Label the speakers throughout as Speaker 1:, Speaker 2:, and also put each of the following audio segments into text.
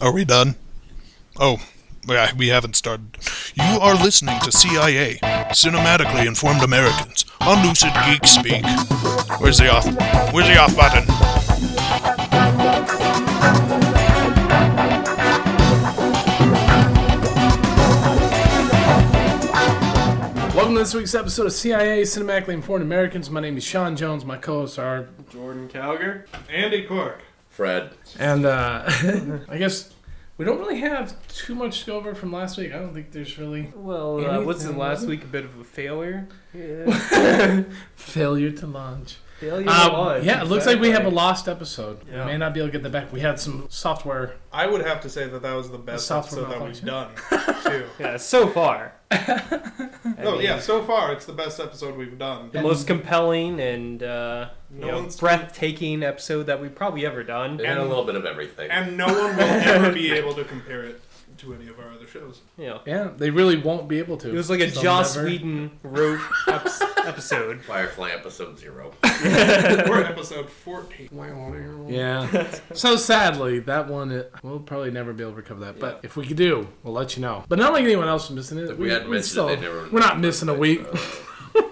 Speaker 1: Are we done? Oh, yeah, we haven't started. You are listening to CIA, Cinematically Informed Americans, on Lucid Geek Speak. Where's the off? Where's the off button?
Speaker 2: Welcome to this week's episode of CIA Cinematically Informed Americans. My name is Sean Jones. My co-hosts are
Speaker 3: Jordan Calger.
Speaker 1: Andy Cork.
Speaker 4: Fred.
Speaker 2: And uh, I guess we don't really have too much to go over from last week. I don't think there's really
Speaker 3: Well, uh, what's in last week? A bit of a failure. Yeah.
Speaker 2: failure to launch.
Speaker 3: failure.
Speaker 2: Um, yeah, it looks like we have a lost episode.
Speaker 3: Yeah.
Speaker 2: We may not be able to get that back. We had some software.
Speaker 5: I would have to say that that was the best
Speaker 2: software
Speaker 5: episode that we've
Speaker 2: malfunction.
Speaker 5: done, too.
Speaker 3: Yeah, so far. I
Speaker 5: no,
Speaker 3: mean,
Speaker 5: yeah, so far it's the best episode we've done.
Speaker 3: The most compelling and uh, you
Speaker 5: No
Speaker 3: know,
Speaker 5: one's-
Speaker 3: breathtaking episode that we've probably ever done.
Speaker 4: And, a little bit of everything.
Speaker 5: And no one will ever be able to compare it to any of our other shows.
Speaker 3: You know,
Speaker 2: Yeah, they really won't be able to.
Speaker 3: it was like a
Speaker 2: So
Speaker 3: Joss
Speaker 2: never-
Speaker 3: Whedon wrote eps- episode.
Speaker 4: Firefly episode zero.
Speaker 5: We're episode 14.
Speaker 2: Yeah. so sadly, that one uh, we'll probably never be able to recover that. But if we could do, we'll let you know. But not like anyone else is missing it.
Speaker 4: If we had mentioned
Speaker 2: still-
Speaker 4: it, they never.
Speaker 2: We're not missing a week.
Speaker 4: Uh,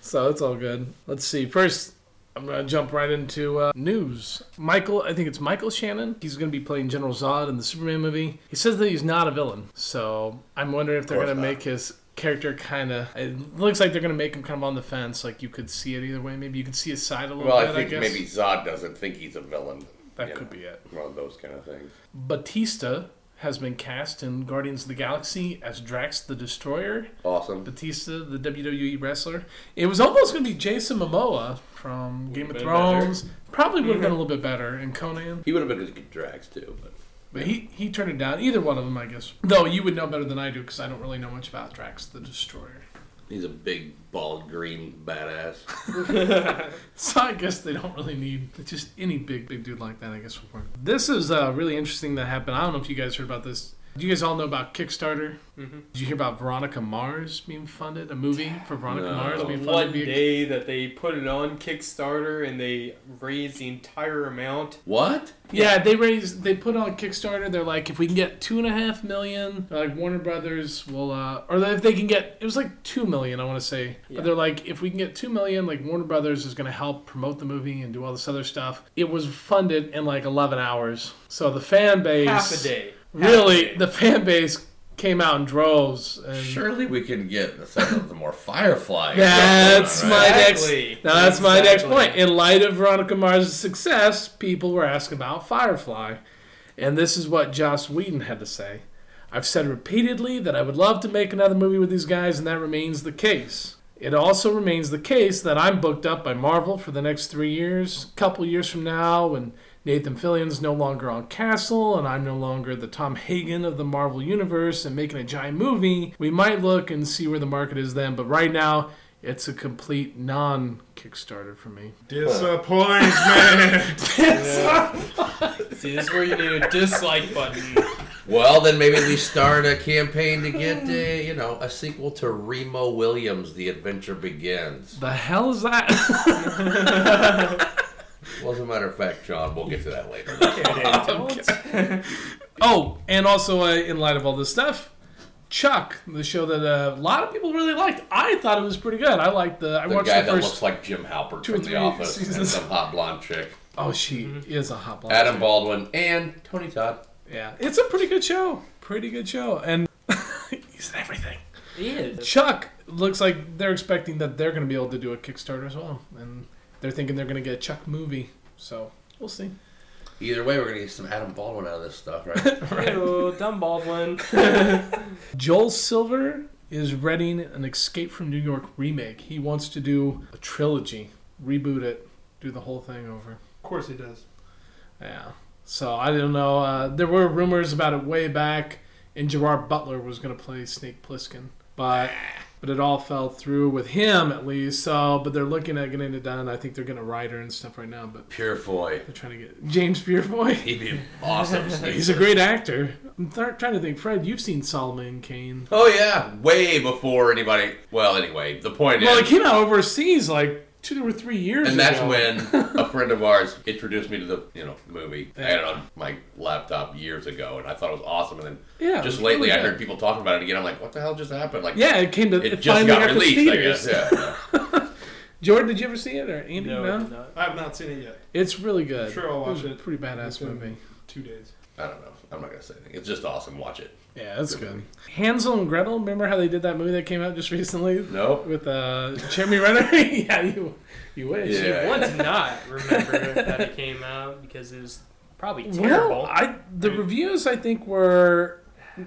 Speaker 2: So it's all good. Let's see. First, I'm going to jump right into uh, news. Michael, I think it's Michael Shannon. He's going to be playing General Zod in the Superman movie. He says that he's not a villain. So I'm wondering if they're
Speaker 4: course
Speaker 2: going to
Speaker 4: not.
Speaker 2: make his character kind of. It looks like they're going to make him kind of on the fence. Like you could see it either way. Maybe you could see his side a little
Speaker 4: well,
Speaker 2: bit,
Speaker 4: I
Speaker 2: I,
Speaker 4: think
Speaker 2: guess.
Speaker 4: maybe Zod doesn't think he's a villain.
Speaker 2: that
Speaker 4: yeah.
Speaker 2: could be it.
Speaker 4: One of those kind of things.
Speaker 2: Batista has been cast in Guardians of the Galaxy as Drax the Destroyer.
Speaker 4: Awesome.
Speaker 2: Batista, the WWE wrestler. It was almost going to be Jason Momoa from Game of Thrones. Probably would have been a little bit better in Conan,
Speaker 4: He would have been good to get Drax too, but
Speaker 2: but he, he turned it down. Either one of them, I guess. Though you would know better than I do because I don't really know much about Drax the Destroyer.
Speaker 4: he's a big, bald, green badass.
Speaker 2: So I guess they don't really need just any big big dude like that. I guess would work. This is uh, really interesting that happened. I don't know if you guys heard about this. Do you guys all know about Kickstarter? Mm-hmm. Did you hear about Veronica Mars being funded? A movie for Veronica
Speaker 4: No.
Speaker 2: Mars
Speaker 3: The
Speaker 2: being
Speaker 3: one
Speaker 2: funded? via-
Speaker 3: day that they put it on Kickstarter and they raised the entire amount.
Speaker 4: what?
Speaker 2: Yeah, they raised. They put on Kickstarter. They're like, if we can get two and a half million, like Warner Brothers will, uh, or if they can get, it was like two million, I want to say.
Speaker 3: Yeah.
Speaker 2: But they're like, if we can get two million, like Warner Brothers is going to help promote the movie and do all this other stuff. It was funded in like eleven hours, so the fan base,
Speaker 3: Half a day. Half a
Speaker 2: really,
Speaker 3: day.
Speaker 2: the fan base came out in droves. And
Speaker 4: Surely we can get the sound of the more Firefly.
Speaker 2: That's
Speaker 4: going on,
Speaker 2: my
Speaker 4: right?
Speaker 3: Exactly.
Speaker 2: next. Now that's my next
Speaker 3: Exactly.
Speaker 2: point. In light of Veronica Mars' success, people were asking about Firefly, and this is what Joss Whedon had to say. I've said repeatedly that I would love to make another movie with these guys, and that remains the case. It also remains the case that I'm booked up by Marvel for the next three years. A couple years from now, when Nathan Fillion's no longer on Castle, and I'm no longer the Tom Hagen of the Marvel Universe and making a giant movie, we might look and see where the market is then. But right now, it's a complete non Kickstarter for me.
Speaker 5: Disappointment!
Speaker 3: See, this is where you need a dislike button.
Speaker 4: Well, then maybe we start a campaign to get, uh, you know, a sequel to Remo Williams, The Adventure Begins.
Speaker 2: The hell is that?
Speaker 4: Well, as a matter of fact, John, we'll get to that later.
Speaker 2: oh, and also, uh, in light of all this stuff, Chuck, the show that uh, a lot of people really liked. I thought it was pretty good. I liked the. I
Speaker 4: The
Speaker 2: watched
Speaker 4: guy
Speaker 2: the
Speaker 4: that
Speaker 2: first.
Speaker 4: looks like Jim Halpert
Speaker 2: two or
Speaker 4: from The
Speaker 2: three
Speaker 4: Office and
Speaker 2: seasons.
Speaker 4: some hot blonde chick.
Speaker 2: oh, she
Speaker 3: Mm-hmm.
Speaker 2: is a hot blonde.
Speaker 4: Adam Baldwin and Tony Todd.
Speaker 2: Yeah, it's a pretty good show. Pretty good show, and he's in everything.
Speaker 3: He is.
Speaker 2: Chuck looks like they're expecting that they're going to be able to do a Kickstarter as well, and they're thinking they're going to get a Chuck movie. So we'll see.
Speaker 4: Either way, we're going to get some Adam Baldwin out of this stuff, right?
Speaker 3: Hello, dumb Baldwin.
Speaker 2: Joel Silver is readying an Escape from New York remake. He wants to do a trilogy, reboot it, do the whole thing over.
Speaker 5: of course he does.
Speaker 2: Yeah. So I don't know. Uh, there were rumors about it way back, and Gerard Butler was going to play Snake Plissken, but but it all fell through with him at least. So, but they're looking at getting it done. I think they're going to write her and stuff right now, but
Speaker 4: Purefoy.
Speaker 2: they're trying to get James Purefoy.
Speaker 4: He'd be an awesome. Snake.
Speaker 2: He's a great actor. I'm th- trying to think, Fred. You've seen Solomon Kane.
Speaker 4: Oh yeah, way before anybody. Well, anyway, the point
Speaker 2: Well, it
Speaker 4: is,
Speaker 2: came out overseas like two or three years
Speaker 4: And that's
Speaker 2: ago.
Speaker 4: when a friend of ours introduced me to the you know movie. I had it on my laptop years ago, and I thought it was awesome. And then
Speaker 2: Yeah, it
Speaker 4: just
Speaker 2: was
Speaker 4: lately,
Speaker 2: really
Speaker 4: I
Speaker 2: good.
Speaker 4: heard people talking about it again. I'm like, what the hell just happened? Like,
Speaker 2: Yeah, it came to
Speaker 4: it
Speaker 2: it finally
Speaker 4: just got
Speaker 2: got to
Speaker 4: released. I
Speaker 2: theaters.
Speaker 4: guess. Yeah, yeah.
Speaker 2: Jordan, did you ever see it or Andy?
Speaker 3: No,
Speaker 2: No,
Speaker 3: I did not.
Speaker 5: I have not seen it yet.
Speaker 2: it's really good.
Speaker 5: Sure, I'll
Speaker 2: was
Speaker 5: watch
Speaker 2: a
Speaker 5: it.
Speaker 2: Pretty badass
Speaker 5: Within
Speaker 2: movie.
Speaker 5: Two days.
Speaker 4: I don't know. I'm not gonna say anything. It's just awesome. Watch it.
Speaker 2: Yeah, that's good. Hansel and Gretel. Remember how they did that movie that came out just recently
Speaker 4: No.
Speaker 2: with uh, Jeremy Renner? yeah, you you wish.
Speaker 4: Yeah.
Speaker 3: I would not remember that it came out because it was probably terrible.
Speaker 2: Well, I the
Speaker 3: Right.
Speaker 2: reviews I think were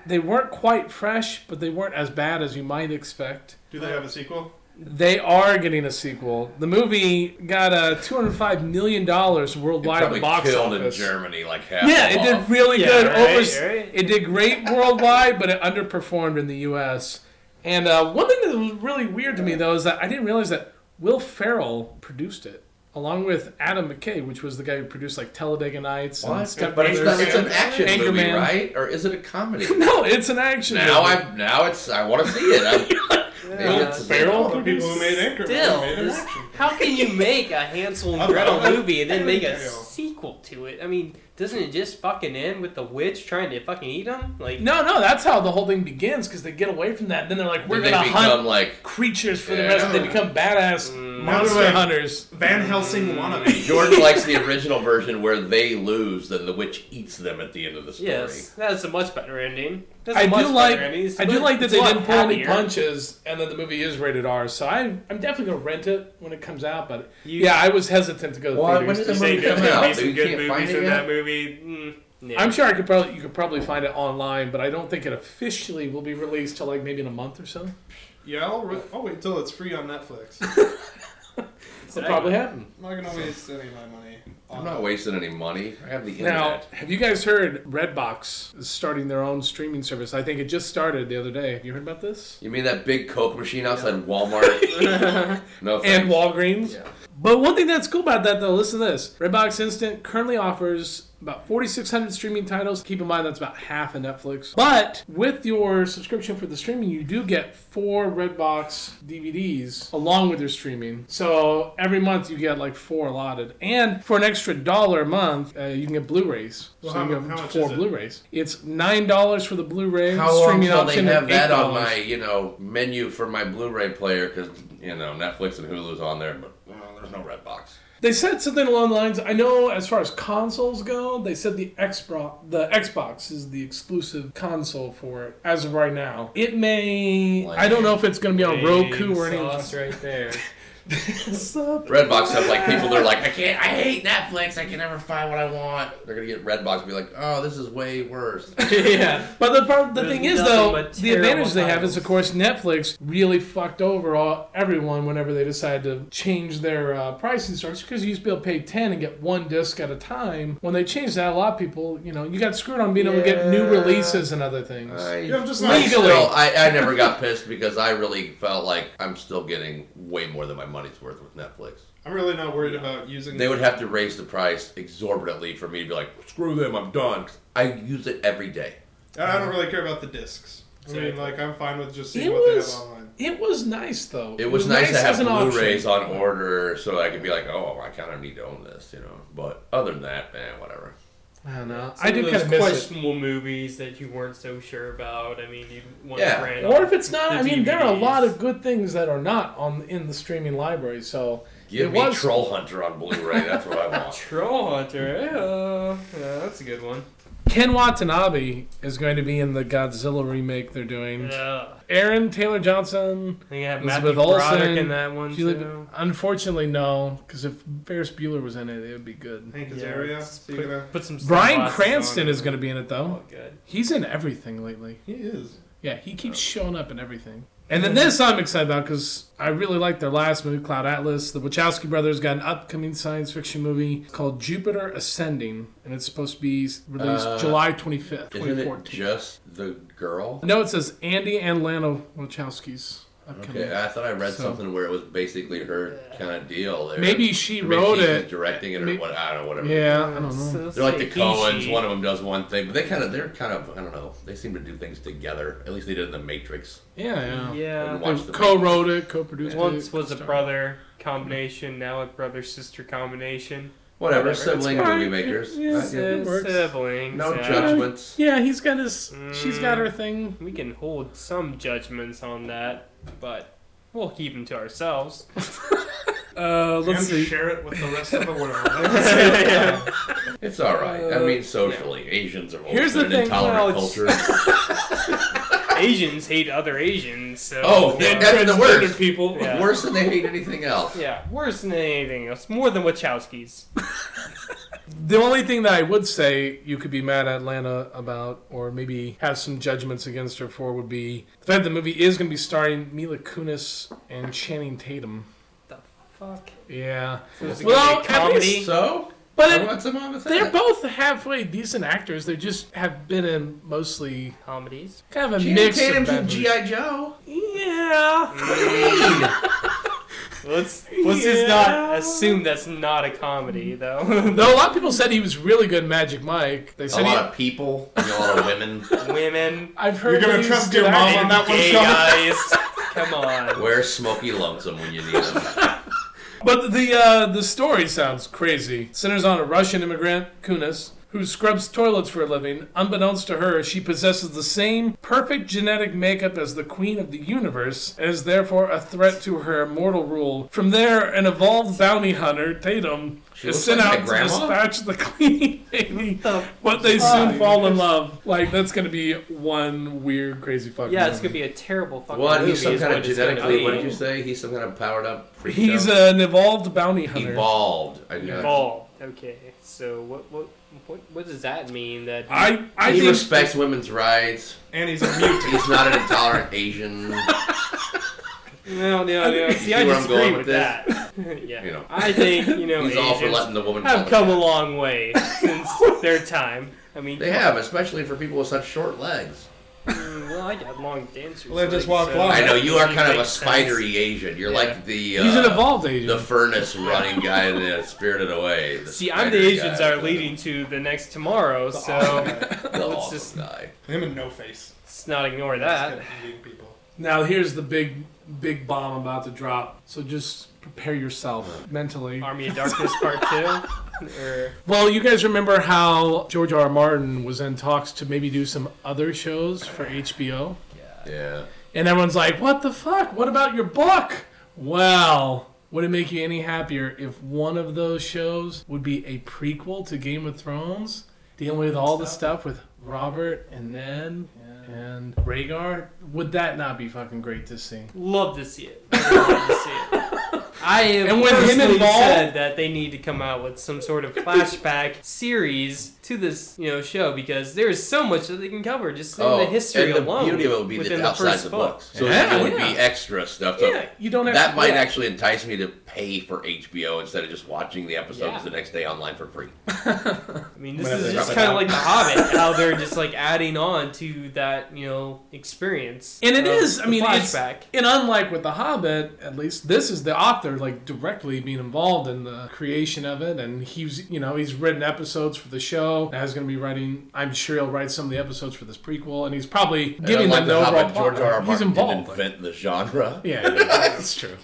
Speaker 2: they weren't quite fresh, but they weren't as bad as you might expect.
Speaker 5: Do they have a sequel?
Speaker 2: They are getting a sequel. The movie got a two hundred five million dollars worldwide at the
Speaker 4: Probably
Speaker 2: box
Speaker 4: killed
Speaker 2: office.
Speaker 4: in Germany like half.
Speaker 2: Yeah, it
Speaker 4: off.
Speaker 2: did really
Speaker 3: Yeah,
Speaker 2: good.
Speaker 3: right,
Speaker 2: Over,
Speaker 3: right.
Speaker 2: It did great worldwide, but it underperformed in the U.S. And uh, one thing that was really weird to me though is that I didn't realize that Will Ferrell produced it. Along with Adam McKay, which was the guy who produced like Talladega Nights and Step
Speaker 4: What? But it's, not,
Speaker 2: Brothers.
Speaker 4: it's an action movie,
Speaker 2: Anchorman.
Speaker 4: right? Or is it a comedy?
Speaker 2: No, it's an action.
Speaker 4: now
Speaker 2: movie.
Speaker 4: I now it's I want to see it. I, maybe it's
Speaker 2: Feral?
Speaker 5: The people who made Anchorman
Speaker 3: Still,
Speaker 5: made an
Speaker 3: this-
Speaker 5: action.
Speaker 3: how can you make a Hansel and
Speaker 5: I'm-
Speaker 3: Gretel
Speaker 5: I'm-
Speaker 3: movie and then make a
Speaker 5: I'm-
Speaker 3: sequel to it? I mean, doesn't it just fucking end with the witch trying to fucking eat him? Like,
Speaker 2: No, no, that's how the whole thing begins because they get away from that. And then they're like, we're
Speaker 4: Then they
Speaker 2: going to
Speaker 4: become
Speaker 2: hunt
Speaker 4: like
Speaker 2: creatures for the
Speaker 4: Yeah. Mm.
Speaker 2: rest. They become badass monster
Speaker 5: By the way,
Speaker 2: hunters.
Speaker 5: Van Helsing wannabe.
Speaker 4: Jordan likes the original version where they lose, then the witch eats them at the end of the story.
Speaker 3: yes, that's a much better ending. That's a
Speaker 2: I
Speaker 3: much
Speaker 2: do
Speaker 3: better
Speaker 2: like
Speaker 3: ending. It's
Speaker 2: I do
Speaker 3: much-
Speaker 2: like that
Speaker 3: it's
Speaker 2: they
Speaker 3: a lot
Speaker 2: didn't pull any
Speaker 3: happier.
Speaker 2: punches, and that the movie is rated R. So I I'm definitely gonna rent it when it comes out. But
Speaker 3: You-
Speaker 2: yeah, I was hesitant to go to
Speaker 4: Why- when
Speaker 2: theaters.
Speaker 4: did
Speaker 2: to
Speaker 4: the
Speaker 2: see
Speaker 4: movie
Speaker 2: it.
Speaker 4: come
Speaker 5: there's gonna
Speaker 4: out?
Speaker 5: be some
Speaker 4: You
Speaker 5: good
Speaker 4: can't find
Speaker 5: movies
Speaker 4: it
Speaker 5: in
Speaker 4: yet?
Speaker 5: that movie.
Speaker 3: Mm, no.
Speaker 2: I'm sure I could probably you could probably find it online, but I don't think it officially will be released till like maybe in a month or so.
Speaker 5: Yeah, I'll, re- I'll wait till it's free on Netflix.
Speaker 2: It'll probably happen.
Speaker 5: I'm not gonna waste any of my money.
Speaker 4: I'm not wasting any money. I have the
Speaker 2: Now,
Speaker 4: internet.
Speaker 2: have you guys heard Redbox is starting their own streaming service? I think it just started the other day. Have you heard about this?
Speaker 4: you mean that big Coke machine outside Walmart? no thanks.
Speaker 2: And Walgreens. But one thing that's cool about that, though, listen to this. Redbox Instant currently offers about 4,600 streaming titles. Keep in mind that's about half of Netflix. But with your subscription for the streaming, you do get four Redbox DVDs along with your streaming. So every month you get like four allotted. And for an extra dollar a month, uh, you can get Blu rays.
Speaker 5: Well,
Speaker 2: so
Speaker 5: how
Speaker 2: you
Speaker 5: mu-
Speaker 2: can
Speaker 5: how
Speaker 2: get
Speaker 5: much
Speaker 2: four
Speaker 5: is it?
Speaker 2: Blu rays. It's $9 for the Blu ray
Speaker 4: How long
Speaker 2: streaming
Speaker 4: till
Speaker 2: option.
Speaker 4: they have
Speaker 2: and
Speaker 4: that on
Speaker 2: $8.
Speaker 4: my, you know, menu for my Blu-ray player? Because you know Netflix and Hulu's on there, but well, there's no Redbox.
Speaker 2: They said something along the lines. I know as far as consoles go, they said the Xbox, the Xbox is the exclusive console for it as of right now. It may. I don't know if it's going to be on Roku or
Speaker 3: Big
Speaker 2: anything.
Speaker 3: sauce right there.
Speaker 2: Sup?
Speaker 4: Redbox have like people that are like, I can't, I hate Netflix. I can never find what I want. They're gonna get Redbox and be like, oh, this is way worse.
Speaker 3: yeah.
Speaker 2: But the part, the
Speaker 3: There's
Speaker 2: thing is
Speaker 3: nothing
Speaker 2: though,
Speaker 3: but
Speaker 2: the advantage
Speaker 3: terrible
Speaker 2: they have is,
Speaker 3: titles.
Speaker 2: of course, Netflix really fucked over all everyone whenever they decided to change their uh, pricing structure because you used to be able to pay ten and get one disc at a time. When they changed that, a lot of people, you know, you got screwed on being able to get new
Speaker 4: Yeah.
Speaker 2: releases and other things.
Speaker 4: I,
Speaker 5: Yeah, I'm just
Speaker 4: I
Speaker 2: Legally.
Speaker 4: still- I, I never got pissed because I really felt like I'm still getting way more than my money's worth with Netflix.
Speaker 5: I'm really not worried about using.
Speaker 4: They would have to raise the price exorbitantly for me to be like, screw them, I'm done. 'Cause I use it every day.
Speaker 5: I don't really care about the discs. I mean,
Speaker 3: Exactly.
Speaker 5: like I'm fine with just
Speaker 2: It
Speaker 5: seeing what
Speaker 2: was-
Speaker 5: they have online.
Speaker 2: It was nice though.
Speaker 4: It was nice, to have
Speaker 2: as an option.
Speaker 4: Blu-rays on order so I could be like, oh, I kind of need to own this, you know. But other than that, man, whatever.
Speaker 2: I don't know.
Speaker 3: Some
Speaker 2: I do
Speaker 3: of
Speaker 2: kind
Speaker 3: those
Speaker 2: of miss it.
Speaker 3: questionable movies that you weren't so sure about. I mean, you want
Speaker 4: Yeah.
Speaker 3: to rent.
Speaker 2: Or if it's not,
Speaker 3: the
Speaker 2: I mean, there are a lot
Speaker 3: DVDs.
Speaker 2: of good things that are not on in the streaming library. So
Speaker 4: Give
Speaker 2: It
Speaker 4: me
Speaker 2: was-
Speaker 4: Troll Hunter on Blu-ray. That's what I want.
Speaker 3: Troll Hunter, yeah. yeah, that's a good one.
Speaker 2: Ken Watanabe is going to be in the Godzilla remake they're doing.
Speaker 3: Yeah,
Speaker 2: Aaron Taylor Johnson.
Speaker 3: I think I have
Speaker 2: Elizabeth
Speaker 3: Matthew Broderick
Speaker 2: Olsen,
Speaker 3: in that one too.
Speaker 2: Unfortunately, no, because if Ferris Bueller was in it, it would be good.
Speaker 5: Hank
Speaker 3: Yeah,
Speaker 5: Azaria.
Speaker 3: it's
Speaker 5: so you're gonna.
Speaker 3: Put some
Speaker 2: Brian
Speaker 3: sunglasses
Speaker 2: Cranston
Speaker 3: on
Speaker 2: is
Speaker 3: and-
Speaker 2: going to be in it though.
Speaker 3: Oh, good.
Speaker 2: He's in everything lately.
Speaker 5: He is.
Speaker 2: Yeah, he keeps showing up in everything. Oh. And then this I'm excited about because I really liked their last movie, Cloud Atlas. The Wachowski brothers got an upcoming science fiction movie called Jupiter Ascending, and it's supposed to be released
Speaker 4: Uh,
Speaker 2: July 25th,
Speaker 4: Isn't it
Speaker 2: 2014.
Speaker 4: just the girl?
Speaker 2: No, it says Andy and Lana Wachowskis. upcoming.
Speaker 4: Okay, I thought I read
Speaker 2: So-
Speaker 4: something where it was basically her kind of deal. There.
Speaker 2: Maybe she
Speaker 4: I mean,
Speaker 2: wrote
Speaker 4: she's
Speaker 2: it.
Speaker 4: directing it or
Speaker 2: May-
Speaker 4: what? I don't know. Whatever.
Speaker 2: Yeah, I don't know.
Speaker 4: They're like the Coens. One of them does one thing, but they kind of they're kind of I don't know. They seem to do things together. At least they did in the Matrix.
Speaker 2: Yeah, yeah.
Speaker 4: I didn't
Speaker 3: Yeah.
Speaker 4: watch
Speaker 2: They
Speaker 4: the
Speaker 2: co-wrote it, co-produced
Speaker 3: Once
Speaker 2: it.
Speaker 3: was a
Speaker 2: co-starred.
Speaker 3: brother combination, now a brother sister combination.
Speaker 4: Whatever,
Speaker 3: Whatever, it's
Speaker 4: sibling
Speaker 3: fine.
Speaker 4: movie makers.
Speaker 2: Yeah,
Speaker 4: Uh, yeah.
Speaker 2: it works.
Speaker 3: Siblings.
Speaker 4: No
Speaker 3: yeah.
Speaker 4: judgments.
Speaker 2: Yeah, he's got his. She's got her thing.
Speaker 3: We can hold some judgments on that, but we'll keep them to ourselves.
Speaker 2: Uh,
Speaker 5: And
Speaker 2: let's see.
Speaker 5: share it with the rest of the world.
Speaker 3: Yeah.
Speaker 4: It's all right. I mean, socially, Asians are
Speaker 2: Here's
Speaker 4: always
Speaker 2: the
Speaker 4: an
Speaker 2: thing,
Speaker 4: intolerant
Speaker 3: well, it's-
Speaker 4: culture.
Speaker 3: Asians hate other Asians, so
Speaker 4: Oh,
Speaker 3: yeah.
Speaker 4: that's the
Speaker 5: Transgender
Speaker 4: worst.
Speaker 5: people.
Speaker 3: Yeah.
Speaker 4: Worse than they hate anything else.
Speaker 3: Yeah, worse than anything else. More than Wachowskis.
Speaker 2: The only thing that I would say you could be mad at Lana about, or maybe have some judgments against her for, would be the fact the movie is going to be starring Mila Kunis and Channing Tatum.
Speaker 3: the fuck?
Speaker 2: Yeah,
Speaker 3: This is
Speaker 2: Well,
Speaker 3: gonna be
Speaker 2: at
Speaker 3: a comedy.
Speaker 4: So,
Speaker 2: but it,
Speaker 4: what's the mom with
Speaker 2: they're
Speaker 4: that?
Speaker 2: both halfway decent actors. They just have been in mostly
Speaker 3: Comedies.
Speaker 2: kind of a
Speaker 4: Channing
Speaker 2: mix of
Speaker 4: Tatum's
Speaker 2: bad
Speaker 4: in
Speaker 2: movies.
Speaker 4: G.I. Joe.
Speaker 2: Yeah,
Speaker 3: Let's let's
Speaker 2: Yeah.
Speaker 3: just not assume that's not a comedy though.
Speaker 2: though a lot of people said he was really good in Magic Mike. They
Speaker 4: A
Speaker 2: said he,
Speaker 4: lot of people, a lot of women.
Speaker 3: Women,
Speaker 2: I've heard
Speaker 5: You're gonna
Speaker 2: that he was
Speaker 5: trust
Speaker 2: good
Speaker 5: your mom
Speaker 2: actor.
Speaker 5: on that one's
Speaker 3: gay
Speaker 5: coming.
Speaker 3: guys. Come on.
Speaker 4: Wear smoky lonesome when you need them.
Speaker 2: But the uh, the story sounds crazy. Centers on a Russian immigrant, Kunis, who scrubs toilets for a living. Unbeknownst to her, she possesses the same perfect genetic makeup as the queen of the universe, and is therefore a threat to her mortal rule. From there, an evolved bounty hunter, Tatum,
Speaker 4: She
Speaker 2: is
Speaker 4: looks
Speaker 2: sent
Speaker 4: like my
Speaker 2: out to
Speaker 4: grandma?
Speaker 2: dispatch the cleaning lady.
Speaker 3: the
Speaker 2: But they soon
Speaker 3: fuck?
Speaker 2: fall in love. Like that's gonna be one weird, crazy fucking.
Speaker 3: Yeah, it's
Speaker 2: movie.
Speaker 3: gonna be a terrible fucking
Speaker 4: What?
Speaker 3: movie.
Speaker 4: He's some
Speaker 3: is
Speaker 4: kind
Speaker 3: what
Speaker 4: of
Speaker 3: it's gonna
Speaker 4: genetically.
Speaker 3: be.
Speaker 4: What did you say? He's some kind of powered up freak.
Speaker 2: He's
Speaker 4: show?
Speaker 2: an evolved bounty hunter.
Speaker 4: evolved. I know.
Speaker 3: Evolved. Okay. So what what what what does that mean? That
Speaker 2: I I
Speaker 4: He
Speaker 2: think
Speaker 4: respects women's rights.
Speaker 5: And he's a mutant.
Speaker 4: He's not an intolerant Asian.
Speaker 3: no no no. See, I
Speaker 4: where I'm
Speaker 3: disagree
Speaker 4: going
Speaker 3: with
Speaker 4: with this?
Speaker 3: that. yeah.
Speaker 4: You know.
Speaker 3: I think you know
Speaker 4: He's all for
Speaker 3: Asians
Speaker 4: letting the woman.
Speaker 3: have
Speaker 4: call
Speaker 3: come
Speaker 4: it.
Speaker 3: a long way since their time. I mean,
Speaker 4: They have, especially for people with such short legs.
Speaker 3: Mm, Well, I got long dancers.
Speaker 5: Well, they just walk long.
Speaker 4: I know you are kind of a
Speaker 3: Makes sense.
Speaker 4: spidery Asian. You're like the uh,
Speaker 2: he's an evolved agent.
Speaker 4: the furnace running guy in the Spirited Away. The
Speaker 3: See, I'm the
Speaker 4: spider
Speaker 3: Asians
Speaker 4: guy.
Speaker 3: are leading to the next tomorrow, so
Speaker 4: The
Speaker 3: Let's
Speaker 4: awesome
Speaker 3: just-
Speaker 4: guy.
Speaker 5: Him and No Face.
Speaker 3: let's not ignore
Speaker 5: Just
Speaker 3: that.
Speaker 5: kinda eating people.
Speaker 2: Now here's the big big bomb I'm about to drop. So just prepare yourself mentally.
Speaker 3: Army of Darkness Part Two. Or
Speaker 2: Well, you guys remember how George R. R. Martin was in talks to maybe do some other shows for HBO?
Speaker 4: Yeah.
Speaker 2: And everyone's like, "What the fuck? What about your book?" Well, would it make you any happier if one of those shows would be a prequel to Game of Thrones, dealing with all the stuff with Robert and Ned and Rhaegar? Would that not be fucking great to see?
Speaker 3: love to see it. Love to see it. I have
Speaker 2: And with him
Speaker 3: personally
Speaker 2: involved-
Speaker 3: said that they need to come out with some sort of flashback series to this, you know, show because there is so much that they can cover just in the history
Speaker 4: Oh, and the
Speaker 3: alone.
Speaker 4: beauty of it would be
Speaker 3: within
Speaker 4: the outside
Speaker 3: first
Speaker 4: the
Speaker 3: book.
Speaker 4: books. So
Speaker 2: Yeah,
Speaker 4: it would
Speaker 2: yeah.
Speaker 4: be extra stuff. So
Speaker 2: Yeah, you don't have
Speaker 4: that
Speaker 2: to,
Speaker 4: might
Speaker 2: yeah.
Speaker 4: actually entice me to pay for HBO instead of just watching the episodes
Speaker 3: Yeah.
Speaker 4: the next day online for free.
Speaker 3: I mean, this
Speaker 5: Whenever
Speaker 3: is just
Speaker 5: they drop it
Speaker 3: kind of
Speaker 5: out.
Speaker 3: like The Hobbit, how they're just like adding on to that, you know, experience.
Speaker 2: And it
Speaker 3: of
Speaker 2: is. I
Speaker 3: the
Speaker 2: mean, it's,
Speaker 3: flashback.
Speaker 2: and unlike with The Hobbit, at least this is the author like directly being involved in the creation of it, and he's you know he's written episodes for the show. Now he's going to be writing. I'm sure he'll write some of the episodes for this prequel, and he's probably giving them
Speaker 4: and unlike
Speaker 2: the
Speaker 4: the
Speaker 2: overall
Speaker 4: Hobbit, George
Speaker 2: plot.
Speaker 4: R. R.
Speaker 2: He's
Speaker 4: Martin
Speaker 2: involved.
Speaker 4: didn't invent the genre.
Speaker 2: yeah, yeah, that's true.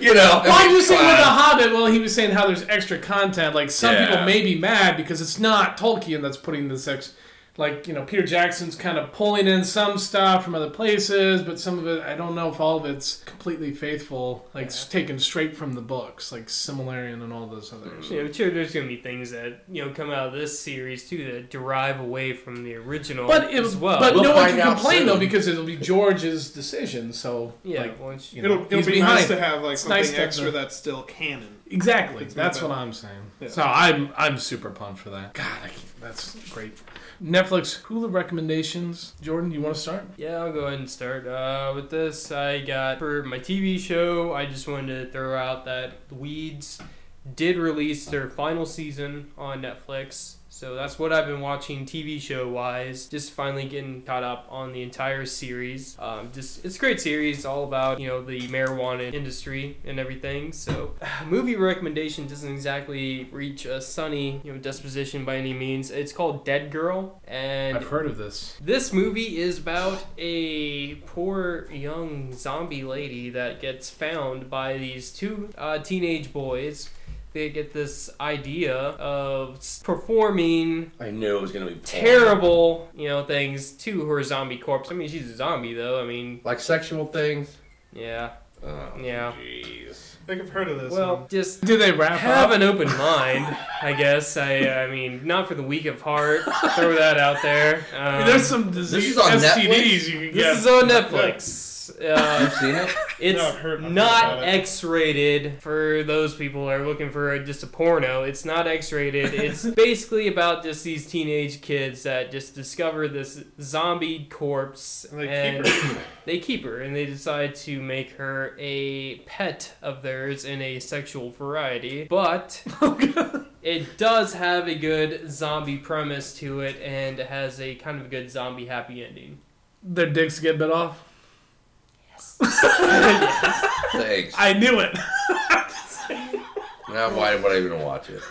Speaker 4: You know.
Speaker 2: Well, I'm just saying with The Hobbit. Well, he was saying how there's extra content. Like some
Speaker 4: Yeah.
Speaker 2: people may be mad because it's not Tolkien that's putting this ex. Like you know, Peter Jackson's kind of pulling in some stuff from other places, but some of it I don't know if all of it's completely faithful. Like s taken straight from the books, like Similarian and all those
Speaker 5: Mm.
Speaker 2: others.
Speaker 3: You know, sure, there's gonna be things that you know come out of this series too that derive away from the original
Speaker 2: But it,
Speaker 3: as well.
Speaker 2: but
Speaker 4: We'll
Speaker 2: no one
Speaker 4: find
Speaker 2: can
Speaker 4: out
Speaker 2: complain
Speaker 4: soon.
Speaker 2: though because it'll be George's decision. So
Speaker 3: yeah,
Speaker 2: like,
Speaker 3: well, it's-
Speaker 2: you know,
Speaker 5: It'll, it'll
Speaker 2: he's
Speaker 5: be
Speaker 2: behind.
Speaker 5: nice to have like
Speaker 2: It's
Speaker 5: something
Speaker 2: nice to have
Speaker 5: extra
Speaker 2: the-
Speaker 5: that's still canon.
Speaker 2: Exactly.
Speaker 5: It's
Speaker 2: That's
Speaker 5: not
Speaker 2: what
Speaker 5: bad.
Speaker 2: I'm saying.
Speaker 5: Yeah.
Speaker 2: So I'm I'm super pumped for that. God, I can't- that's great. Netflix Hulu recommendations. Jordan, you want to start?
Speaker 3: Yeah, I'll go ahead and start uh, with this. I got for my TV show. I just wanted to throw out that Weeds did release their final season on Netflix. So that's what I've been watching TV show wise. Just finally getting caught up on the entire series. Um, just it's a great series, all about you know the marijuana industry and everything. So movie recommendation doesn't exactly reach a sunny you know disposition by any means. It's called Dead Girl, and
Speaker 2: I've heard of this.
Speaker 3: this movie is about a poor young zombie lady that gets found by these two uh, teenage boys. They get this idea of s- performing
Speaker 4: I knew it was gonna be porn.
Speaker 3: terrible, you know, things to her zombie corpse. I mean, she's a zombie though. I mean,
Speaker 4: Like sexual things.
Speaker 3: yeah,
Speaker 4: Oh,
Speaker 3: Yeah.
Speaker 4: Jeez.
Speaker 5: I think I've heard of this.
Speaker 3: well, just
Speaker 2: Do they wrap
Speaker 3: have
Speaker 2: up?
Speaker 3: an open mind, I guess. I, I mean, not for the weak of heart. Throw that out there. Um,
Speaker 2: There's some
Speaker 4: This
Speaker 2: disease
Speaker 4: is on
Speaker 2: STDs
Speaker 4: Netflix?
Speaker 2: you can
Speaker 3: this
Speaker 2: get.
Speaker 3: is on Netflix. Uh,
Speaker 4: You've seen it?
Speaker 3: It's
Speaker 5: No, I've heard- I've heard
Speaker 3: not
Speaker 5: about it.
Speaker 3: X-rated for those people who are looking for just a porno. It's not X-rated. it's basically about just these teenage kids that just discover this zombie corpse
Speaker 5: And they keep
Speaker 3: and
Speaker 5: her.
Speaker 3: they keep her and they decide to make her a pet of theirs in a sexual variety. But it does have a good zombie premise to it and it has a kind of good zombie happy ending.
Speaker 2: Their dicks get bit off.
Speaker 4: Thanks.
Speaker 2: I knew it.
Speaker 4: Now why would I even watch it?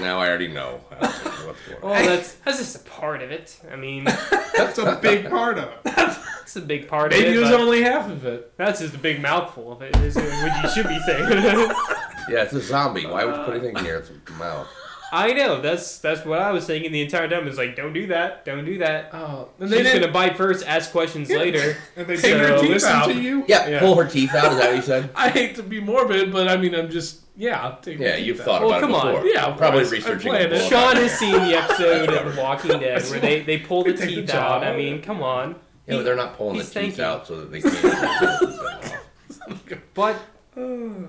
Speaker 4: Now I already know. What's going
Speaker 3: Well, that's that's just a part of it. I mean,
Speaker 5: that's a big part of it.
Speaker 3: it's a big part of it.
Speaker 2: Maybe it was
Speaker 3: but-
Speaker 2: only half of it.
Speaker 3: That's just a big mouthful of it, is what you should be saying.
Speaker 4: on. Yeah, it's a zombie. Why would you put anything near its mouth?
Speaker 3: I know, that's that's what I was thinking the entire time. It's like, don't do that, don't do that.
Speaker 2: Oh,
Speaker 3: She's
Speaker 2: and they didn't
Speaker 3: gonna bite first, ask questions later.
Speaker 5: And they
Speaker 2: take
Speaker 3: So,
Speaker 2: their teeth
Speaker 5: listen
Speaker 2: out.
Speaker 5: to you.
Speaker 4: Yeah,
Speaker 2: Yeah.
Speaker 4: pull her teeth out. Is that what you said?
Speaker 2: I hate to be morbid, but I mean, I'm just yeah. I'll take
Speaker 4: Yeah,
Speaker 2: your
Speaker 4: you've
Speaker 2: teeth
Speaker 4: thought
Speaker 3: Well,
Speaker 4: about
Speaker 3: come
Speaker 4: it
Speaker 3: on.
Speaker 4: before.
Speaker 2: Yeah, of
Speaker 4: probably
Speaker 2: course. I
Speaker 4: researching.
Speaker 2: planned
Speaker 4: a
Speaker 2: it.
Speaker 4: bull.
Speaker 3: Sean has seen the episode of Walking Dead where they, they pull the
Speaker 2: Take the
Speaker 3: teeth out. I
Speaker 2: jaw.
Speaker 3: mean, come on.
Speaker 4: Yeah, but they're not pulling the
Speaker 3: He's
Speaker 4: teeth
Speaker 3: thinking.
Speaker 4: out so that they can't.
Speaker 3: But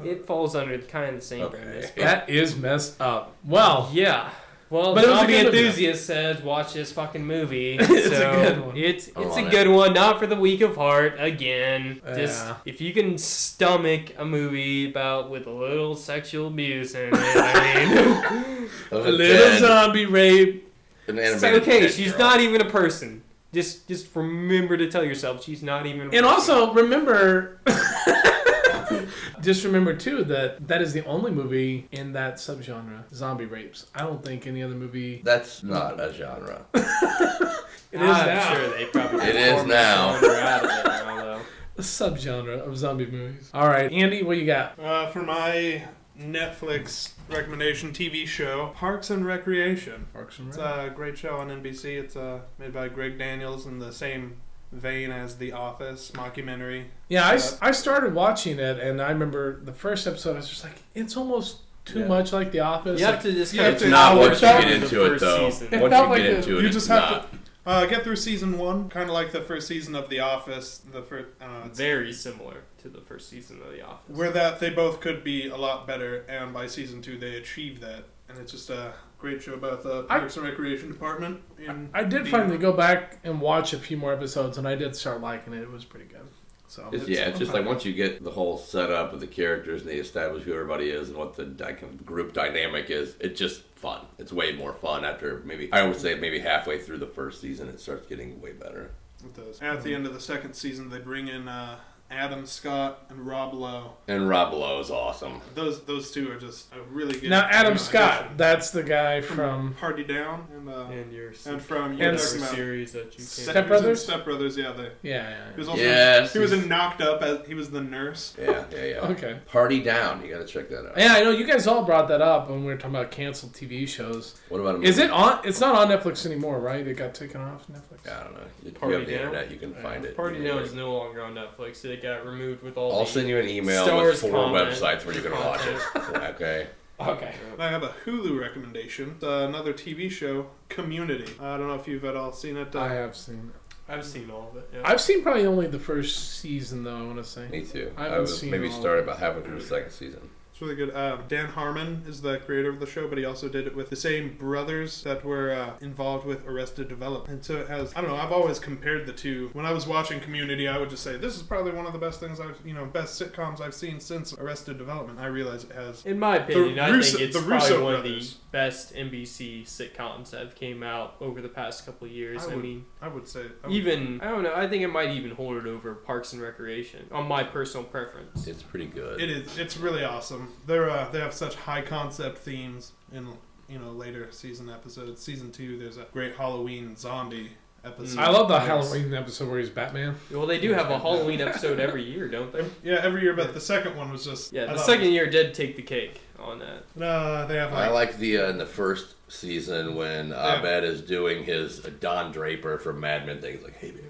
Speaker 3: it falls under kind of the same
Speaker 4: Okay.
Speaker 3: premise.
Speaker 2: out. That is messed up. Well,
Speaker 3: Yeah. Well,
Speaker 2: But it was a
Speaker 3: zombie
Speaker 2: good movie, though.
Speaker 3: enthusiast says watch this fucking movie.
Speaker 2: It's a
Speaker 3: so
Speaker 2: good one.
Speaker 3: It's
Speaker 4: I'm
Speaker 3: it's
Speaker 4: on
Speaker 3: a
Speaker 4: it.
Speaker 3: good one, not for the weak of heart. Again, just
Speaker 2: Yeah.
Speaker 3: if you can stomach a movie about with a little sexual abuse in it, I mean,
Speaker 4: Those
Speaker 2: a
Speaker 4: are
Speaker 2: little
Speaker 4: dead
Speaker 2: zombie rape.
Speaker 4: and
Speaker 3: it's
Speaker 4: animated
Speaker 3: uh, okay.
Speaker 4: dead
Speaker 3: She's
Speaker 4: girls.
Speaker 3: not even a person. Just just remember to tell yourself she's not even. a
Speaker 2: And
Speaker 3: person.
Speaker 2: also remember, just remember too that that is the only movie in that subgenre, zombie rapes. I don't think any other movie.
Speaker 4: That's not a genre.
Speaker 2: It is
Speaker 3: I'm
Speaker 2: now
Speaker 3: sure they probably
Speaker 4: It is
Speaker 3: perform
Speaker 4: now.
Speaker 3: that genre out of it now, though.
Speaker 2: a subgenre of zombie movies. All right, Andy, what you got?
Speaker 5: Uh, for my Netflix recommendation TV show, Parks and Recreation.
Speaker 2: Parks and
Speaker 5: It's a great show on NBC. It's uh, made by Greg Daniels in the same vein as The Office mockumentary.
Speaker 2: Yeah, I, s- I started watching it, and I remember the first episode. I was just like, it's almost too
Speaker 4: Yeah.
Speaker 2: much like The Office.
Speaker 3: You have
Speaker 2: Like,
Speaker 3: to just
Speaker 5: Yeah,
Speaker 3: kind of
Speaker 5: it's not
Speaker 2: what
Speaker 4: Once you
Speaker 2: felt
Speaker 4: get
Speaker 3: the
Speaker 4: into it,
Speaker 3: first
Speaker 4: though, once
Speaker 3: season.
Speaker 2: It
Speaker 4: you
Speaker 2: felt like
Speaker 4: get
Speaker 2: a-
Speaker 4: into it,
Speaker 5: you
Speaker 4: it's
Speaker 5: just have to-
Speaker 4: not.
Speaker 5: Uh, get through season one, kind of like the first season of The Office. The uh, first, I don't know, it's
Speaker 3: very similar to the first season of The Office.
Speaker 5: where that they both could be a lot better, and by season two they achieve that, and it's just a great show about the
Speaker 2: I-
Speaker 5: Parks and Recreation Department. In
Speaker 2: I did
Speaker 5: the-
Speaker 2: finally go back and watch a few more episodes, and I did start liking it. It was pretty good. So
Speaker 4: It's, yeah, it's just like once you get the whole setup of the characters and they establish who everybody is and what the dy- group dynamic is, it's just fun. It's way more fun after maybe, I would say maybe halfway through the first season, it starts getting way better.
Speaker 5: It does. At the end of the second season, they bring in uh, Adam Scott and Rob Lowe.
Speaker 4: And Rob Lowe is awesome.
Speaker 5: Those those two are just a really good.
Speaker 2: now Adam
Speaker 5: uh,
Speaker 2: Scott,
Speaker 5: addition.
Speaker 2: that's the guy from
Speaker 5: Party Down, and uh,
Speaker 3: And your
Speaker 5: and from you were
Speaker 2: And
Speaker 5: talking about
Speaker 3: series that you
Speaker 5: Step
Speaker 2: Step
Speaker 5: he was in
Speaker 2: Brothers?
Speaker 5: Step Brothers, yeah. They,
Speaker 2: yeah, yeah,
Speaker 5: he
Speaker 2: yeah.
Speaker 5: was also
Speaker 4: Yes,
Speaker 5: he was in
Speaker 4: he's-
Speaker 5: Knocked Up as he was the nurse.
Speaker 4: Yeah, yeah, yeah.
Speaker 2: Okay.
Speaker 4: Party Down, you gotta check that out.
Speaker 2: Yeah, I know you guys all brought that up when we were talking about canceled TV shows.
Speaker 4: What about a movie?
Speaker 2: Is it on? It's not on Netflix anymore, right? It got taken off Netflix.
Speaker 4: I don't know. If
Speaker 3: Party
Speaker 4: you have the
Speaker 3: Down?
Speaker 4: internet, you can find it.
Speaker 3: Party
Speaker 4: You know,
Speaker 3: Now is no longer on Netflix. It got removed with all
Speaker 4: I'll
Speaker 3: the.
Speaker 4: send you an email
Speaker 3: Stars
Speaker 4: with four
Speaker 3: comment.
Speaker 4: websites where you can watch it. Okay.
Speaker 2: Okay.
Speaker 5: And I have a Hulu recommendation. Uh, another TV show, Community. I don't know if you've at all seen it.
Speaker 2: I
Speaker 5: Uh,
Speaker 2: have seen. It.
Speaker 3: I've seen all of it. Yeah.
Speaker 2: I've seen probably only the first season, though. I want to say.
Speaker 4: Me too.
Speaker 2: I
Speaker 4: I,
Speaker 2: haven't
Speaker 4: was
Speaker 2: seen
Speaker 4: maybe
Speaker 2: all of
Speaker 4: started about halfway through the second season.
Speaker 5: It's really good. Uh, Dan Harmon is the creator of the show, but he also did it with the same brothers that were uh, involved with Arrested Development. And so it has, I don't know, I've always compared the two. When I was watching Community, I would just say, this is probably one of the best things I've, you know, best sitcoms I've seen since Arrested Development. I realize it has.
Speaker 3: In my opinion, I
Speaker 5: Russo-
Speaker 3: think it's
Speaker 5: the
Speaker 3: probably
Speaker 5: Russo
Speaker 3: one
Speaker 5: brothers.
Speaker 3: of the best NBC sitcoms that have came out over the past couple of years.
Speaker 5: I
Speaker 3: I,
Speaker 5: would-
Speaker 3: mean,
Speaker 5: I would say. I would-
Speaker 3: even I don't know. I think it might even hold it over Parks and Recreation on my personal preference.
Speaker 4: It's pretty good.
Speaker 5: It is. It's really awesome. They're uh, they have such high concept themes in you know later season episodes. Season two, there's a great Halloween zombie episode.
Speaker 2: I love the
Speaker 5: There's-
Speaker 2: Halloween episode where he's Batman.
Speaker 3: Well, they do have a Halloween episode every year, don't they?
Speaker 5: Yeah, every year, but the second one was just I
Speaker 3: Yeah, the
Speaker 5: thought-
Speaker 3: second year did take the cake on that.
Speaker 5: No, they have
Speaker 4: I
Speaker 5: like,
Speaker 4: like the uh, in the first season when Abed is doing his Don Draper from Mad Men thing. He's like, "Hey, baby."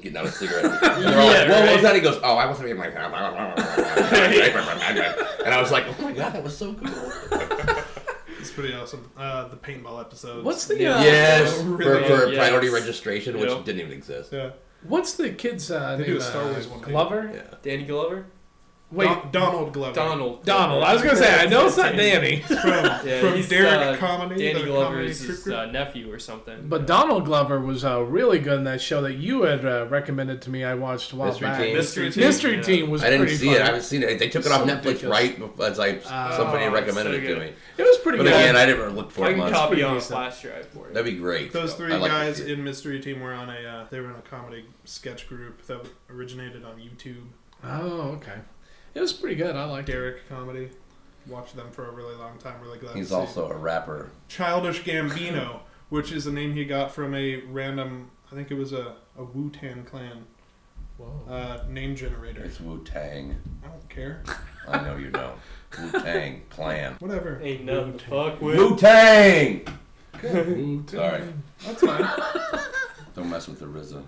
Speaker 4: Getting out a cigarette. And They're all
Speaker 3: Yeah,
Speaker 4: like, "What
Speaker 3: right.
Speaker 4: was that?" He goes, "Oh, I wasn't even like." Don Draper from Mad Men." and I was like, "Oh my god, that was so cool."
Speaker 5: it's pretty awesome. Uh, the paintball episode.
Speaker 2: What's the
Speaker 3: Yeah.
Speaker 2: uh,
Speaker 4: yes,
Speaker 5: Oh,
Speaker 4: for,
Speaker 5: really?
Speaker 4: for
Speaker 3: Yes.
Speaker 4: priority registration, which
Speaker 3: Yep.
Speaker 4: didn't even exist.
Speaker 5: Yeah,
Speaker 2: what's the kid's uh,
Speaker 5: They
Speaker 2: name?
Speaker 5: do a Star
Speaker 2: uh,
Speaker 5: Wars one, too.
Speaker 2: Glover.
Speaker 4: Yeah.
Speaker 3: Danny Glover,
Speaker 2: Wait,
Speaker 5: Don- Donald Glover.
Speaker 3: Donald,
Speaker 2: Donald. I was gonna say I know it's not Danny,
Speaker 5: from,
Speaker 3: Yeah,
Speaker 5: from
Speaker 3: he's,
Speaker 5: Derek
Speaker 3: uh,
Speaker 5: comedy.
Speaker 3: Danny
Speaker 5: the comedy
Speaker 3: Glover's
Speaker 5: Troop
Speaker 3: his,
Speaker 5: Group.
Speaker 3: uh, nephew or something.
Speaker 2: but Donald Glover was uh, really good in that show that you had uh, recommended to me. I watched a while
Speaker 4: Mystery
Speaker 2: back.
Speaker 4: Team.
Speaker 3: Mystery Team.
Speaker 2: Mystery
Speaker 3: yeah.
Speaker 2: Team was
Speaker 4: I didn't
Speaker 2: pretty
Speaker 4: see
Speaker 2: funny.
Speaker 4: it. I haven't seen it. They took it off
Speaker 2: So
Speaker 4: Netflix
Speaker 2: ridiculous.
Speaker 4: right before, as I somebody
Speaker 3: Oh,
Speaker 4: recommended
Speaker 3: so
Speaker 4: it to
Speaker 3: good.
Speaker 4: me.
Speaker 2: It was pretty
Speaker 4: But
Speaker 2: good.
Speaker 4: again, I didn't look for
Speaker 3: I
Speaker 4: it
Speaker 3: can
Speaker 4: much.
Speaker 3: copy
Speaker 2: pretty
Speaker 3: on a
Speaker 2: decent.
Speaker 3: flash drive for you.
Speaker 4: That'd be great.
Speaker 5: Those
Speaker 4: I
Speaker 5: three
Speaker 4: like
Speaker 5: guys
Speaker 4: it.
Speaker 5: in Mystery Team were on a uh, they were in a comedy sketch group that originated on YouTube.
Speaker 2: oh, okay. It was pretty good. I liked it.
Speaker 5: Derek comedy. Watched them for a really long time. Really glad. to
Speaker 4: He's
Speaker 5: see.
Speaker 4: also a rapper.
Speaker 5: Childish Gambino, which is a name he got from a random. I think it was a, a Wu Tan Clan
Speaker 2: Whoa.
Speaker 5: uh, name generator.
Speaker 4: It's Wu Tang.
Speaker 5: I don't care.
Speaker 4: I know you don't. Wu Tang Clan.
Speaker 5: Whatever.
Speaker 3: Ain't nothing to fuck with.
Speaker 4: Wu Tang. Sorry,
Speaker 5: That's fine. I,
Speaker 4: don't mess with the RZA.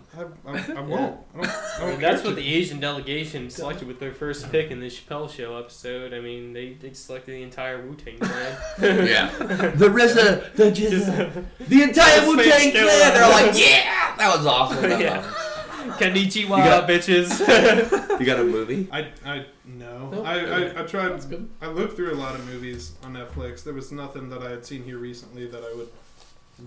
Speaker 5: I, I won't. I don't, I
Speaker 3: I
Speaker 5: don't
Speaker 3: mean,
Speaker 5: care.
Speaker 3: that's what the Asian delegation selected with their first pick in the Chappelle Show episode. I mean, they, they selected the entire Wu Tang Clan.
Speaker 4: Yeah, the RZA, the JZA, the entire
Speaker 3: Just
Speaker 4: Wu
Speaker 3: face
Speaker 4: Tang
Speaker 3: down.
Speaker 4: Clan. They're like, yeah, that was awesome. That was
Speaker 3: Yeah.
Speaker 4: awesome."
Speaker 3: Konnichiwa,
Speaker 4: You got-
Speaker 3: bitches.
Speaker 4: You got a movie?
Speaker 5: I, I no.
Speaker 2: Nope.
Speaker 5: I, I, I tried.
Speaker 2: That's good.
Speaker 5: I looked through a lot of movies on Netflix. There was nothing that I had seen here recently that I would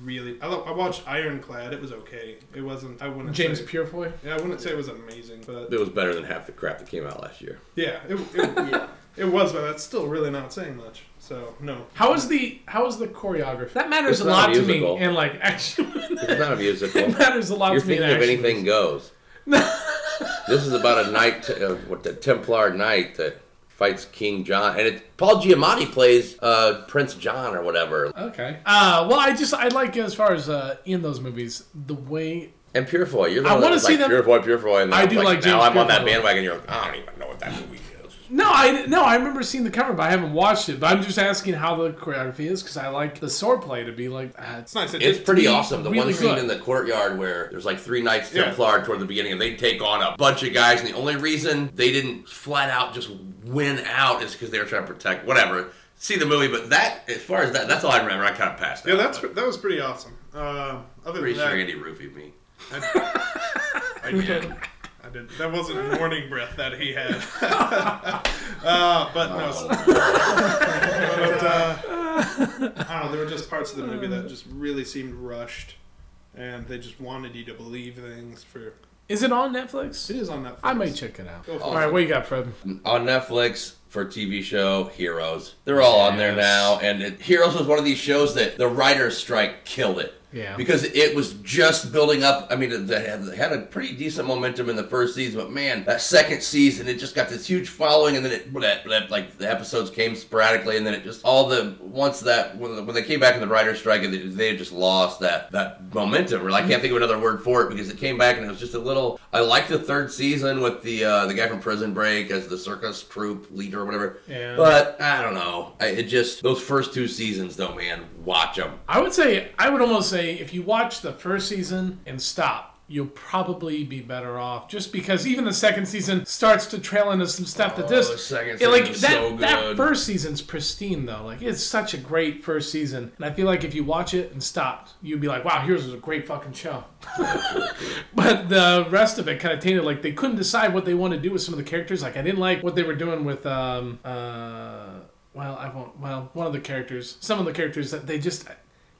Speaker 5: really. I, lo- I watched Ironclad. It was okay. It wasn't. I wouldn't.
Speaker 2: James
Speaker 5: Say,
Speaker 2: Purefoy.
Speaker 5: yeah, I wouldn't say it was amazing, but
Speaker 4: It was better than half the crap that came out last year.
Speaker 5: yeah, it, it, it was. But that's still really not saying much. So no.
Speaker 2: How is the how is the choreography? That matters
Speaker 4: It's
Speaker 2: a lot
Speaker 4: not a
Speaker 2: to me.
Speaker 4: musical.
Speaker 2: And like action,
Speaker 4: It's not a musical.
Speaker 2: it matters a lot
Speaker 4: You're
Speaker 2: to me. in
Speaker 4: thinking of
Speaker 2: action
Speaker 4: anything goes. this is about a knight, t- uh, what the Templar knight that fights King John, and it Paul Giamatti plays uh, Prince John or whatever.
Speaker 2: Okay. Uh, well, I just I like as far as uh, in those movies the way
Speaker 4: And Purefoy, you're the
Speaker 2: I
Speaker 4: one
Speaker 2: wanna
Speaker 4: that's
Speaker 2: see
Speaker 4: like
Speaker 2: them-
Speaker 4: Purefoy, Purefoy, and then
Speaker 2: I
Speaker 4: I'm
Speaker 2: do
Speaker 4: like,
Speaker 2: like
Speaker 4: now
Speaker 2: James
Speaker 4: I'm on that
Speaker 2: Purefoy.
Speaker 4: bandwagon. You're like, I don't even know what that movie is.
Speaker 2: No, I no, I remember seeing the cover, but I haven't watched it. But I'm just asking how the choreography is because I like the swordplay to be like. ah,
Speaker 5: It's nice. It
Speaker 4: It's
Speaker 5: did-
Speaker 4: pretty awesome. The
Speaker 2: really
Speaker 4: one scene
Speaker 2: good.
Speaker 4: in the courtyard where there's like three Knights
Speaker 5: Yeah.
Speaker 4: Templar toward the beginning, and they take on a bunch of guys, and the only reason they didn't flat out just win out is because they were trying to protect whatever. See the movie, but that, as far as that, that's all I remember. I kind of passed.
Speaker 5: Yeah,
Speaker 4: out.
Speaker 5: that's that was pretty awesome. Uh, other than
Speaker 4: Pretty
Speaker 5: that,
Speaker 4: sure Andy roofied me.
Speaker 5: I, I did. I did. That wasn't morning breath that he had. uh, but no,
Speaker 4: Oh.
Speaker 5: s- but, uh, I don't know. There were just parts of the movie that just really seemed rushed, and they just wanted you to believe things. For
Speaker 2: Is it on
Speaker 5: it
Speaker 2: Netflix?
Speaker 5: is on Netflix.
Speaker 2: I may check it out.
Speaker 5: Go for
Speaker 2: All
Speaker 5: it.
Speaker 2: right, what you got, Fred?
Speaker 4: on Netflix for TV show Heroes. They're all on there
Speaker 2: Yes.
Speaker 4: now, and it, Heroes was one of these shows that the writers' strike killed it.
Speaker 2: Yeah.
Speaker 4: Because it was just building up. I mean, it they had, they had a pretty decent momentum in the first season, but man, that second season, it just got this huge following, and then it bleh, bleh, like the episodes came sporadically, and then it just all the once that when, when they came back in the writers' strike, and they, they had just lost that that momentum. Or I can't think of another word for it because it came back and it was just a little. I liked the third season with the uh, the guy from Prison Break as the circus troupe leader or whatever.
Speaker 2: Yeah.
Speaker 4: But I don't know. I, it just those first two seasons, though, man, watch them.
Speaker 2: I would say I would almost say if you watch the first season and stop, you'll probably be better off just because even the second season starts to trail into some stuff that this
Speaker 4: Oh, the second
Speaker 2: it, like that
Speaker 4: season's so
Speaker 2: that
Speaker 4: good.
Speaker 2: first season's pristine though like it's such a great first season and I feel like if you watch it and stopped you'd be like wow here's a great fucking show but the rest of it kind of tainted like they couldn't decide what they wanted to do with some of the characters like I didn't like what they were doing with um uh well I won't well one of the characters some of the characters that they just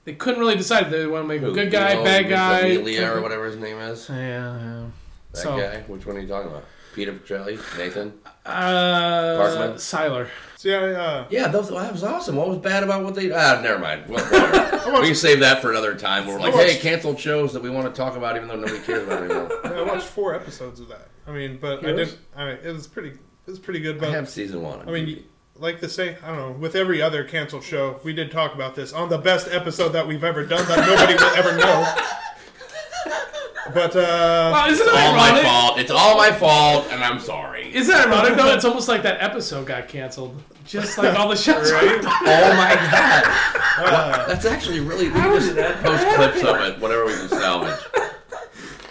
Speaker 2: they couldn't really decide if they want to make a good guy
Speaker 4: Lilo
Speaker 2: bad
Speaker 4: with
Speaker 2: guy
Speaker 4: Amelia or whatever his name is. That
Speaker 2: yeah. yeah. So,
Speaker 4: guy. Which one are you talking about? Peter Petrelli, Nathan.
Speaker 2: uh,
Speaker 4: Parkman?
Speaker 2: Siler.
Speaker 5: See, I, uh,
Speaker 4: Yeah, those, that was awesome. What was bad about what they? Ah, never mind. Well, whatever. we can save that for another time. Where we're like,
Speaker 5: I watched-
Speaker 4: hey, canceled shows that we want to talk about, even though nobody cares about it anymore.
Speaker 5: I watched four episodes of that. I mean, but I
Speaker 2: Heroes?
Speaker 5: didn't. I mean, it was pretty. It was pretty good.
Speaker 4: I
Speaker 5: But
Speaker 4: have season one. on
Speaker 5: I mean,
Speaker 4: TV.
Speaker 5: like the say, I don't know. With every other canceled show, we did talk about this on the best episode that we've ever done that nobody will ever know. But uh,
Speaker 2: Wow, isn't
Speaker 4: it's
Speaker 2: that
Speaker 4: all my
Speaker 2: ironic?
Speaker 4: fault. It's all my fault, and I'm sorry.
Speaker 2: Isn't that ironic though? It's almost like that episode got canceled, just like all the shows.
Speaker 4: Oh my god. What? That's actually really. We can just
Speaker 3: that
Speaker 4: post clips of it, whatever we can salvage.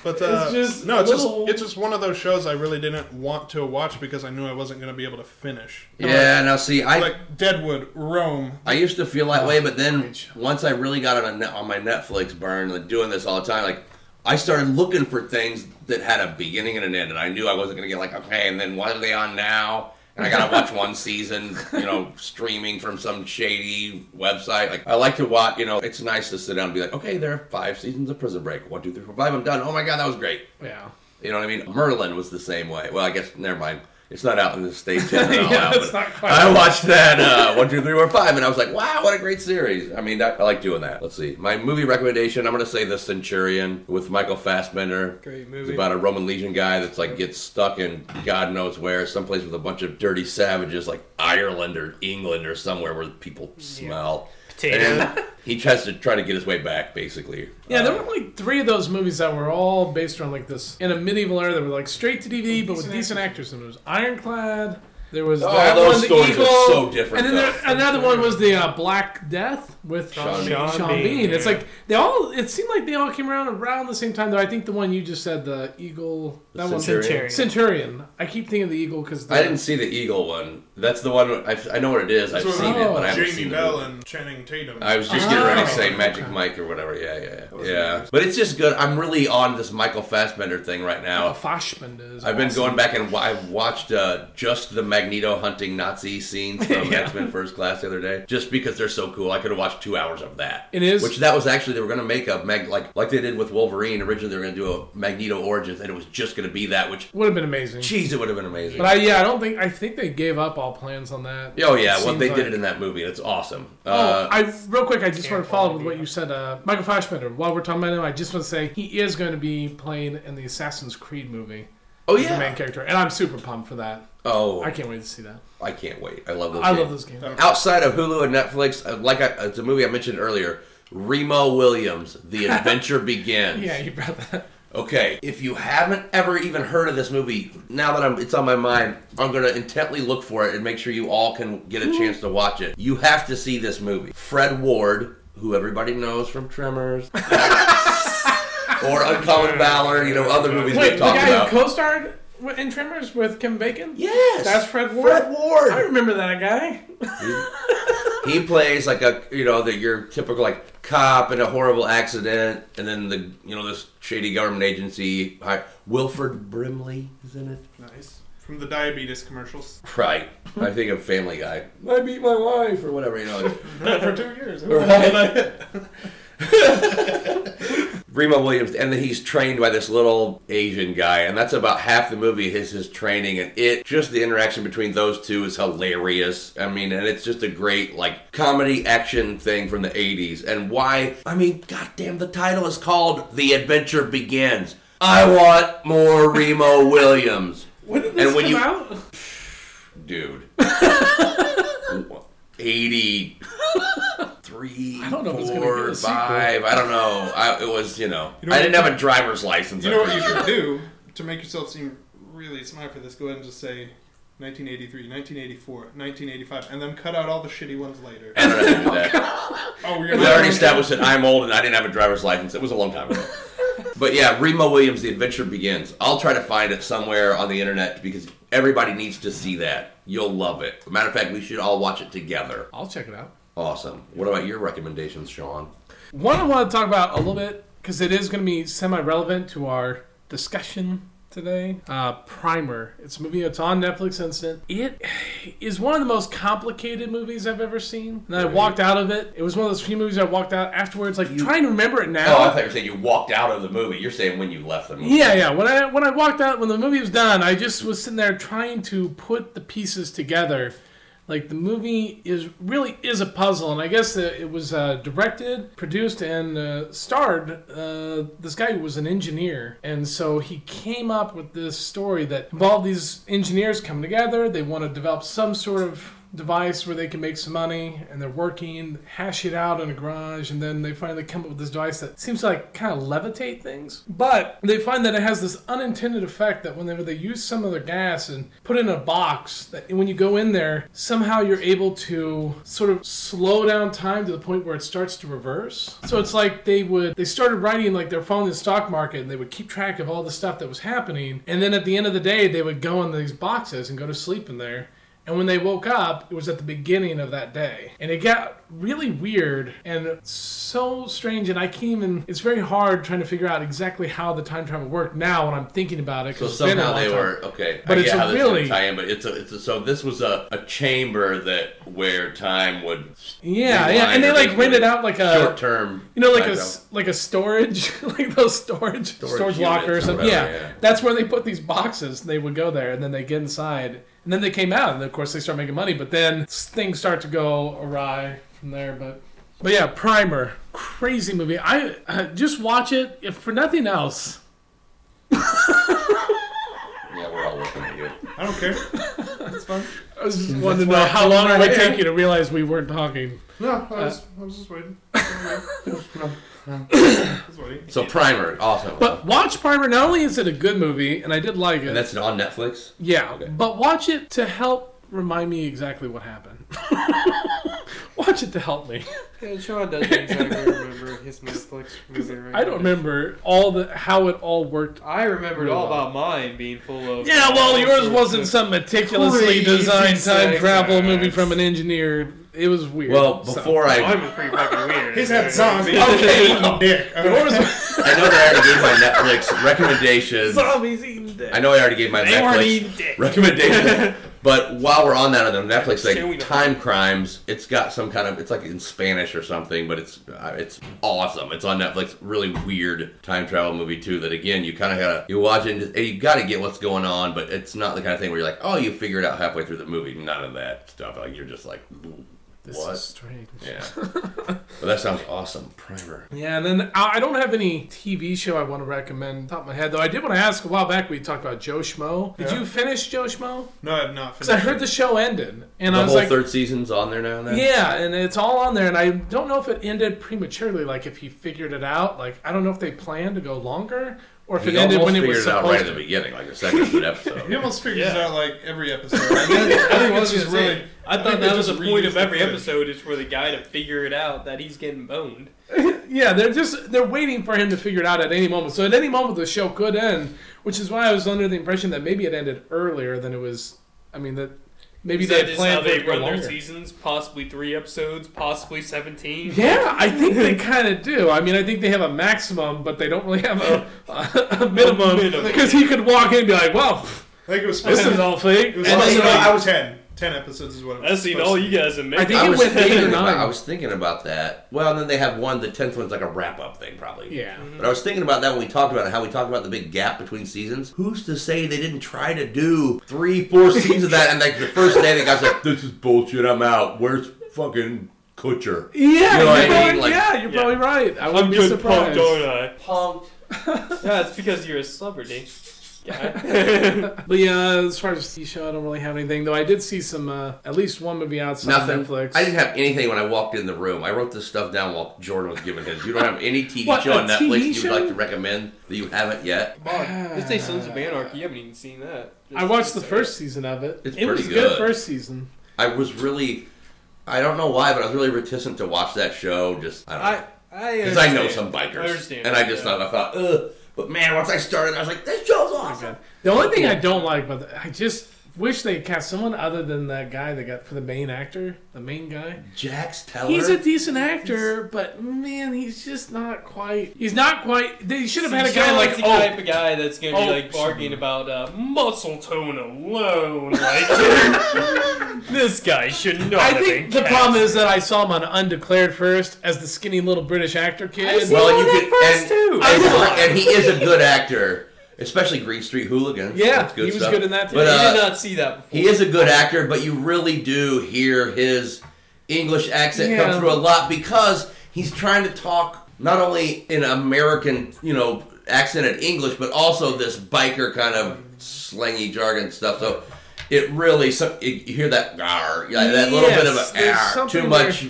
Speaker 5: but uh,
Speaker 2: It's just
Speaker 5: no, it's
Speaker 2: little-
Speaker 5: just it's just one of those shows I really didn't want to watch because I knew I wasn't going to be able to finish.
Speaker 4: Yeah, now see, I
Speaker 5: Like Deadwood, Rome.
Speaker 4: I used to feel that way, but then
Speaker 2: Rage.
Speaker 4: once I really got on, a net, on my Netflix burn, like doing this all the time, like I started looking for things that had a beginning and an end, and I knew I wasn't going to get like okay, and then why are they on now? And I got to watch one season, you know, streaming from some shady website. Like I like to watch, you know, it's nice to sit down and be like, okay, there are five seasons of Prison Break, one, two, three, four, five, I'm done. Oh my god, that was great.
Speaker 2: Yeah.
Speaker 4: You know what I mean? Merlin was the same way. Well, I guess never mind. It's not out in the states yet. and all
Speaker 2: Yeah,
Speaker 4: out,
Speaker 2: it's
Speaker 4: but
Speaker 2: not quite
Speaker 4: I
Speaker 2: out.
Speaker 4: watched that uh, one, two, three, four, five, and I was like, "Wow, what a great series!" I mean, I, I like doing that. Let's see. My movie recommendation: I'm going to say The Centurion with Michael Fassbender.
Speaker 3: Great
Speaker 4: It's
Speaker 3: movie.
Speaker 4: about a Roman legion guy that's like gets stuck in God knows where, someplace with a bunch of dirty savages, like Ireland or England or somewhere where people smell.
Speaker 3: Potato.
Speaker 4: And he tries to try to get his way back, basically.
Speaker 2: Yeah, there
Speaker 4: Uh,
Speaker 2: were like three of those movies that were all based around like this in a medieval era that were like straight to DVD but with decent actors. And there was Ironclad. There was
Speaker 4: Oh,
Speaker 2: that
Speaker 4: those
Speaker 2: one, the
Speaker 4: stories are
Speaker 2: Eagle,
Speaker 4: so
Speaker 2: And
Speaker 4: different,
Speaker 2: then there,
Speaker 4: though.
Speaker 2: another one was the uh, Black Death with uh, Sean,
Speaker 4: Sean Bean.
Speaker 3: Sean
Speaker 2: Bean.
Speaker 3: Bean,
Speaker 2: It's
Speaker 3: yeah.
Speaker 2: like they all. It seemed like they all came around around the same time. Though I think the one you just said, the Eagle, that one,
Speaker 4: Centurion.
Speaker 2: Centurion. I keep thinking of the Eagle because
Speaker 4: I didn't see the eagle one. That's the one I, I know what it is. I've
Speaker 5: That's
Speaker 4: seen
Speaker 5: what-
Speaker 4: it, but I haven't
Speaker 5: Jamie
Speaker 4: seen
Speaker 5: Bell
Speaker 4: it.
Speaker 5: and Channing Tatum.
Speaker 4: I was just getting ready to
Speaker 2: Oh.
Speaker 4: say Magic Mike or whatever. Yeah, yeah, yeah. yeah. But it's just good. I'm really on this Michael Fassbender thing right now.
Speaker 2: Foshman is.
Speaker 4: I've been
Speaker 2: awesome.
Speaker 4: going back and wa- I watched uh, just the Magneto hunting Nazi scenes from
Speaker 2: Yeah.
Speaker 4: X Men First Class the other day, just because they're so cool. I could have watched two hours of that.
Speaker 2: It is-
Speaker 4: which that was actually they were going to make a mag like like they did with Wolverine originally. They were going to do a Magneto origins, and it was just going to be that. Which,
Speaker 2: Would have been amazing.
Speaker 4: jeez, it would have been amazing.
Speaker 2: But I, yeah, I don't think I think they gave up all plans on that.
Speaker 4: Oh yeah, well
Speaker 2: seems
Speaker 4: they
Speaker 2: like-
Speaker 4: did it in that movie. It's awesome.
Speaker 2: Oh,
Speaker 4: Uh,
Speaker 2: I real quick, I just want to follow
Speaker 3: Can't follow
Speaker 2: with
Speaker 3: me.
Speaker 2: what you said, uh, Michael Fassbender. While we're talking about him, I just want to say he is going to be playing in the Assassin's Creed movie.
Speaker 4: oh
Speaker 2: He's the main
Speaker 4: yeah.
Speaker 2: character, and I'm super pumped for that.
Speaker 4: Oh,
Speaker 2: I can't wait to see that.
Speaker 4: I can't wait. I love those.
Speaker 2: I
Speaker 4: games.
Speaker 2: love those games.
Speaker 4: Outside of Hulu and Netflix, uh, like I, it's a movie I mentioned earlier. Remo Williams, The Adventure Begins.
Speaker 2: Yeah, you brought that.
Speaker 4: Okay, if you haven't ever even heard of this movie, now that I'm, it's on my mind, I'm gonna intently look for it and make sure you all can get a chance to watch it. You have to see this movie. Fred Ward, who everybody knows from Tremors. Or Uncommon Valor, you know, other movies
Speaker 2: Wait,
Speaker 4: we've
Speaker 2: the
Speaker 4: talked
Speaker 2: guy
Speaker 4: about.
Speaker 2: who co-starred wi- in Tremors with Kim Bacon.
Speaker 4: Yes,
Speaker 2: That's Fred Ward?
Speaker 4: Fred Ward.
Speaker 2: I remember that guy.
Speaker 4: he plays like a you know the your typical like cop in a horrible accident, and then the you know this shady government agency. hi- Wilford Brimley is in it.
Speaker 5: nice from the diabetes commercials
Speaker 4: Right. I think of Family Guy. I beat my wife or whatever you know.
Speaker 5: for two years.
Speaker 4: Right. Remo Williams, and then he's trained by this little Asian guy, and that's about half the movie is his training, and it just the interaction between those two is hilarious. I mean, and it's just a great like comedy action thing from the '80s, and why? I mean, goddamn, the title is called "The Adventure Begins." I want more Remo Williams,
Speaker 2: When did this
Speaker 4: And when
Speaker 2: come
Speaker 4: you-
Speaker 2: out?
Speaker 4: dude. Eighty. Three,
Speaker 2: don't know if it's gonna get
Speaker 4: four,
Speaker 2: a sequel.
Speaker 4: five. I don't know. I, it was, you know,
Speaker 5: know
Speaker 4: I
Speaker 5: what-
Speaker 4: didn't have a driver's license.
Speaker 5: You know
Speaker 4: I'm
Speaker 5: what you
Speaker 4: pretty
Speaker 5: should
Speaker 4: sure.
Speaker 5: do to make yourself seem really smart for this? Go ahead and just say 1983, 1984, 1985, and then cut out all the shitty ones later.
Speaker 4: I don't know how to do that.
Speaker 5: Oh, we're
Speaker 4: We already
Speaker 5: gonna.
Speaker 4: established that I'm old and I didn't have a driver's license. It was a long time ago. But yeah, Remo Williams, The Adventure Begins. I'll try to find it somewhere on the internet because everybody needs to see that. You'll love it. Matter of fact, we should all watch it together.
Speaker 2: I'll check it out.
Speaker 4: Awesome. What about your recommendations, Sean?
Speaker 2: One I want to talk about a little bit because it is going to be semi-relevant to our discussion today. Uh, Primer. It's a movie that's on Netflix Instant. It is one of the most complicated movies I've ever seen. And I walked out of it. It was one of those few movies I walked out afterwards, like trying to remember it now.
Speaker 4: Oh, I thought you were saying you walked out of the movie. You're saying when you left the movie.
Speaker 2: Yeah, yeah. When I when I walked out when the movie was done, I just was sitting there trying to put the pieces together. Like the movie is really is a puzzle, and I guess it, it was uh, directed, produced, and uh, starred uh, this guy who was an engineer, and so he came up with this story that involved these engineers coming together. They want to develop some sort of device where they can make some money and they're working, hash it out in a garage, and then they finally come up with this device that seems to like kind of levitate things. But they find that it has this unintended effect that whenever they use some of their gas and put it in a box, that when you go in there, somehow you're able to sort of slow down time to the point where it starts to reverse. So it's like they would they started writing like they're following the stock market and they would keep track of all the stuff that was happening. And then at the end of the day they would go in these boxes and go to sleep in there. And when they woke up, it was at the beginning of that day. And it got really weird and so strange. And I can't even, it's very hard trying to figure out exactly how the time travel worked now when I'm thinking about it.
Speaker 4: So
Speaker 2: 'cause it's been a
Speaker 4: somehow
Speaker 2: long
Speaker 4: they
Speaker 2: time.
Speaker 4: were okay.
Speaker 2: But
Speaker 4: I
Speaker 2: it's
Speaker 4: get
Speaker 2: a
Speaker 4: how this
Speaker 2: really-
Speaker 4: can tie in, but it's a, it's a, so this was a, a chamber that where time would
Speaker 2: Yeah, yeah. And they like rented out like a.
Speaker 4: short term
Speaker 2: You know, like a s- like a storage, like those storage storage, lockers.
Speaker 4: units or
Speaker 2: something.
Speaker 4: whatever,
Speaker 2: yeah.
Speaker 4: yeah.
Speaker 2: that's where they put these boxes. and They would go there, and then they get inside, and then they came out, and of course they start making money. But then s- things start to go awry from there. But but yeah, Primer, crazy movie. I uh, just watch it if for nothing else.
Speaker 4: Yeah, we're all looking at you.
Speaker 5: I don't care. It's fun.
Speaker 2: I just
Speaker 4: Mm,
Speaker 2: wanted to know how long it would take you to realize we weren't talking.
Speaker 5: No,
Speaker 2: Uh,
Speaker 5: I was, I was just waiting. Just waiting.
Speaker 4: So primer, awesome.
Speaker 2: But watch Primer. Not only is it a good movie, and I did like
Speaker 4: and
Speaker 2: it.
Speaker 4: that's on Netflix.
Speaker 2: Yeah,
Speaker 4: Okay.
Speaker 2: but watch it to help remind me exactly what happened. watch it to help me.
Speaker 3: And Sean doesn't exactly remember his Netflix movie right
Speaker 2: I don't remember all the how it all worked.
Speaker 3: I remembered all about mine being full of.
Speaker 2: Yeah, well, yours wasn't some meticulously
Speaker 3: Crazy
Speaker 2: designed time
Speaker 3: sex
Speaker 2: travel
Speaker 3: acts.
Speaker 2: movie from an engineer. It was weird.
Speaker 4: Well,
Speaker 2: so-
Speaker 4: before
Speaker 3: Mine
Speaker 4: I,
Speaker 3: was pretty fucking weird.
Speaker 5: He's had zombies.
Speaker 2: Okay,
Speaker 5: eating dick.
Speaker 2: What was-
Speaker 4: I know that I already gave my Netflix recommendations.
Speaker 3: Zombies eating dick.
Speaker 4: I know I already gave my
Speaker 3: They weren't eating
Speaker 4: Netflix
Speaker 3: dick.
Speaker 4: recommendations. But while we're on that on the Netflix
Speaker 3: Shall we
Speaker 4: thing,
Speaker 3: not?
Speaker 4: Time Crimes, it's got some kind of it's like in Spanish or something, but it's uh, it's awesome. It's on Netflix. Really weird time travel movie too. That again, you kind of gotta you watch it and you gotta get what's going on, but it's not the kind of thing where you're like, oh, you figure it out halfway through the movie. None of that stuff. Like you're just like,
Speaker 2: this
Speaker 4: what?
Speaker 2: is strange.
Speaker 4: Yeah. well, that sounds awesome. Primer.
Speaker 2: Yeah, and then uh, I I don't have any TV show I want to recommend top of my head though. I did want to ask a while back we talked about Joe Schmo. Did
Speaker 5: Yeah.
Speaker 2: you finish Joe Schmo?
Speaker 5: No, I have not
Speaker 2: Because I
Speaker 5: finished.
Speaker 2: heard the show ended, and
Speaker 4: The
Speaker 2: I was
Speaker 4: whole
Speaker 2: like,
Speaker 4: third season's on there now. Then?
Speaker 2: Yeah, and it's all on there, and I don't know if it ended prematurely. Like if he figured it out, like I don't know if they planned to go longer or if
Speaker 4: He
Speaker 2: it ended
Speaker 4: almost
Speaker 2: when it
Speaker 4: figured
Speaker 2: was
Speaker 4: it out
Speaker 2: supposed
Speaker 4: right at
Speaker 2: to.
Speaker 4: the beginning, like the second or third
Speaker 5: He
Speaker 4: episode.
Speaker 5: almost figures it
Speaker 3: Yeah.
Speaker 5: out like every episode. I think, I think it's just really.
Speaker 3: I
Speaker 5: think
Speaker 3: thought
Speaker 5: they
Speaker 3: that was the
Speaker 5: just
Speaker 3: point
Speaker 5: reused
Speaker 3: of every
Speaker 5: the footage.
Speaker 3: episode is for the guy to figure it out that he's getting boned.
Speaker 2: Yeah, they're just they're waiting for him to figure it out at any moment. So at any moment the show could end, which is why I was under the impression that maybe it ended earlier than it was. I mean that maybe
Speaker 3: Is that
Speaker 2: they had
Speaker 3: just how
Speaker 2: planned for it
Speaker 3: they
Speaker 2: to go
Speaker 3: run their
Speaker 2: longer.
Speaker 3: seasons? Possibly three episodes, possibly seventeen.
Speaker 2: Yeah, I think they kind of do. I mean, I think they have a maximum, but they don't really have a, a, minimum
Speaker 3: minimum.
Speaker 2: because he could walk in and be like, "Well,
Speaker 5: I think it was supposed
Speaker 2: this
Speaker 5: to
Speaker 2: is all fake."
Speaker 5: It was
Speaker 4: And
Speaker 5: supposed
Speaker 4: then,
Speaker 5: to
Speaker 4: you know,
Speaker 5: be
Speaker 4: I was-
Speaker 5: 10. 10 episodes is what it was.
Speaker 3: I've seen
Speaker 5: supposed
Speaker 3: all
Speaker 5: to
Speaker 3: you guys have made.
Speaker 2: I think
Speaker 4: I
Speaker 2: it
Speaker 4: was,
Speaker 2: went eight or
Speaker 4: thinking about,
Speaker 2: nine.
Speaker 4: I was thinking about that. Well, and then they have one. The tenth one's like a wrap up thing, probably.
Speaker 2: Yeah.
Speaker 4: But I was thinking about that when we talked about it, how we talked about the big gap between seasons. Who's to say they didn't try to do three, four seasons of that? And like the first day, the guy's like, "This is bullshit. I'm out. Where's fucking Kutcher?"
Speaker 2: Yeah, you
Speaker 4: know what I
Speaker 2: are
Speaker 4: mean?
Speaker 2: probably,
Speaker 4: Like-
Speaker 2: yeah, you're
Speaker 3: Yeah.
Speaker 2: probably right. I wouldn't
Speaker 3: I'm
Speaker 2: be
Speaker 3: good
Speaker 2: surprised.
Speaker 3: punked, aren't
Speaker 4: Punk.
Speaker 3: I? Yeah, it's because you're a celebrity. Yeah.
Speaker 2: But yeah, as far as TV show, I don't really have anything. Though I did see some, uh, at least one movie outside
Speaker 4: Nothing.
Speaker 2: Netflix.
Speaker 4: I didn't have anything when I walked in the room. I wrote this stuff down while Jordan was giving his. You don't have any TV
Speaker 2: What,
Speaker 4: show
Speaker 2: a
Speaker 4: on Netflix
Speaker 2: TV
Speaker 4: you would like
Speaker 2: show?
Speaker 4: to recommend that you haven't yet?
Speaker 3: Let's say Sons of Anarchy. You haven't even seen that.
Speaker 2: I watched the first season of it.
Speaker 4: It's
Speaker 2: it was
Speaker 4: pretty
Speaker 2: good
Speaker 4: good.
Speaker 2: first season.
Speaker 4: I was really, I don't know why, but I was really reticent to watch that show. Just I don't
Speaker 3: I
Speaker 4: know.
Speaker 3: I
Speaker 4: Because I know
Speaker 3: understand.
Speaker 4: some bikers,
Speaker 3: I understand.
Speaker 4: and I just thought I thought, ugh. But man, once I started, I was like, this show's
Speaker 2: Oh
Speaker 4: awesome.
Speaker 2: The only thing I don't like about the, I just wish they cast someone other than that guy they got for the main actor, the main guy.
Speaker 4: Jax Teller.
Speaker 2: He's a decent actor, but man, he's just not quite. He's not quite. They should have had a
Speaker 3: He's
Speaker 2: guy
Speaker 3: kinda
Speaker 2: like
Speaker 3: the
Speaker 2: oh,
Speaker 3: type of guy that's gonna
Speaker 2: Oh,
Speaker 3: be like barking about uh, muscle tone alone. Like this guy should not.
Speaker 2: I
Speaker 3: have
Speaker 2: think
Speaker 3: been
Speaker 2: the problem
Speaker 3: cast.
Speaker 2: is that I saw him on Undeclared first as the skinny little British actor kid.
Speaker 3: see-
Speaker 4: well,
Speaker 3: Well,
Speaker 4: you
Speaker 3: that
Speaker 4: could,
Speaker 3: first
Speaker 4: and,
Speaker 3: too.
Speaker 4: And,
Speaker 2: I know.
Speaker 4: and he is a good actor, especially Green Street Hooligans.
Speaker 2: Yeah,
Speaker 4: That's
Speaker 2: he was
Speaker 4: stuff.
Speaker 2: good in that too.
Speaker 4: But,
Speaker 2: He
Speaker 3: I
Speaker 4: uh,
Speaker 3: did not see that before.
Speaker 4: He is a good actor, but you really do hear his English accent
Speaker 2: Yeah.
Speaker 4: come through a lot because he's trying to talk not only in American, you know, accented English, but also this biker kind of slangy jargon stuff. So it really, so- it- you hear that, "Arr," yeah, that little bit of
Speaker 2: Yes,
Speaker 4: a,
Speaker 2: there's
Speaker 4: "Arr,"
Speaker 2: something
Speaker 4: too much,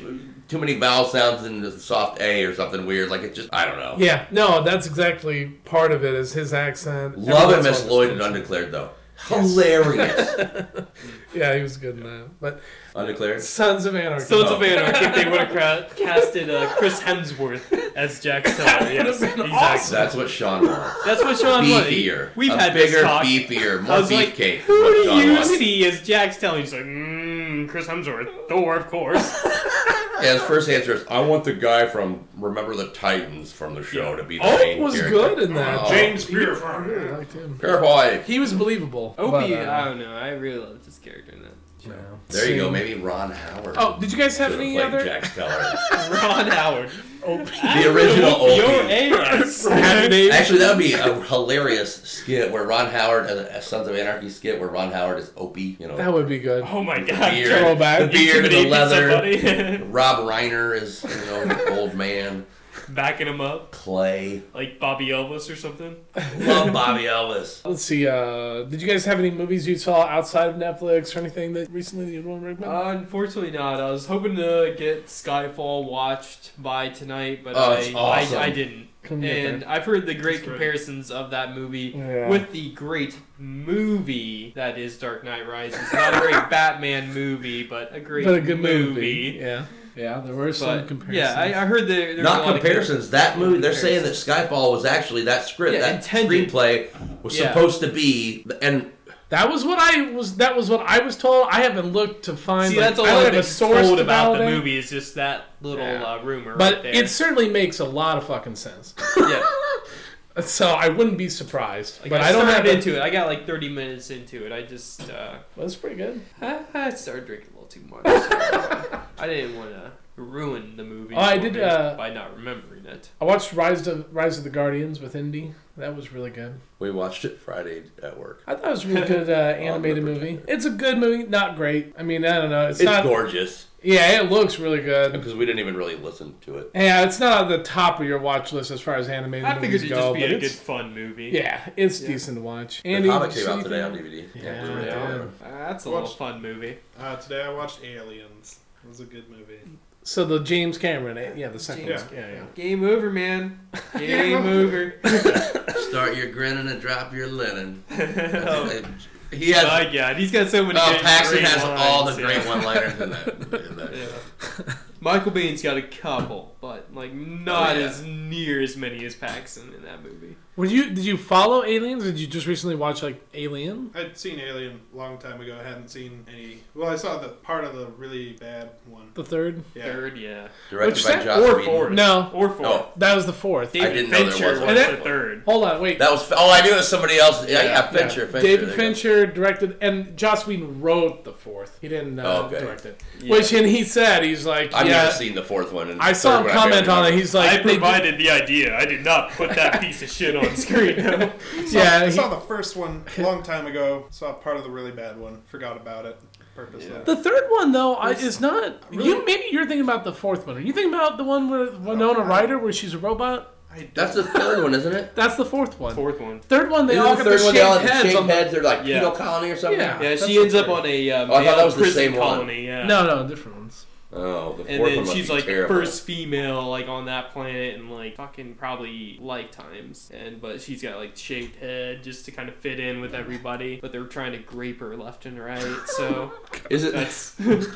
Speaker 4: too many vowel sounds in the soft A or something weird. Like it just, I don't know.
Speaker 2: Yeah, no, that's exactly part of it is his accent.
Speaker 4: Love
Speaker 2: Everyone's
Speaker 4: it, Miss
Speaker 2: on
Speaker 4: Lloyd and Undeclared though. Hilarious.
Speaker 2: this- Yeah, he was good in that. But
Speaker 4: Undeclared.
Speaker 2: Sons of Anarchy.
Speaker 3: Sons of
Speaker 4: Oh.
Speaker 3: Anarchy. If they would have cra- casted uh, Chris Hemsworth as Jack Teller, yes,
Speaker 2: been
Speaker 3: exactly.
Speaker 2: awesome.
Speaker 4: That's what Sean wants.
Speaker 3: That's what Sean wanted.
Speaker 4: beefier.
Speaker 3: We've
Speaker 4: a
Speaker 3: had
Speaker 4: bigger,
Speaker 3: this talk.
Speaker 4: beefier,
Speaker 3: I
Speaker 4: more
Speaker 3: was like,
Speaker 4: beefcake. is
Speaker 3: Who
Speaker 4: what
Speaker 3: do
Speaker 4: John
Speaker 3: you
Speaker 4: wants.
Speaker 3: see as Jack's telling? He's like, mm, Chris Hemsworth, Thor, of course.
Speaker 4: Yeah, his first answer is, "I want the guy from Remember the Titans from the show to be the
Speaker 2: Oak
Speaker 4: main
Speaker 2: Oh, was
Speaker 4: character."
Speaker 2: good in that.
Speaker 4: Oh.
Speaker 5: James
Speaker 2: I
Speaker 5: Beer.
Speaker 2: really liked him.
Speaker 4: Parboy.
Speaker 2: He was believable.
Speaker 3: Opie,
Speaker 2: but, uh,
Speaker 3: I don't know. I really loved his character in that.
Speaker 2: no.
Speaker 4: There you go.
Speaker 2: See.
Speaker 4: Maybe Ron Howard.
Speaker 2: Oh, did you guys have
Speaker 4: should've
Speaker 2: any
Speaker 4: played
Speaker 2: other?
Speaker 4: Jack Teller.
Speaker 3: Ron Howard.
Speaker 4: the original
Speaker 3: Your
Speaker 4: Opie.
Speaker 3: ass.
Speaker 2: Happy Days?
Speaker 4: Actually, that would be a hilarious skit where Ron Howard, a, a Sons of Anarchy skit where Ron Howard is Opie. You know,
Speaker 2: That would be good.
Speaker 3: Oh my god.
Speaker 4: beard,
Speaker 3: Joe,
Speaker 2: Throwback.
Speaker 4: the
Speaker 3: you
Speaker 4: beard, the
Speaker 3: intimidated
Speaker 4: leather.
Speaker 3: somebody.
Speaker 4: Rob Reiner is you know an old man.
Speaker 3: Backing him up
Speaker 4: Clay.
Speaker 3: like Bobby Elvis or something.
Speaker 4: Love Bobby Elvis.
Speaker 2: Let's see. Uh, did you guys have any movies you saw outside of Netflix or anything that recently you'd want to recommend?
Speaker 3: Uh, unfortunately not. I was hoping to get Skyfall watched by tonight, but
Speaker 4: Oh, it's
Speaker 3: I,
Speaker 4: awesome.
Speaker 3: I I didn't.
Speaker 2: Couldn't get there.
Speaker 3: And I've heard the great
Speaker 5: It's great.
Speaker 3: comparisons of that movie
Speaker 2: Yeah.
Speaker 3: with the great movie that is Dark Knight Rises. Not a great Batman movie, but a great
Speaker 2: but a good
Speaker 3: movie.
Speaker 2: movie. Yeah, yeah. There were some
Speaker 3: But,
Speaker 2: comparisons.
Speaker 3: yeah, I, I heard there, there's a
Speaker 4: Not
Speaker 3: lot of
Speaker 4: comparisons. That movie, they're saying that
Speaker 3: Comparisons.
Speaker 4: Skyfall was actually that script,
Speaker 3: Yeah,
Speaker 4: that
Speaker 3: intended.
Speaker 4: screenplay was
Speaker 3: Yeah.
Speaker 4: supposed to be, and
Speaker 2: that was what I was. That was what I was told. I haven't looked to find.
Speaker 3: See,
Speaker 2: like,
Speaker 3: that's all
Speaker 2: I don't
Speaker 3: I've
Speaker 2: have
Speaker 3: been
Speaker 2: a source
Speaker 3: told
Speaker 2: to
Speaker 3: about the
Speaker 2: validate,
Speaker 3: movie is just that little
Speaker 2: Yeah.
Speaker 3: uh, rumor. right
Speaker 2: But
Speaker 3: there.
Speaker 2: it certainly makes a lot of fucking sense.
Speaker 3: yeah.
Speaker 2: so I wouldn't be surprised.
Speaker 3: Like,
Speaker 2: but
Speaker 3: I,
Speaker 2: I, don't have
Speaker 3: started
Speaker 2: a-
Speaker 3: into it. I got like 30 minutes into it. I just uh,
Speaker 2: That's pretty good.
Speaker 3: I, I started drinking a little too much. so uh, I didn't want to ruin the movie.
Speaker 2: Oh, I
Speaker 3: for
Speaker 2: did,
Speaker 3: me
Speaker 2: uh,
Speaker 3: by not remembering it.
Speaker 2: I watched Rise of Rise of the Guardians with Indy. That was really good.
Speaker 4: we watched it Friday at work.
Speaker 2: I thought it was a really good uh, animated
Speaker 4: Protector.
Speaker 2: movie. It's a good movie, not great. I mean, I don't know. It's,
Speaker 4: It's
Speaker 2: not.
Speaker 4: gorgeous
Speaker 2: Yeah, it looks really good.
Speaker 4: because we didn't even really listen to it.
Speaker 2: Yeah, it's not on the top of your watch list as far as animated
Speaker 3: I figured
Speaker 2: movies
Speaker 3: it'd
Speaker 2: go,
Speaker 3: just be
Speaker 2: but
Speaker 3: a good
Speaker 2: it's,
Speaker 3: fun movie.
Speaker 2: yeah, it's
Speaker 3: Yeah.
Speaker 2: decent to watch.
Speaker 4: The Hobbit came out
Speaker 2: so
Speaker 4: today
Speaker 2: you
Speaker 4: on
Speaker 2: can-
Speaker 4: DVD.
Speaker 2: Yeah,
Speaker 4: Blu-ray.
Speaker 2: yeah.
Speaker 3: Uh, that's a
Speaker 5: Watch-
Speaker 3: little fun movie.
Speaker 5: Uh, today I watched Aliens. It was a good movie.
Speaker 2: So the James Cameron, eh, yeah, the second,
Speaker 5: James-
Speaker 2: one. yeah, yeah.
Speaker 3: Game over, man. Game over.
Speaker 4: Start your grinning and drop your linen.
Speaker 3: oh
Speaker 4: he has.
Speaker 3: my god, he's got so many.
Speaker 4: Oh,
Speaker 3: great-
Speaker 4: Paxton
Speaker 3: great
Speaker 4: has all the
Speaker 3: lines,
Speaker 4: great
Speaker 3: yeah.
Speaker 4: one-liners in that. In that.
Speaker 3: Yeah. Michael Bean's got a couple, but like not
Speaker 4: Oh, yeah.
Speaker 3: as near as many as Paxton in that movie.
Speaker 2: Were you did you follow Aliens? Or did you just recently watch like Alien?
Speaker 5: I'd seen Alien a long time ago. I hadn't seen any. Well, I saw the part of the really bad one.
Speaker 2: The third?
Speaker 5: Yeah.
Speaker 3: Third, yeah,
Speaker 4: Directed
Speaker 2: Which
Speaker 4: by
Speaker 2: that-
Speaker 4: Joss
Speaker 2: or
Speaker 4: Whedon.
Speaker 3: fourth.
Speaker 2: No,
Speaker 3: or four.
Speaker 4: Oh.
Speaker 2: that was the fourth.
Speaker 3: David
Speaker 4: didn't know there
Speaker 3: Fincher
Speaker 4: was
Speaker 3: was,
Speaker 4: one.
Speaker 3: the third.
Speaker 2: Hold on, wait.
Speaker 4: That was. Oh, I knew it was somebody else. Yeah, yeah,
Speaker 3: Yeah.
Speaker 4: Fincher.
Speaker 2: Yeah,
Speaker 4: Fincher.
Speaker 2: David
Speaker 4: there you go.
Speaker 2: Fincher directed, and Joss Whedon wrote the fourth. He didn't uh,
Speaker 4: Oh, okay.
Speaker 2: direct it. Which, and he said, he's like,
Speaker 4: I've
Speaker 2: yeah.
Speaker 4: never seen the fourth one. and
Speaker 2: I
Speaker 4: the
Speaker 2: saw
Speaker 4: third
Speaker 2: him
Speaker 4: one I barely
Speaker 2: comment on it.
Speaker 4: remember.
Speaker 2: He's like, they did-
Speaker 3: the idea. I did not put that piece of shit on screen.
Speaker 5: I
Speaker 2: yeah. he-
Speaker 5: saw the first one a long time ago. Saw part of the really bad one. Forgot about it purposely.
Speaker 2: the third one though I, is not. You maybe you're thinking about the fourth one. Are you thinking about the one with Winona Ryder where she's a robot?
Speaker 5: I
Speaker 4: That's the third one, isn't it?
Speaker 2: That's the fourth one.
Speaker 3: Fourth one.
Speaker 2: Third one, they
Speaker 4: Isn't
Speaker 2: all
Speaker 4: the
Speaker 2: got
Speaker 4: third
Speaker 2: the
Speaker 4: one
Speaker 2: shaved
Speaker 4: they all have the
Speaker 2: heads
Speaker 4: same
Speaker 2: on the-
Speaker 4: heads? They're like
Speaker 3: Yeah.
Speaker 4: penal colony or something?
Speaker 2: Yeah.
Speaker 3: Yeah,
Speaker 2: That's
Speaker 3: she ends
Speaker 2: the
Speaker 3: up on a uh,
Speaker 4: Oh, I thought
Speaker 3: male
Speaker 4: that was the
Speaker 3: prison
Speaker 4: same one.
Speaker 3: colony. Yeah.
Speaker 2: No, no, different ones.
Speaker 4: Oh, the fourth
Speaker 3: And
Speaker 4: one
Speaker 3: then
Speaker 4: must
Speaker 3: she's
Speaker 4: be
Speaker 3: like
Speaker 4: terrible.
Speaker 3: first female like on that planet and like fucking probably lifetimes. And but she's got like shaved head just to kind of fit in with everybody. But they're trying to grape her left and right. So
Speaker 4: Is it?
Speaker 3: that's It's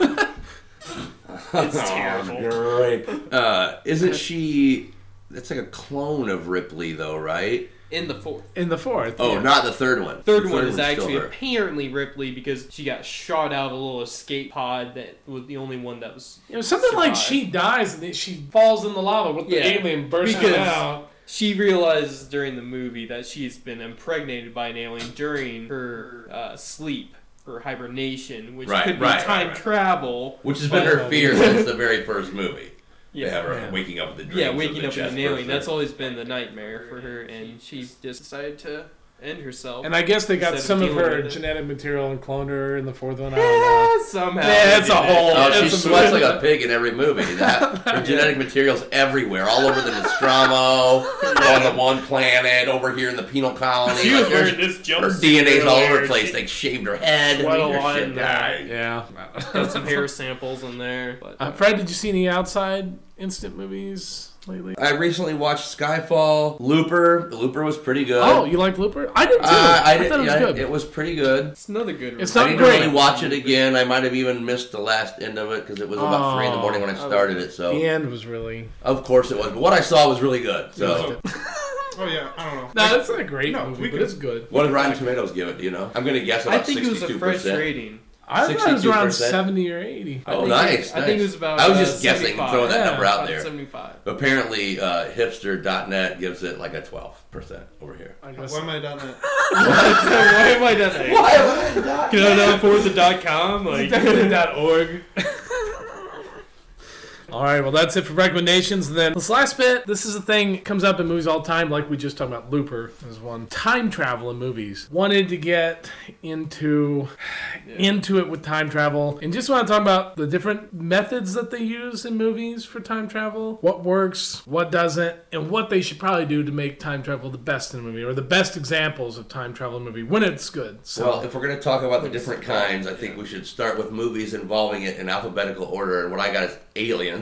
Speaker 3: terrible.
Speaker 4: Oh, Great. Uh, isn't she? That's like a clone of Ripley, though, right?
Speaker 3: In the fourth.
Speaker 2: In the fourth.
Speaker 4: Oh,
Speaker 2: yeah.
Speaker 4: not the third one.
Speaker 3: Third
Speaker 4: The
Speaker 3: one is
Speaker 4: one's still
Speaker 3: actually
Speaker 4: her.
Speaker 3: apparently Ripley because she got shot out of a little escape pod that was the only one that was.
Speaker 2: It was something like
Speaker 3: survive.
Speaker 2: she dies and then she falls in the lava with the
Speaker 3: Yeah,
Speaker 2: alien bursting
Speaker 3: because-
Speaker 2: out.
Speaker 3: She realizes during the movie that she's been impregnated by an alien during her uh, sleep, her hibernation, which
Speaker 4: Right,
Speaker 3: could be
Speaker 4: right,
Speaker 3: time
Speaker 4: right, right.
Speaker 3: travel.
Speaker 4: Which has been her fear since the very first movie. They have her
Speaker 2: Yeah.
Speaker 4: waking up with the dreams
Speaker 3: Yeah,
Speaker 4: of
Speaker 3: waking
Speaker 4: the
Speaker 3: up in
Speaker 4: chest
Speaker 3: an alien.
Speaker 4: burster.
Speaker 3: That's always been the nightmare for her, and she just decided to end herself.
Speaker 2: And I guess they got
Speaker 3: Instead of
Speaker 2: some of
Speaker 3: dealing
Speaker 2: her
Speaker 3: with it.
Speaker 2: genetic material and cloned her in the fourth one. I don't know.
Speaker 3: Yeah, somehow.
Speaker 2: Yeah, it's a whole-
Speaker 4: Oh, she
Speaker 2: It's a
Speaker 4: sweats
Speaker 2: movie.
Speaker 4: like a pig in every movie. That her genetic materials everywhere, all over the Nostromo, on the one planet, over here in the penal colony.
Speaker 3: She
Speaker 4: Like,
Speaker 3: was
Speaker 4: her-
Speaker 3: wearing this
Speaker 4: her
Speaker 3: jumpsuit.
Speaker 4: DNA's all over the
Speaker 3: earlier.
Speaker 4: place. They shaved her head.
Speaker 3: Quite a
Speaker 4: I mean, her
Speaker 3: lot
Speaker 4: shit
Speaker 3: in there.
Speaker 4: died.
Speaker 2: Yeah.
Speaker 3: Got some hair samples in there. But,
Speaker 2: Uh, Fred, did you see any outside instant movies lately?
Speaker 4: I recently watched Skyfall, Looper. Looper was pretty good.
Speaker 2: Oh, you like Looper? I did too.
Speaker 4: Uh,
Speaker 2: I,
Speaker 4: I did,
Speaker 2: thought it was
Speaker 4: yeah,
Speaker 2: good.
Speaker 4: It was pretty good.
Speaker 3: it's another good.
Speaker 2: It's
Speaker 3: one.
Speaker 2: not
Speaker 4: I didn't
Speaker 2: great.
Speaker 4: really watch it again. I might have even missed the last end of it because it was about three in the morning when I
Speaker 3: Oh.
Speaker 4: started it. So
Speaker 2: the end was really.
Speaker 4: of course it was. But what I saw was really good. So
Speaker 5: Oh yeah, I don't know.
Speaker 2: No, it's not a great
Speaker 5: No,
Speaker 2: movie,
Speaker 5: we
Speaker 2: but
Speaker 5: could-
Speaker 2: it's good.
Speaker 4: what did Rotten Tomatoes give it? Do you know? I'm gonna guess
Speaker 3: I
Speaker 4: about
Speaker 3: think it was a
Speaker 4: sixty-two
Speaker 3: fresh
Speaker 4: percent.
Speaker 3: rating.
Speaker 2: I thought it was around
Speaker 4: 62%.
Speaker 2: seventy or eighty.
Speaker 4: Oh,
Speaker 3: think
Speaker 4: nice,
Speaker 3: it- I think
Speaker 4: nice.
Speaker 3: it was about.
Speaker 4: I was just
Speaker 3: uh,
Speaker 4: guessing and throwing that
Speaker 3: 75.
Speaker 4: number out
Speaker 3: About
Speaker 4: there.
Speaker 3: Seventy-five.
Speaker 4: Apparently, uh, hipster.net gives it like a twelve percent over here.
Speaker 2: I guess.
Speaker 5: Why am I done that?
Speaker 3: Why have I done that? Why Can I not afford the dot com? Like
Speaker 2: org. All right, well that's it for recommendations. Then this last bit, this is a thing that comes up in movies all the time, like we just talked about. Looper is one time travel in movies. Wanted to get into into it with time travel, and just want to talk about the different methods that they use in movies for time travel. What works, what doesn't, and what they should probably do to make time travel the best in a movie, or the best examples of time travel in a movie when it's good. So
Speaker 4: Well, if we're going to talk about the different kinds, I think we should start with movies involving it in alphabetical order. And what I got is aliens.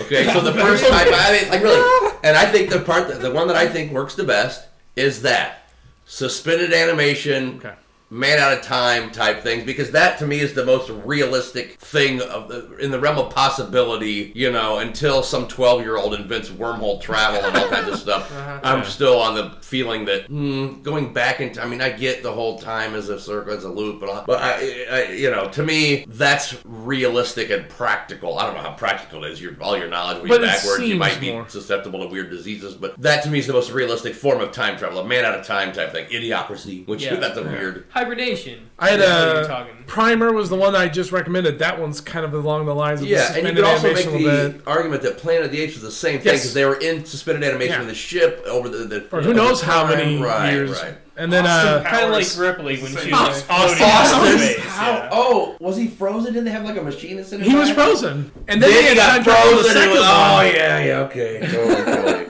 Speaker 4: Okay, so the first time, I mean, like really, and I think the part, that, the one that I think works the best is that suspended animation,
Speaker 2: Okay.
Speaker 4: man out of time type things, because that to me is the most realistic thing of the, in the realm of possibility. You know, until some twelve-year-old invents wormhole travel and all kinds of stuff,
Speaker 2: Uh-huh.
Speaker 4: I'm still on the feeling that mm, going back in. time I mean, I get the whole time as a circle, as a loop, and all, but I, I, you know, to me, that's realistic and practical. I don't know how practical it is. Your all your knowledge will
Speaker 2: But
Speaker 4: be
Speaker 2: it
Speaker 4: backwards. You
Speaker 2: seems
Speaker 4: might be
Speaker 2: more.
Speaker 4: susceptible to weird diseases, but that to me is the most realistic form of time travel. A man out of time type thing, idiocracy, which
Speaker 3: Yeah.
Speaker 4: that's a weird.
Speaker 3: hibernation.
Speaker 2: I had
Speaker 3: That's what you're
Speaker 2: a
Speaker 3: talking.
Speaker 2: primer was the one I just recommended. That one's kind of along the lines of
Speaker 4: Yeah,
Speaker 2: the suspended
Speaker 4: and you could also make
Speaker 2: animation a little
Speaker 4: the
Speaker 2: bit.
Speaker 4: argument that Planet of the Apes is the same thing
Speaker 2: Yes.
Speaker 4: because they were in suspended animation
Speaker 2: Yeah.
Speaker 4: in the ship over the, the
Speaker 2: Or who knows how many
Speaker 4: right,
Speaker 2: years.
Speaker 4: Right.
Speaker 2: And then uh,
Speaker 3: Kind of like
Speaker 5: Powers.
Speaker 3: Ripley when she
Speaker 5: Same.
Speaker 3: was
Speaker 5: Austin.
Speaker 3: floating
Speaker 4: Austin.
Speaker 3: in space.
Speaker 4: How?
Speaker 5: yeah.
Speaker 4: Oh, was he frozen? Didn't they have like a machine that sent him
Speaker 2: he was
Speaker 4: back?
Speaker 2: frozen, and then he had time travel to the second one.
Speaker 4: Oh yeah, yeah, okay, totally, totally.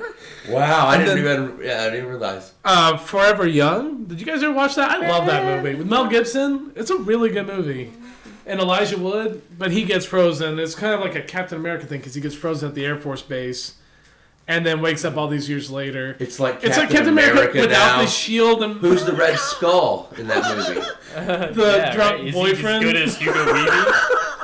Speaker 4: Wow, I didn't even yeah, I didn't realize.
Speaker 2: Uh, Forever Young. Did you guys ever watch that? I love that movie with Mel Gibson. It's a really good movie. And Elijah Wood, but he gets frozen. It's kind of like a Captain America thing because he gets frozen at the Air Force base, and then wakes up all these years later.
Speaker 4: It's like Captain,
Speaker 2: it's like Captain America, without
Speaker 4: now.
Speaker 2: the shield and
Speaker 4: Who's the Red Skull in that movie?
Speaker 2: the
Speaker 3: Yeah,
Speaker 2: drunk
Speaker 3: right. Is he as
Speaker 2: boyfriend.
Speaker 3: good as Hugo Weaving?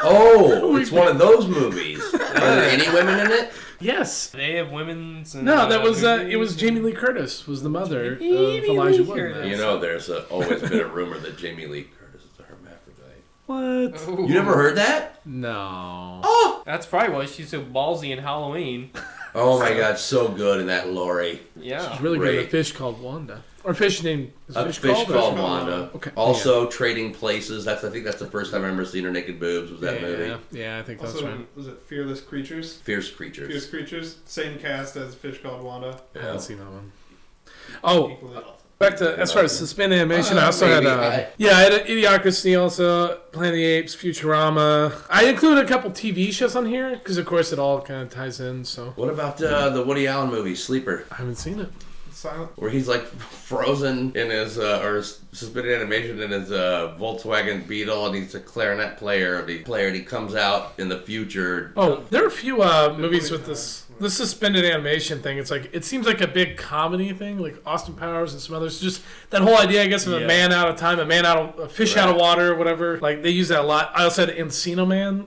Speaker 4: Oh, it's one of those movies. Are there any women in it?
Speaker 2: yes,
Speaker 3: They have women's. And,
Speaker 2: No, that was uh,
Speaker 3: movies
Speaker 2: it was
Speaker 3: and-
Speaker 2: Jamie Lee Curtis was the mother of
Speaker 3: Jamie Lee
Speaker 2: Elijah Wood. in that.
Speaker 3: Curtis.
Speaker 4: You know, there's a, always been a rumor that Jamie Lee Curtis is a hermaphrodite.
Speaker 2: What?
Speaker 3: Ooh.
Speaker 4: You never heard that?
Speaker 2: No.
Speaker 4: Oh,
Speaker 3: That's probably why she's so ballsy in Halloween.
Speaker 4: oh my God, so good in that Laurie.
Speaker 3: Yeah.
Speaker 2: It's really good. A
Speaker 4: Great.
Speaker 2: fish called Wanda, or fish named is
Speaker 4: A
Speaker 2: fish,
Speaker 4: fish
Speaker 2: called,
Speaker 4: called,
Speaker 2: Wanda.
Speaker 4: Wanda.
Speaker 2: Okay.
Speaker 4: Also, Trading Places. That's I think that's the first time I remember seeing her naked boobs. Was that movie?
Speaker 2: Yeah, yeah, I think that's
Speaker 5: Also,
Speaker 2: right.
Speaker 5: was it Fearless Creatures?
Speaker 4: Fierce creatures.
Speaker 5: Fierce Creatures, same cast as Fish Called Wanda.
Speaker 2: I
Speaker 4: Yeah.
Speaker 2: haven't seen that one. Oh,
Speaker 5: Equally awesome.
Speaker 2: back to as far as suspended animation, I also had
Speaker 4: maybe
Speaker 2: uh,
Speaker 4: I-
Speaker 2: yeah, I had uh, Idiocracy, also Planet of the Apes, Futurama. I included a couple TV shows on here because, of course, it all kind of ties in. So
Speaker 4: What about uh, the Woody Allen movie Sleeper,
Speaker 2: I haven't seen it.
Speaker 5: Silent.
Speaker 4: where he's like frozen in his uh, or s- suspended animation in his uh, Volkswagen Beetle, and he's a clarinet player. And he player, and he comes out in the future.
Speaker 2: Oh, there are a few uh, movies with this this suspended animation thing. It's like it seems like a big comedy thing, like Austin Powers and some others. Just that whole idea, I guess, of a
Speaker 3: Yeah.
Speaker 2: man out of time, a man out of a fish out of water, or whatever. Like they use that a lot. I also had Encino Man.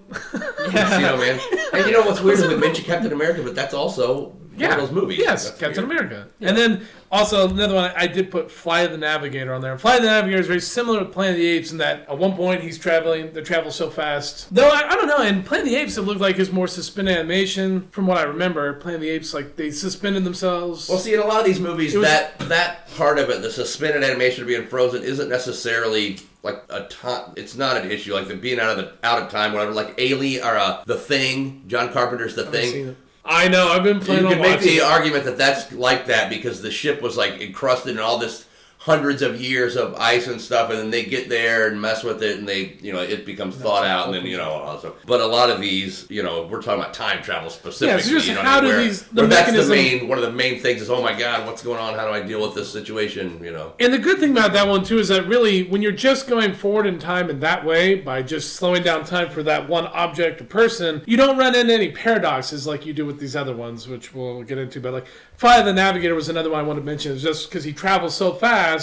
Speaker 4: Casino Man. And you know what's weird is we mentioned Captain America, but that's also
Speaker 2: Yeah.
Speaker 4: one of those movies.
Speaker 2: Yes,
Speaker 4: That's
Speaker 2: Captain
Speaker 4: weird.
Speaker 2: America. And then also another one I did put Fly of the Navigator on there. Fly of the Navigator is very similar to Planet of the Apes in that at one point he's traveling, they travel so fast. Though I, I don't know, in Planet of the Apes it looked like it's more suspended animation. From what I remember, Planet of the Apes like they suspended themselves.
Speaker 4: Well, see, in a lot of these movies,
Speaker 2: was-
Speaker 4: that that part of it, the suspended animation of being frozen, isn't necessarily like a time. It's not an issue like the being out of the out of time, whatever. Like Alien or uh, the Thing, John Carpenter's The
Speaker 2: I've seen
Speaker 4: Thing.
Speaker 2: it. I know. I've been
Speaker 4: You
Speaker 2: playing
Speaker 4: can
Speaker 2: on
Speaker 4: make
Speaker 2: watching.
Speaker 4: the
Speaker 2: it.
Speaker 4: argument that that's like that because the ship was like encrusted in all this hundreds of years of ice and stuff, and then they get there and mess with it, and they you know it becomes thawed out, and then you know also. But a lot of these, you know, we're talking about time travel specifically.
Speaker 2: just
Speaker 4: you know,
Speaker 2: how do
Speaker 4: where-
Speaker 2: these- the
Speaker 4: where That's
Speaker 2: mechanism-
Speaker 4: the main one of the main things is oh my god, what's going on? How do I deal with this situation? You know.
Speaker 2: And the good thing about that one too is that really, when you're just going forward in time in that way by just slowing down time for that one object or person, you don't run into any paradoxes like you do with these other ones, which we'll get into. But like Fly the Navigator was another one I wanted to mention, is just because he travels so fast.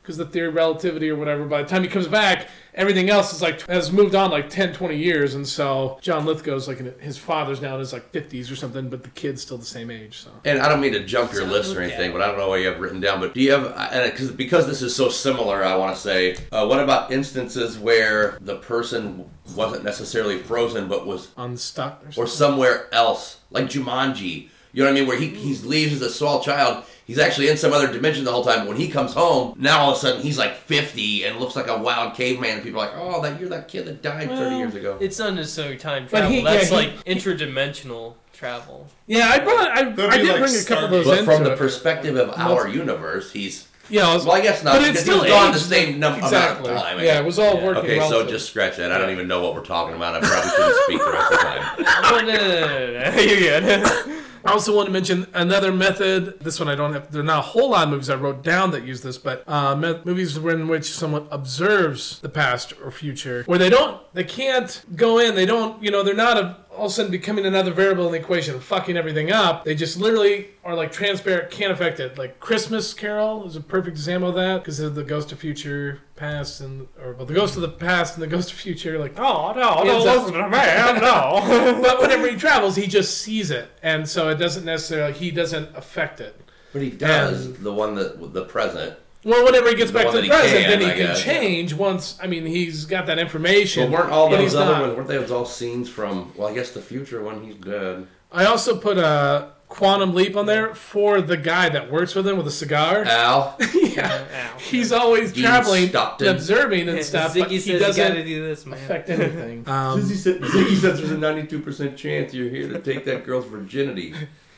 Speaker 2: Because the theory of relativity or whatever, by the time he comes back, everything else is like has moved on like 10, 20 years, and so John Lithgow's like in his father's now in his like fifties or something, but the kid's still the same age. So
Speaker 4: And I don't mean to jump your list or anything, but I don't know what you have written down. But do you have, and because because this is so similar, I want to say, uh, what about instances where the person wasn't necessarily frozen, but was
Speaker 2: unstuck or something.
Speaker 4: or somewhere else, like Jumanji. You know what I mean? Where he he
Speaker 2: Mm.
Speaker 4: leaves as a small child. He's actually in some other dimension the whole time. But when he comes home, now all of a sudden he's like 50 and looks like a wild caveman. And people are like, "Oh, that you're that kid that died 30 years ago."
Speaker 3: It's not necessarily time
Speaker 2: But
Speaker 3: travel.
Speaker 2: he-
Speaker 3: That's
Speaker 2: yeah, he-
Speaker 3: like interdimensional travel.
Speaker 2: Yeah, I brought. I,
Speaker 5: That'd
Speaker 2: I
Speaker 5: be
Speaker 2: did
Speaker 5: like
Speaker 2: bring a couple of those
Speaker 4: But
Speaker 2: into
Speaker 4: from the
Speaker 2: it.
Speaker 4: perspective of our universe, he's
Speaker 2: yeah, I was,
Speaker 4: well, I guess not.
Speaker 2: But it's
Speaker 4: because
Speaker 2: still
Speaker 4: he's gone the
Speaker 2: aged.
Speaker 4: same num-
Speaker 2: exactly.
Speaker 4: amount of time. I
Speaker 2: yeah, it
Speaker 4: guess.
Speaker 2: was all working.
Speaker 4: Okay, so
Speaker 2: relative.
Speaker 4: just scratch that. I don't even know what we're talking about. I probably shouldn't speak the rest of the time.
Speaker 3: Oh, no, no, no, no, no, no. You're good.
Speaker 2: I also want to mention another method. This one I don't have. There are not a whole lot of movies I wrote down that use this, but uh, me- movies in which someone observes the past or future, where they don't, they can't go in. They don't, you know, they're not a, all of a sudden becoming another variable in the equation, and fucking everything up. They just literally are like transparent, can't affect it. Like Christmas Carol is a perfect example of that because of the ghost of future past and or well, the ghost of the past and the ghost of future. Like
Speaker 3: oh no,
Speaker 2: Yeah,
Speaker 3: no,
Speaker 2: exactly.
Speaker 3: wasn't a man. No.
Speaker 2: but whenever he travels, he just sees it, and so it doesn't necessarily he doesn't affect it.
Speaker 4: But he does the one that the present.
Speaker 2: Well, whenever he gets
Speaker 4: The
Speaker 2: back
Speaker 4: one
Speaker 2: to the
Speaker 4: that he
Speaker 2: present,
Speaker 4: can,
Speaker 2: then he
Speaker 4: I
Speaker 2: can
Speaker 4: guess.
Speaker 2: change once. I mean, he's got that information.
Speaker 4: But weren't all
Speaker 2: and
Speaker 4: those
Speaker 2: he's
Speaker 4: other
Speaker 2: not.
Speaker 4: ones? Weren't those all scenes from? Well, I guess the future when he's dead.
Speaker 2: I also put a quantum leap on there for the guy that works with him with a
Speaker 4: Uh,
Speaker 2: cigar.
Speaker 4: Al,
Speaker 2: yeah, he's always
Speaker 4: Dean
Speaker 2: traveling,
Speaker 4: Stockton.
Speaker 2: and observing, and stuff.
Speaker 3: Ziggy
Speaker 2: But he
Speaker 3: says you gotta
Speaker 2: doesn't
Speaker 3: do this, man.
Speaker 2: affect anything. Um,
Speaker 4: Ziggy says there's a 92 percent chance you're here to take that girl's virginity.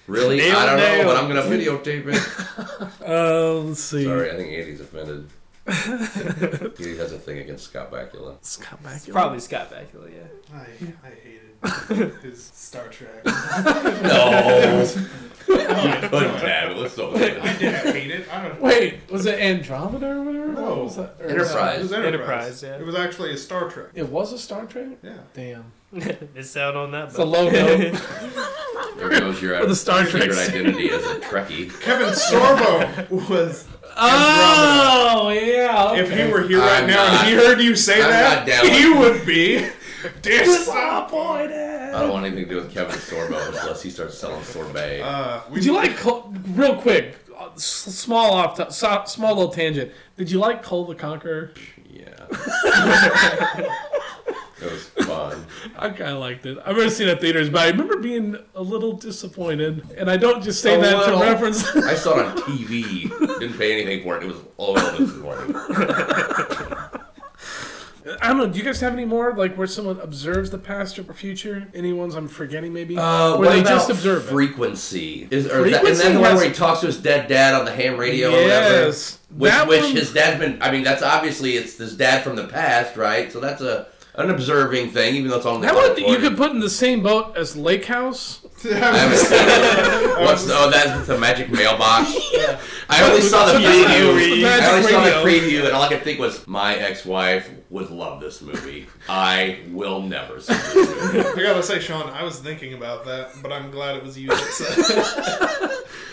Speaker 4: Really?
Speaker 3: Nailed,
Speaker 4: I don't know,
Speaker 3: nailed.
Speaker 4: but I'm gonna videotape it.
Speaker 2: uh, let's see.
Speaker 4: Sorry, I think Andy's offended. he has a thing against Scott Bakula.
Speaker 2: Let's come back.
Speaker 3: Probably Scott Bakula, yeah.
Speaker 5: I, I hated his Star Trek. I
Speaker 4: No, you couldn't have it. Let's not do
Speaker 5: didn't hate it. I don't know.
Speaker 2: Wait, was it Andromeda or whatever?
Speaker 5: No.
Speaker 2: What was that? Or-
Speaker 5: It
Speaker 4: Enterprise.
Speaker 3: Enterprise,
Speaker 5: was Enterprise.
Speaker 3: yeah.
Speaker 5: It was actually a Star Trek.
Speaker 2: It was a Star Trek.
Speaker 5: Yeah.
Speaker 2: Damn.
Speaker 3: Miss out on that.
Speaker 2: It's a low note.
Speaker 4: There goes your
Speaker 2: the Star
Speaker 4: secret
Speaker 2: Trek.
Speaker 4: identity as a Trekkie.
Speaker 5: Kevin Sorbo was.
Speaker 2: Oh yeah.
Speaker 5: If he were here right
Speaker 4: I'm
Speaker 5: now
Speaker 4: not-
Speaker 5: and he heard you say
Speaker 4: I'm
Speaker 5: that,
Speaker 4: not down with
Speaker 5: he would be disappointed.
Speaker 2: disappointed.
Speaker 4: I don't want anything to do with Kevin Sorbo unless he starts selling sorbet.
Speaker 5: Uh, we
Speaker 2: Did you like Col- real quick? uh, s- Small off, to- so- small little tangent. Did you like Cole the Conqueror?
Speaker 4: yeah. it was fun.
Speaker 2: I kind of liked it. I've never seen it at theaters, but I remember being a little disappointed. And I don't just say
Speaker 4: A
Speaker 2: that
Speaker 4: little.
Speaker 2: to reference.
Speaker 4: I saw it on TV. Didn't pay anything for it. It was all this morning.
Speaker 2: I don't know. Do you guys have any more like where someone observes the past or future? Any ones I'm forgetting maybe?
Speaker 4: Uh,
Speaker 2: where
Speaker 4: what
Speaker 2: they
Speaker 4: about
Speaker 2: just observe it.
Speaker 4: frequency? Is or that, and
Speaker 2: Frequency
Speaker 4: then the one
Speaker 2: has-
Speaker 4: where he talks to his dead dad on the ham radio
Speaker 2: Yes.
Speaker 4: or whatever.
Speaker 2: That
Speaker 4: Which,
Speaker 2: one-
Speaker 4: which his dad's been. I mean, that's obviously it's his dad from the past, right? So that's a an observing thing, even though it's on the.
Speaker 2: That one
Speaker 4: recording.
Speaker 2: you could put in the same boat as Lake House.
Speaker 4: I haven't seen it. What's oh that's the magic mailbox. I only saw the preview.
Speaker 2: The magic
Speaker 4: I only saw the
Speaker 2: radio.
Speaker 4: preview, and all I could think was, my ex-wife would love this movie. I will never see this movie.
Speaker 5: I gotta say, Sean, I was thinking about that, but I'm glad it was you that said.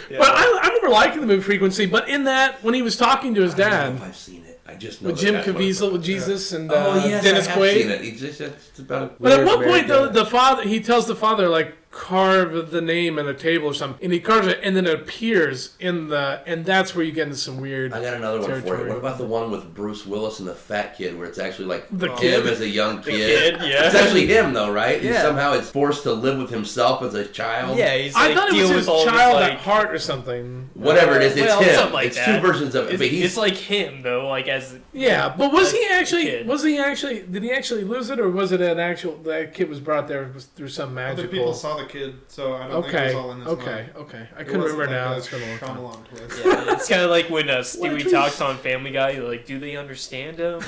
Speaker 5: it.
Speaker 2: But I, I remember liking the movie Frequency. But in that, when he was talking to his
Speaker 4: I don't know
Speaker 2: dad,
Speaker 4: if I've seen it. I just know
Speaker 2: with
Speaker 4: that
Speaker 2: Jim
Speaker 4: that's what it's
Speaker 2: Caviezel
Speaker 4: about.
Speaker 2: with Jesus and uh,
Speaker 4: Oh yes,
Speaker 2: Dennis
Speaker 4: I have seen
Speaker 2: Quaid.
Speaker 4: it. It's just it's about.
Speaker 2: But at one point, the, the father he tells the father like carve the name in a table or something, and he carves it, and then it appears in the, and that's where you get into some weird.
Speaker 4: I got another one for you.
Speaker 2: territory.
Speaker 4: What about the one with Bruce Willis and the fat kid, where it's actually like
Speaker 2: The
Speaker 4: him
Speaker 2: kid?
Speaker 4: as a young kid?
Speaker 3: kid, yeah.
Speaker 4: It's actually him though, right? He
Speaker 3: Yeah.
Speaker 4: somehow is forced to live with himself as a child.
Speaker 3: Yeah, he's like,
Speaker 2: Um, I thought it
Speaker 3: deal
Speaker 2: was
Speaker 3: with
Speaker 2: his
Speaker 3: all of his,
Speaker 2: child
Speaker 3: like,
Speaker 2: at heart or something.
Speaker 4: Whatever it is, it's
Speaker 3: well,
Speaker 4: him.
Speaker 3: something like
Speaker 4: it's
Speaker 3: that.
Speaker 4: two versions of it,
Speaker 3: It's,
Speaker 4: but he's
Speaker 3: it's like him though, like as
Speaker 2: Yeah, but was he
Speaker 3: Like,
Speaker 2: actually?
Speaker 3: kid.
Speaker 2: Was he actually? Did he actually lose it, or was it an actual? That kid was brought there was through some
Speaker 5: Other
Speaker 2: magical.
Speaker 5: people saw the kid, so I don't think
Speaker 2: okay,
Speaker 5: it was all in his
Speaker 2: okay,
Speaker 5: mind.
Speaker 2: okay. I
Speaker 5: It
Speaker 2: couldn't remember
Speaker 5: wasn't like
Speaker 2: now.
Speaker 5: a
Speaker 2: It's been a long time.
Speaker 5: Shyamalan twist.
Speaker 3: yeah, it's kind of like when uh,
Speaker 2: What a
Speaker 3: Stewie
Speaker 2: twist.
Speaker 3: talks on Family Guy. You're like, do they understand him?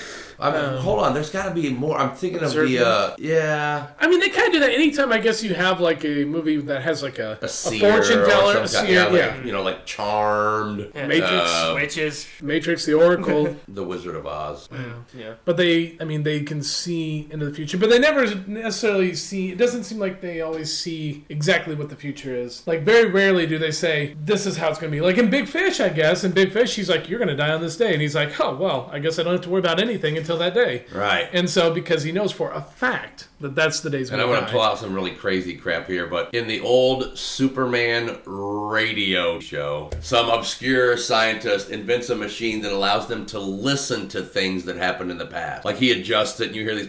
Speaker 3: Or
Speaker 4: I mean, hold on. There's got to be more. I'm thinking of
Speaker 2: Observant?
Speaker 4: the. Uh, yeah.
Speaker 2: I mean, they kind of do that anytime. I guess you have like a movie that has like a,
Speaker 4: A seer.
Speaker 2: fortune
Speaker 4: or
Speaker 2: teller, a
Speaker 4: some
Speaker 2: seer,
Speaker 4: kind- yeah, like,
Speaker 2: yeah.
Speaker 4: You know, like Charmed,
Speaker 3: yeah.
Speaker 2: Matrix.
Speaker 4: Uh,
Speaker 3: Witches.
Speaker 2: Matrix, the Oracle.
Speaker 4: The Wizard of Oz.
Speaker 3: Yeah.
Speaker 2: But they, I mean, they can see into the future, but they never necessarily see. It doesn't seem like they always see exactly what the future is. Like very rarely do they say, "This is how it's going to be." Like in Big Fish, I guess. In Big Fish, he's like, "You're going to die on this day," and he's like, "Oh well, I guess I don't have to worry about anything until that day."
Speaker 4: Right.
Speaker 2: And so, because he knows for a fact that that's the day's
Speaker 4: And
Speaker 2: going
Speaker 4: I
Speaker 2: to
Speaker 4: want to pull
Speaker 2: die.
Speaker 4: out some really crazy crap here, but in the old Superman radio show, some obscure scientist invents a machine that allows them to listen to things that happened in the past. Like he adjusts it, and you hear these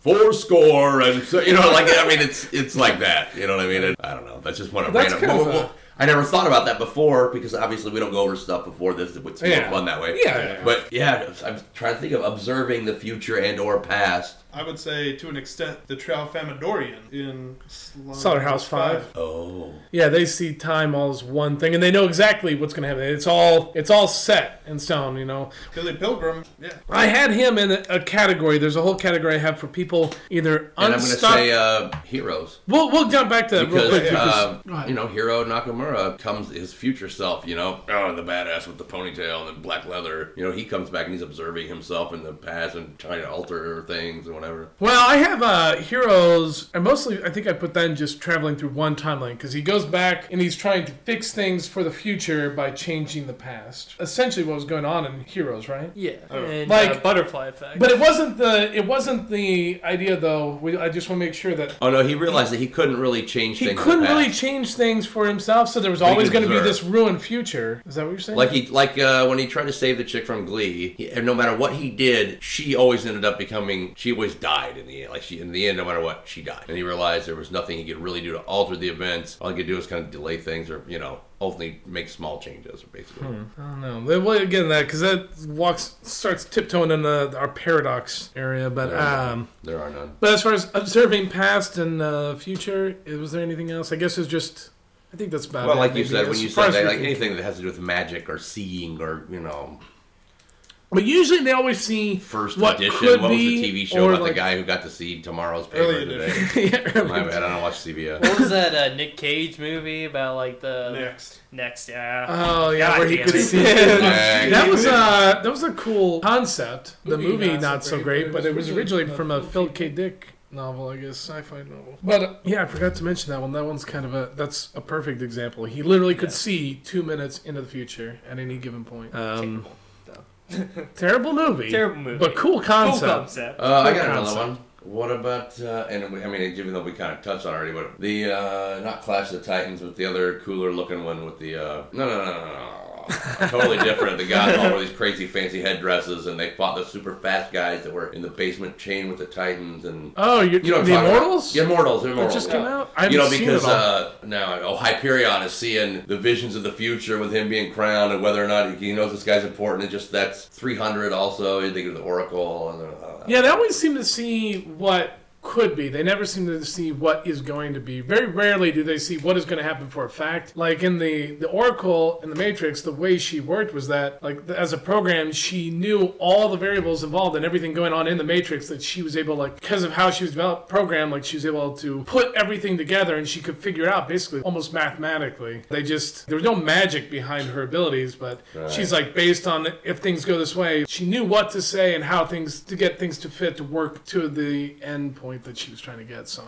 Speaker 4: four score, and so, you know, like I mean, it's it's like that. You know what I mean? It, I don't know. That's just one of
Speaker 2: That's
Speaker 4: random.
Speaker 2: kind of
Speaker 4: Well, well, I never thought about that before because obviously we don't go over stuff before this. It's more
Speaker 2: Yeah.
Speaker 4: fun that way.
Speaker 2: Yeah, yeah, yeah.
Speaker 4: But yeah, I'm trying to think of observing the future and or past.
Speaker 5: I would say, to an extent, the Tralfamadorian in
Speaker 2: Slaughterhouse Five.
Speaker 4: Oh.
Speaker 2: Yeah, they see time all as one thing, and they know exactly what's going to happen. It's all it's all set in stone, you know.
Speaker 5: Billy Pilgrim. Yeah.
Speaker 2: I had him in a, a category. There's a whole category I have for people either
Speaker 4: And I'm going to
Speaker 2: unstuck.
Speaker 4: say uh, heroes
Speaker 2: we'll we'll jump back to that real
Speaker 4: because
Speaker 2: quick. because-
Speaker 4: uh, you know Hiro Nakamura comes his future self. You know, oh the badass with the ponytail and the black leather. You know he comes back and he's observing himself in the past and trying to alter things and whatever.
Speaker 2: well, I have uh, heroes. I mostly I think I put that in just traveling through one timeline because he goes back and he's trying to fix things for the future by changing the past. Essentially, what was going on in Heroes, right?
Speaker 3: Yeah. And,
Speaker 2: Like-
Speaker 3: uh, butterfly effect.
Speaker 2: But it wasn't the it wasn't the idea though. We, I just want to make sure that
Speaker 4: Oh no, he realized that he couldn't really change
Speaker 2: he
Speaker 4: things. in
Speaker 2: couldn't
Speaker 4: the past.
Speaker 2: really change things for himself, so there was
Speaker 4: he
Speaker 2: always
Speaker 4: could
Speaker 2: going to be
Speaker 4: observe.
Speaker 2: this ruined future. Is that what you're saying?
Speaker 4: Like he, like uh, when he tried to save the chick from Glee, he, and no matter what he did, she always ended up becoming. She always died in the end. Like she, in the end, no matter what, she died. And he realized there was nothing he could really do to alter the events. All he could do was kind of delay things, or you know, ultimately make small changes, basically.
Speaker 2: Hmm. No, then we'll get into that because that walks starts tiptoeing in the, our paradox area. But um,
Speaker 4: There are none.
Speaker 2: but as far as observing past and uh, future, i- was there anything else? I guess it's just. I think that's about
Speaker 4: Well,
Speaker 2: it.
Speaker 4: like you
Speaker 2: Maybe
Speaker 4: said,
Speaker 2: as
Speaker 4: when you
Speaker 2: far
Speaker 4: said
Speaker 2: as
Speaker 4: that,
Speaker 2: we
Speaker 4: like
Speaker 2: can-
Speaker 4: anything that has to do with magic or seeing or you know,
Speaker 2: But usually they always see
Speaker 4: first
Speaker 2: what
Speaker 4: edition.
Speaker 2: could
Speaker 4: What was
Speaker 2: be,
Speaker 4: the TV show
Speaker 2: or
Speaker 4: about
Speaker 2: like-
Speaker 4: the guy who got to see tomorrow's paper
Speaker 5: Early
Speaker 4: today?
Speaker 2: yeah, early
Speaker 4: My bad, I don't watch CBS.
Speaker 3: what was that uh, Nick Cage movie about like the
Speaker 5: Next.
Speaker 3: next? Yeah.
Speaker 2: Oh yeah,
Speaker 3: God
Speaker 2: where he
Speaker 3: damn
Speaker 2: could
Speaker 3: it.
Speaker 2: see.
Speaker 4: Next.
Speaker 2: that was uh, that was a cool concept. The
Speaker 3: Movie
Speaker 2: movie
Speaker 3: not so
Speaker 2: not so
Speaker 3: great,
Speaker 2: great, but it was originally
Speaker 3: a
Speaker 2: from a Philip K. Dick novel, I guess, sci-fi novel. But uh, yeah, I forgot to mention that one. That one's kind of a that's a perfect example. He literally could see two minutes into the future at any given point. Um, terrible movie.
Speaker 3: Terrible movie.
Speaker 2: But cool concept.
Speaker 3: Cool concept.
Speaker 4: Uh, I got
Speaker 2: Cool
Speaker 4: another
Speaker 2: concept.
Speaker 4: one. What about uh, and we, I mean, even though we kind of touched on it already, but the uh, not Clash of the Titans, but the other cooler looking one with the uh, no, no, no, no, no, no, totally different. The guys all wore these crazy fancy headdresses, and they fought the super fast guys that were in the basement chain with the Titans, and
Speaker 2: Oh, you're,
Speaker 4: you know what I'm
Speaker 2: the
Speaker 4: talking about.
Speaker 2: Immortals.
Speaker 4: The Immortals, the Immortals.
Speaker 2: just
Speaker 4: yeah.
Speaker 2: came out? I
Speaker 4: you know,
Speaker 2: haven't seen it
Speaker 4: because
Speaker 2: all.
Speaker 4: uh, now oh, Hyperion is seeing the visions of the future with him being crowned and whether or not he, he knows this guy's important. And just that's 300 also. They go to the Oracle and uh,
Speaker 2: Yeah, they always seem to see what could be. They never seem to see what is going to be. Very rarely do they see what is going to happen for a fact. Like in the the Oracle in the Matrix, the way she worked was that like th- as a program, she knew all the variables involved and everything going on in the Matrix that she was able like because of how she was developed programmed, like she was able to put everything together and she could figure it out basically almost mathematically. They just there was no magic behind her abilities, but she's like based on if things go this way, she knew what to say and how things to get things to fit to work to the end point point that she was trying to get. So,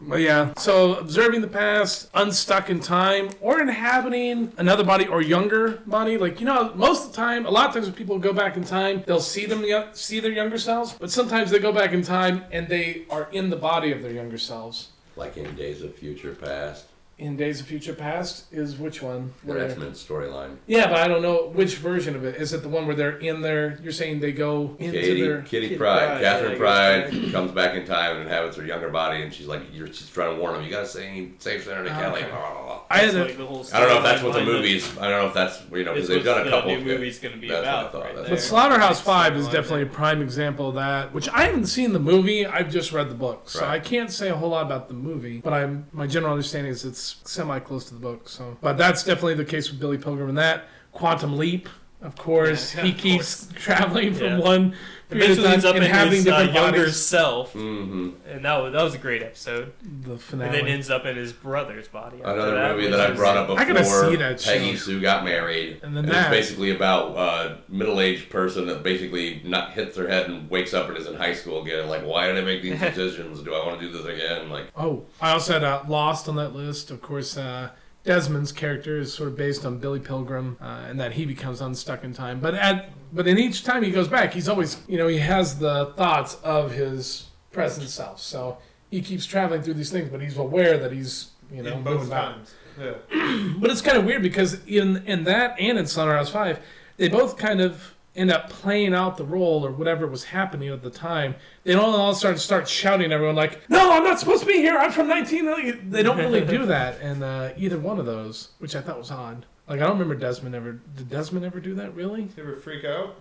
Speaker 2: but yeah. So observing the past, unstuck in time, or inhabiting another body or younger body. Like you know, most of the time, a lot of times when people go back in time, they'll see them yo- see their younger selves, but sometimes they go back in time and they are in the body of their younger selves.
Speaker 4: Like in Days of Future Past,
Speaker 2: In Days of Future Past is which one?
Speaker 4: the X Men storyline.
Speaker 2: Yeah, but I don't know which version of it. Is it the one where they're in there? You're saying they go into
Speaker 4: Katie,
Speaker 2: their.
Speaker 4: Kitty
Speaker 3: Kitty
Speaker 4: Pride,
Speaker 3: Pryde,
Speaker 4: Catherine
Speaker 3: yeah,
Speaker 4: Pride
Speaker 3: I
Speaker 4: comes back in time and inhabits her younger body, and she's like, "You're she's trying to warn him. You gotta say save Senator Kelly."
Speaker 2: Oh, okay.
Speaker 4: blah, blah, blah.
Speaker 2: I had
Speaker 6: It's
Speaker 2: a-
Speaker 6: like the whole
Speaker 4: I don't know if that's
Speaker 6: storyline
Speaker 4: what the
Speaker 6: behind it.
Speaker 4: movies. I don't know if that's you know because
Speaker 6: It's
Speaker 4: they've
Speaker 6: what
Speaker 4: done a
Speaker 6: the
Speaker 4: couple.
Speaker 6: new
Speaker 4: of-
Speaker 6: movie's gonna be
Speaker 4: that's what I
Speaker 6: about,
Speaker 4: thought,
Speaker 6: right
Speaker 4: that's
Speaker 6: there.
Speaker 2: But
Speaker 4: what-
Speaker 2: Slaughterhouse Five is
Speaker 6: Storyline.
Speaker 2: definitely a prime example of that, which I haven't seen the movie. I've just read the book, so
Speaker 4: Right.
Speaker 2: I can't say a whole lot about the movie. But I'm my general understanding is it's semi close to the book. So, but that's definitely the case with Billy Pilgrim and that Quantum Leap. Of course,
Speaker 5: Yeah,
Speaker 2: he
Speaker 5: of
Speaker 2: keeks traveling from
Speaker 3: Yeah.
Speaker 2: one period of
Speaker 6: Eventually,
Speaker 2: time
Speaker 6: ends up in
Speaker 2: inhabiting
Speaker 6: his uh,
Speaker 2: different
Speaker 6: younger
Speaker 2: bodies.
Speaker 6: self,
Speaker 4: Mhm.
Speaker 3: And that was, that was a great episode.
Speaker 2: The
Speaker 6: and
Speaker 2: finale.
Speaker 6: then ends up in his brother's body. after
Speaker 4: Another
Speaker 6: that,
Speaker 4: movie
Speaker 6: which
Speaker 4: that I
Speaker 6: is-
Speaker 4: brought up
Speaker 2: I
Speaker 4: before.
Speaker 2: gotta see that show.
Speaker 4: Peggy Sue got married,
Speaker 2: And then
Speaker 4: it's
Speaker 2: that.
Speaker 4: basically about uh, middle-aged person that basically not hits their head and wakes up and is in high school again. Like, why did I make these decisions? Do I want to do this again? Like,
Speaker 2: Oh, I also had uh, Lost on that list. Of course, uh, Desmond's character is sort of based on Billy Pilgrim, uh, and that he becomes unstuck in time. But at but in each time he goes back, he's always you know he has the thoughts of his present self. So he keeps traveling through these things, but he's aware that he's you know
Speaker 5: in
Speaker 2: moving
Speaker 5: both
Speaker 2: back.
Speaker 5: times. Yeah.
Speaker 2: But it's kind of weird because in in that and in Slaughterhouse Five, they both kind of end up playing out the role or whatever was happening at the time. They don't all start start shouting at everyone like, "No, I'm not supposed to be here. I'm from 19." They don't really do that in uh, either one of those, which I thought was odd. Like I don't remember Desmond ever. Did Desmond ever do that really?
Speaker 5: You ever freak out?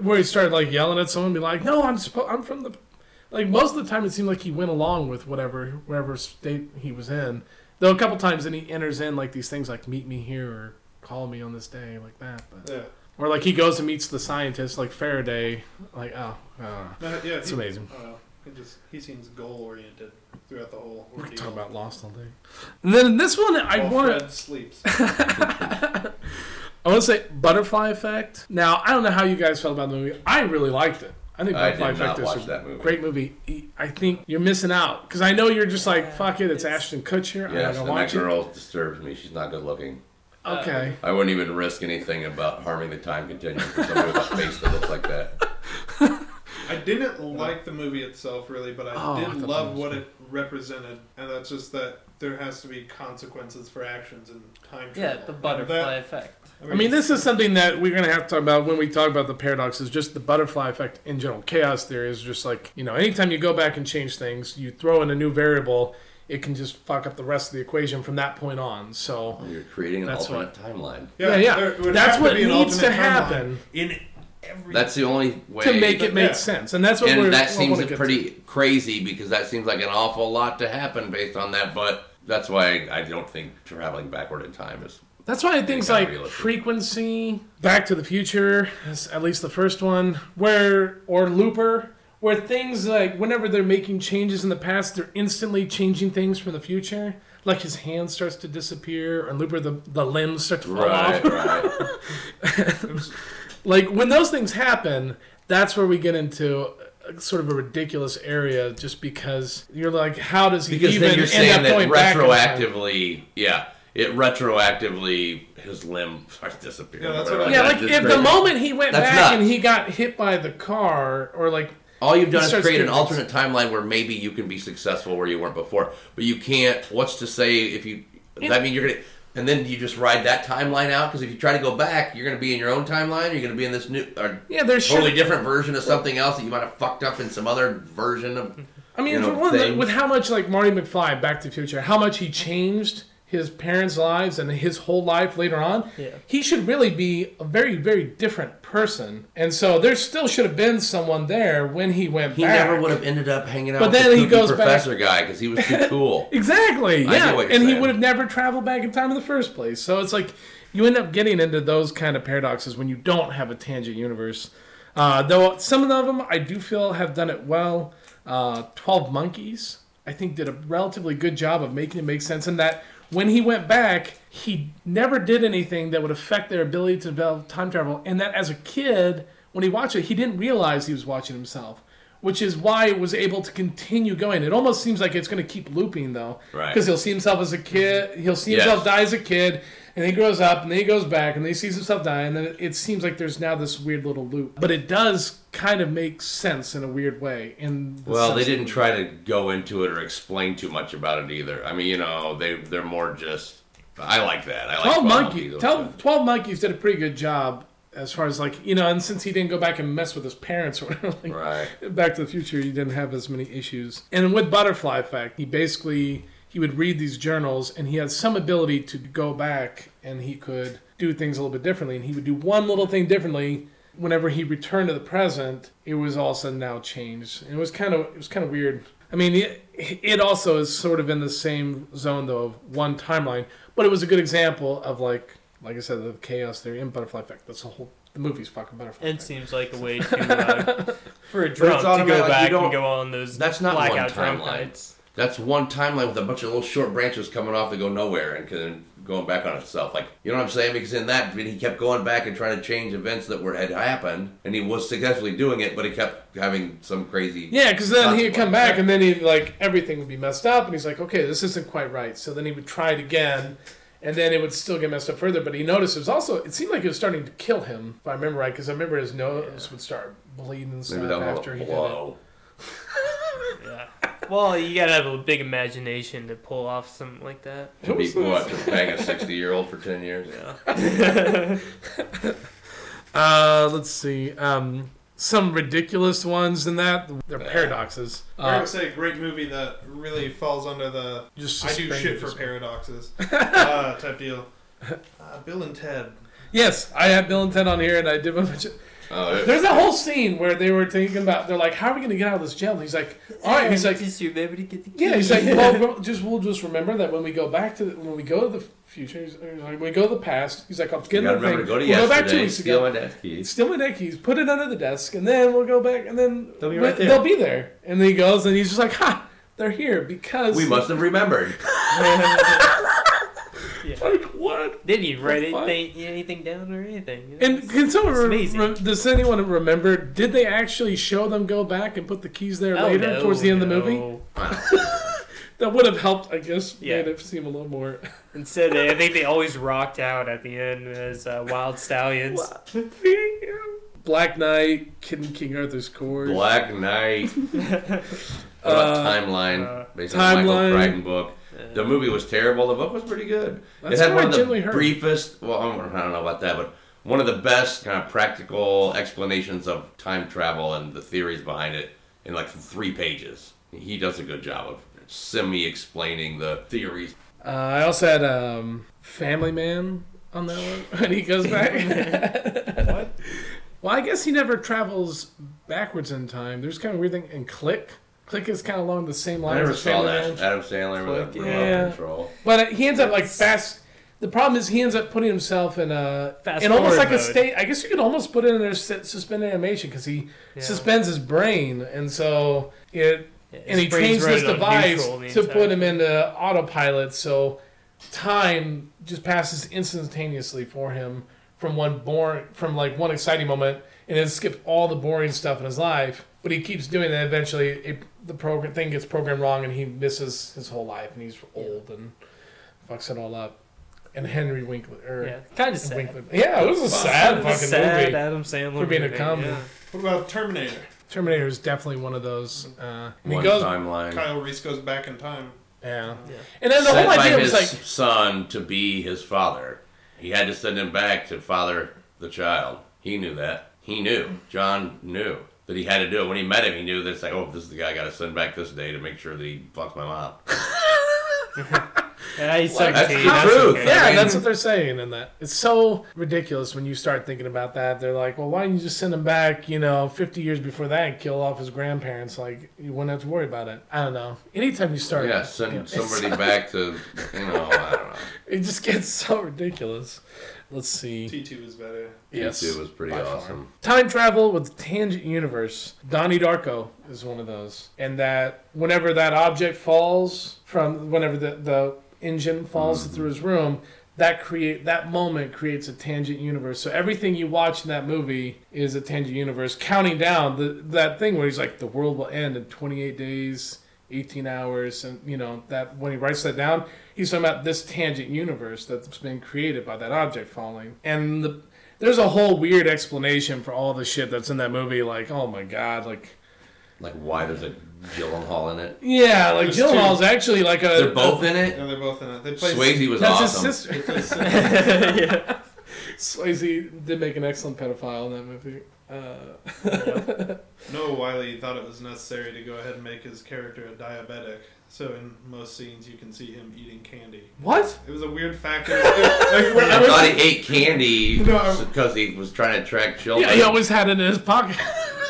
Speaker 2: Where he started like yelling at someone, and be like, "No, I'm supposed. I'm from the." Like most of the time, it seemed like he went along with whatever wherever state he was in. Though a couple times, then he enters in like these things like "Meet me here" or "Call me on this day," like that. But
Speaker 5: Yeah.
Speaker 2: or like he goes and meets the scientist like Faraday. Like oh, uh,
Speaker 5: No, yeah.
Speaker 2: it's
Speaker 5: he-
Speaker 2: amazing.
Speaker 5: I don't know. He just he seems goal oriented throughout the whole
Speaker 2: We could
Speaker 5: ordeal.
Speaker 2: talk about Lost all day. And then this one, I
Speaker 5: While
Speaker 2: want to.
Speaker 5: Fred sleeps.
Speaker 2: I want to say butterfly effect. Now I don't know how you guys felt about the movie. I really liked it. I think
Speaker 4: I
Speaker 2: butterfly
Speaker 4: did not
Speaker 2: effect is
Speaker 4: watch
Speaker 2: a
Speaker 4: that movie.
Speaker 2: great movie. E, I think you're missing out because I know you're just like fuck it. It's,
Speaker 3: It's-
Speaker 2: Ashton Kutcher. I'm not
Speaker 4: yes,
Speaker 2: gonna
Speaker 4: and
Speaker 2: watch
Speaker 4: that
Speaker 2: it.
Speaker 4: girl disturbs me. She's not good looking.
Speaker 2: Okay.
Speaker 4: I wouldn't even risk anything about harming the time continuum for somebody with a face that looks like that.
Speaker 5: I didn't like the movie itself really, but I
Speaker 2: Oh, I
Speaker 5: did
Speaker 2: thought that
Speaker 5: love
Speaker 2: was
Speaker 5: what it represented, and that's just that there has to be consequences for actions and time travel.
Speaker 3: Yeah, the
Speaker 5: And
Speaker 3: butterfly
Speaker 5: that-
Speaker 3: effect.
Speaker 2: I mean, this is something that we're going to have to talk about when we talk about the paradox. Is just the butterfly effect in general. Chaos theory is just like you know, anytime you go back and change things, you throw in a new variable, it can just fuck up the rest of the equation from that point on. So
Speaker 4: You're creating an
Speaker 2: That's
Speaker 4: alternate timeline.
Speaker 2: yeah, yeah,
Speaker 5: there would
Speaker 2: that's
Speaker 5: have
Speaker 2: what
Speaker 5: be an
Speaker 2: needs to
Speaker 5: alternate timeline.
Speaker 2: happen
Speaker 6: in every.
Speaker 4: That's the only way
Speaker 2: to make it make
Speaker 5: Yeah.
Speaker 2: sense, and that's what we're
Speaker 4: and that
Speaker 2: we're
Speaker 4: seems
Speaker 2: gonna get to.
Speaker 4: pretty crazy because that seems like an awful lot to happen based on that. But that's why I don't think traveling backward in time is.
Speaker 2: That's why things
Speaker 4: gotta
Speaker 2: like
Speaker 4: realistic.
Speaker 2: frequency, Back to the Future, is at least the first one, where or Looper, where things like whenever they're making changes in the past, they're instantly changing things from the future. Like his hand starts to disappear, or in Looper the the limbs start to fall
Speaker 4: Right,
Speaker 2: off.
Speaker 4: right.
Speaker 2: Like when those things happen, that's where we get into. uh, Sort of a ridiculous area, just because you're like, how does he
Speaker 4: Because
Speaker 2: even
Speaker 4: then you're
Speaker 2: end
Speaker 4: saying
Speaker 2: up
Speaker 4: that
Speaker 2: going back in time?
Speaker 4: retroactively, yeah, it retroactively his limb starts disappearing.
Speaker 5: Yeah, that's
Speaker 4: or whatever.
Speaker 5: what I-
Speaker 2: Yeah,
Speaker 4: That's
Speaker 2: like
Speaker 4: just
Speaker 2: if the
Speaker 4: crazy.
Speaker 2: moment he went
Speaker 4: That's
Speaker 2: back
Speaker 4: nuts.
Speaker 2: and he got hit by the car, or like
Speaker 4: All you've done is
Speaker 2: starts
Speaker 4: create an
Speaker 2: doing things.
Speaker 4: alternate timeline where maybe you can be successful where you weren't before, but you can't. What's to say if you? Does that mean you're gonna? And then you just ride that timeline out because if you try to go back, you're gonna be in your own timeline. You're gonna be in this new or
Speaker 2: Yeah, there's
Speaker 4: totally
Speaker 2: totally.
Speaker 4: different version of something else that you might have fucked up in some other version of.
Speaker 2: I mean,
Speaker 4: you know,
Speaker 2: for one, like,
Speaker 4: things.
Speaker 2: with how much like Marty McFly, Back to the Future, how much he changed his parents' lives and his whole life later on.
Speaker 3: Yeah.
Speaker 2: He should really be a very, very different person, and so there still should have been someone there when he went
Speaker 4: He
Speaker 2: back.
Speaker 4: never would have ended up hanging out
Speaker 2: But
Speaker 4: with
Speaker 2: then
Speaker 4: the
Speaker 2: he
Speaker 4: kooky
Speaker 2: goes back-
Speaker 4: professor guy because he was too cool.
Speaker 2: Exactly.
Speaker 4: I
Speaker 2: Yeah,
Speaker 4: get what
Speaker 2: and
Speaker 4: you're
Speaker 2: he
Speaker 4: saying.
Speaker 2: would have never traveled back in time in the first place. So it's like you end up getting into those kind of paradoxes when you don't have a tangent universe. Uh, though some of them I do feel have done it well. Uh, Twelve Monkeys I think did a relatively good job of making it make sense, in that when he went back, he never did anything that would affect their ability to develop time travel, and that as a kid. When he watched it, he didn't realize he was watching himself. which is why it was able to continue going. It almost seems like it's going to keep looping though,
Speaker 4: Right.
Speaker 2: Because he'll see himself as a kid, he'll see
Speaker 4: Yes.
Speaker 2: himself die as a kid, and then he grows up, and then he goes back, and then he sees himself die, and then it, it seems like there's now this weird little loop. But it does kind of make sense in a weird way. In the
Speaker 4: Well, they
Speaker 2: sense-
Speaker 4: didn't try to go into it or explain too much about it either. I mean, you know, they they're more just. I like that. I like
Speaker 2: Twelve
Speaker 4: following
Speaker 2: Monkeys.
Speaker 4: people.
Speaker 2: Tell, Twelve Monkeys did a pretty good job as far as like you know, and since he didn't go back and mess with his parents or whatever, like,
Speaker 4: Right.
Speaker 2: Back to the Future, he didn't have as many issues. And with Butterfly Effect, he basically he would read these journals, and he had some ability to go back, and he could do things a little bit differently. And he would do one little thing differently. Whenever he returned to the present, it was all of a sudden now changed. And it was kind of it was kind of weird. I mean, it, it also is sort of in the same zone though of one timeline, but it was a good example of like like I said, the chaos theory and Butterfly Effect. That's the whole the movie's fucking Butterfly.
Speaker 6: And
Speaker 2: Effect.
Speaker 6: seems like a way to uh, for a drunk to
Speaker 4: automatic,
Speaker 6: go
Speaker 4: you
Speaker 6: back
Speaker 4: don't-
Speaker 6: and go on those
Speaker 4: That's not one
Speaker 6: blackout drunk
Speaker 4: timeline.
Speaker 6: nights.
Speaker 4: That's one timeline with a bunch of little short branches coming off that go nowhere and can, going back on itself. Like, you know what I'm saying? Because in that, he kept going back and trying to change events that were had happened, and he was successfully doing it, but he kept having some crazy.
Speaker 2: Yeah, because then he'd
Speaker 4: consequence.
Speaker 2: come back and then he'd like everything would be messed up, and he's like, okay, this isn't quite right. So then he would try it again, and then it would still get messed up further. But he noticed it was also it seemed like it was starting to kill him, if I remember right, because I remember his nose would start bleeding and stuff
Speaker 4: Maybe that was
Speaker 2: after
Speaker 4: a
Speaker 2: he did it.
Speaker 4: blow.
Speaker 6: Yeah. Well, you gotta have a big imagination to pull off something like that.
Speaker 4: To be what? To bang a 60 year old for 10 years? Yeah.
Speaker 2: Uh, let's see. Um, some ridiculous ones in that they're paradoxes.
Speaker 5: I
Speaker 2: Uh,
Speaker 5: would say a great movie that really falls under the
Speaker 2: just
Speaker 5: I do
Speaker 2: suspended
Speaker 5: shit for
Speaker 2: dis-
Speaker 5: paradoxes uh, type deal. Uh, Bill and Ted.
Speaker 2: Yes, I have Bill and Ted on here, and I did a bunch of.
Speaker 4: Oh, it-
Speaker 2: There's a whole scene where they were thinking about. They're like, "How are we going to get out of this jail?" And he's like, "All right." He's like,
Speaker 6: just remember to get the
Speaker 2: "Yeah." He's
Speaker 6: key.
Speaker 2: like, "Well, we'll just we'll just remember that when we go back to the, when we go to the future, he's, he's like, when we go to the past, he's like, I'll
Speaker 4: you
Speaker 2: get another
Speaker 4: gotta remember
Speaker 2: thing.
Speaker 4: to go to
Speaker 2: we'll go back two
Speaker 4: yesterday,
Speaker 2: weeks
Speaker 4: steal
Speaker 2: ago,
Speaker 4: my desk keys.
Speaker 2: steal my neck keys, put it under the desk, and then we'll go back, and then
Speaker 6: They'll be right there.
Speaker 2: They'll be there." And then he goes, and he's just like, "Ha! They're here because
Speaker 4: We must have remembered.
Speaker 2: like what?"
Speaker 6: Didn't even write
Speaker 2: What?
Speaker 6: anything, anything down or anything. you know?
Speaker 2: And can someone
Speaker 6: It's
Speaker 2: re-
Speaker 6: amazing.
Speaker 2: re- does anyone remember? Did they actually show them go back and put the keys there
Speaker 6: Oh,
Speaker 2: later
Speaker 6: no,
Speaker 2: towards the end of the
Speaker 6: no.
Speaker 2: movie? That would have helped, I guess,
Speaker 6: Yeah.
Speaker 2: made it seem a little more.
Speaker 6: Instead, they, I think they always rocked out at the end as uh, wild stallions.
Speaker 2: Black Knight, Kid in King Arthur's Court.
Speaker 4: Black Knight. What about
Speaker 2: Uh,
Speaker 4: timeline?
Speaker 6: uh,
Speaker 4: based on the
Speaker 2: Timeline.
Speaker 4: Michael Crichton book. The movie was terrible. The book was pretty good.
Speaker 2: That's
Speaker 4: it had
Speaker 2: what I
Speaker 4: one of the
Speaker 2: generally heard.
Speaker 4: briefest. Well, I don't I don't know about that, but one of the best kind of practical explanations of time travel and the theories behind it in like three pages. He does a good job of semi-explaining the theories.
Speaker 2: Uh, I also had um, Family Man on that one when he goes back. what? Well, I guess he never travels backwards in time. There's kind of weird thing. And Click, Click is kind of along the same
Speaker 4: I
Speaker 2: line
Speaker 4: never
Speaker 2: as
Speaker 4: saw
Speaker 2: Family
Speaker 4: that.
Speaker 2: Man.
Speaker 4: Adam Sandler with that
Speaker 6: Click,
Speaker 4: remote
Speaker 2: yeah.
Speaker 4: control.
Speaker 2: But uh, he ends up like fast. The problem is he ends up putting himself in a
Speaker 6: Fast
Speaker 2: in almost
Speaker 6: forward
Speaker 2: like a
Speaker 6: mode.
Speaker 2: state. I guess you could almost put it in a s- suspended animation because he
Speaker 6: Yeah.
Speaker 2: suspends his brain, and so it
Speaker 6: Yeah, his
Speaker 2: and he
Speaker 6: brain's
Speaker 2: changed this
Speaker 6: running on
Speaker 2: device
Speaker 6: neutral the
Speaker 2: to
Speaker 6: entire
Speaker 2: put him
Speaker 6: time.
Speaker 2: into autopilot, so time just passes instantaneously for him from one boring, from like one exciting moment, and then skip all the boring stuff in his life. But he keeps doing that. Eventually, it, the program thing gets programmed wrong, and he misses his whole life, and he's old and fucks it all up. And Henry Winkler, or
Speaker 6: Yeah, kind of sad.
Speaker 2: Winkler, yeah, it was a sad
Speaker 6: Kinda
Speaker 2: fucking
Speaker 6: sad
Speaker 2: movie.
Speaker 6: Adam Sandler
Speaker 2: for being a
Speaker 6: movie,
Speaker 2: comedy.
Speaker 6: yeah.
Speaker 5: What about Terminator?
Speaker 2: Terminator is definitely one of those. Uh, and he
Speaker 4: One
Speaker 2: goes,
Speaker 4: timeline.
Speaker 5: Kyle Reese goes back in time.
Speaker 2: yeah.
Speaker 6: Yeah.
Speaker 2: And then the
Speaker 4: sent
Speaker 2: whole idea
Speaker 4: by
Speaker 2: was
Speaker 4: his
Speaker 2: like,
Speaker 4: son to be his father. He had to send him back to father the child. He knew that. He knew. John knew that he had to do it. When he met him, he knew that it's like, oh, this is the guy I got to send back this day to make sure that he fucks my mom.
Speaker 6: Yeah, he's
Speaker 4: Like, that's
Speaker 6: 17.
Speaker 4: the
Speaker 6: That's
Speaker 4: truth.
Speaker 6: okay.
Speaker 2: Yeah,
Speaker 4: I mean-
Speaker 2: that's what they're saying in that. It's so ridiculous when you start thinking about that. They're like, well, why don't you just send him back, you know, 50 years before that and kill off his grandparents? Like, you wouldn't have to worry about it. I don't know. Anytime you start,
Speaker 4: Yeah, send somebody back to, you know, I don't know.
Speaker 2: it just gets so ridiculous. Let's see.
Speaker 5: T2 is better.
Speaker 2: Yes.
Speaker 4: It was pretty
Speaker 2: by far.
Speaker 4: awesome.
Speaker 2: Time travel with Tangent Universe. Donnie Darko is one of those. And that whenever that object falls from, whenever the, the engine falls through his room, that create that moment creates a tangent universe. So everything you watch in that movie is a tangent universe, counting down the that thing where he's like, the world will end in 28 days, 18 hours, and you know that when he writes that down, he's talking about this tangent universe that's been created by that object falling. And the, there's a whole weird explanation for all the shit that's in that movie. Like, oh my god, like
Speaker 4: Like why there's a Gyllenhaal in it?
Speaker 2: yeah, like
Speaker 5: There's two.
Speaker 2: Gyllenhaal's actually like a
Speaker 4: They're both in
Speaker 5: No,
Speaker 4: it.
Speaker 5: they're both in it. They play
Speaker 4: Swayze was
Speaker 2: Uh, that's
Speaker 4: awesome.
Speaker 2: his sister.
Speaker 6: yeah.
Speaker 2: Swayze did make an excellent pedophile in that movie. Uh,
Speaker 5: No, Wiley thought it was necessary to go ahead and make his character a diabetic. So in most scenes, you can see him eating candy.
Speaker 2: what?
Speaker 5: It was a weird factor. Like, when I
Speaker 4: I
Speaker 5: was-
Speaker 4: thought he ate candy
Speaker 5: No, I-
Speaker 4: because he was trying to attract children.
Speaker 2: Yeah, he always had it in his pocket.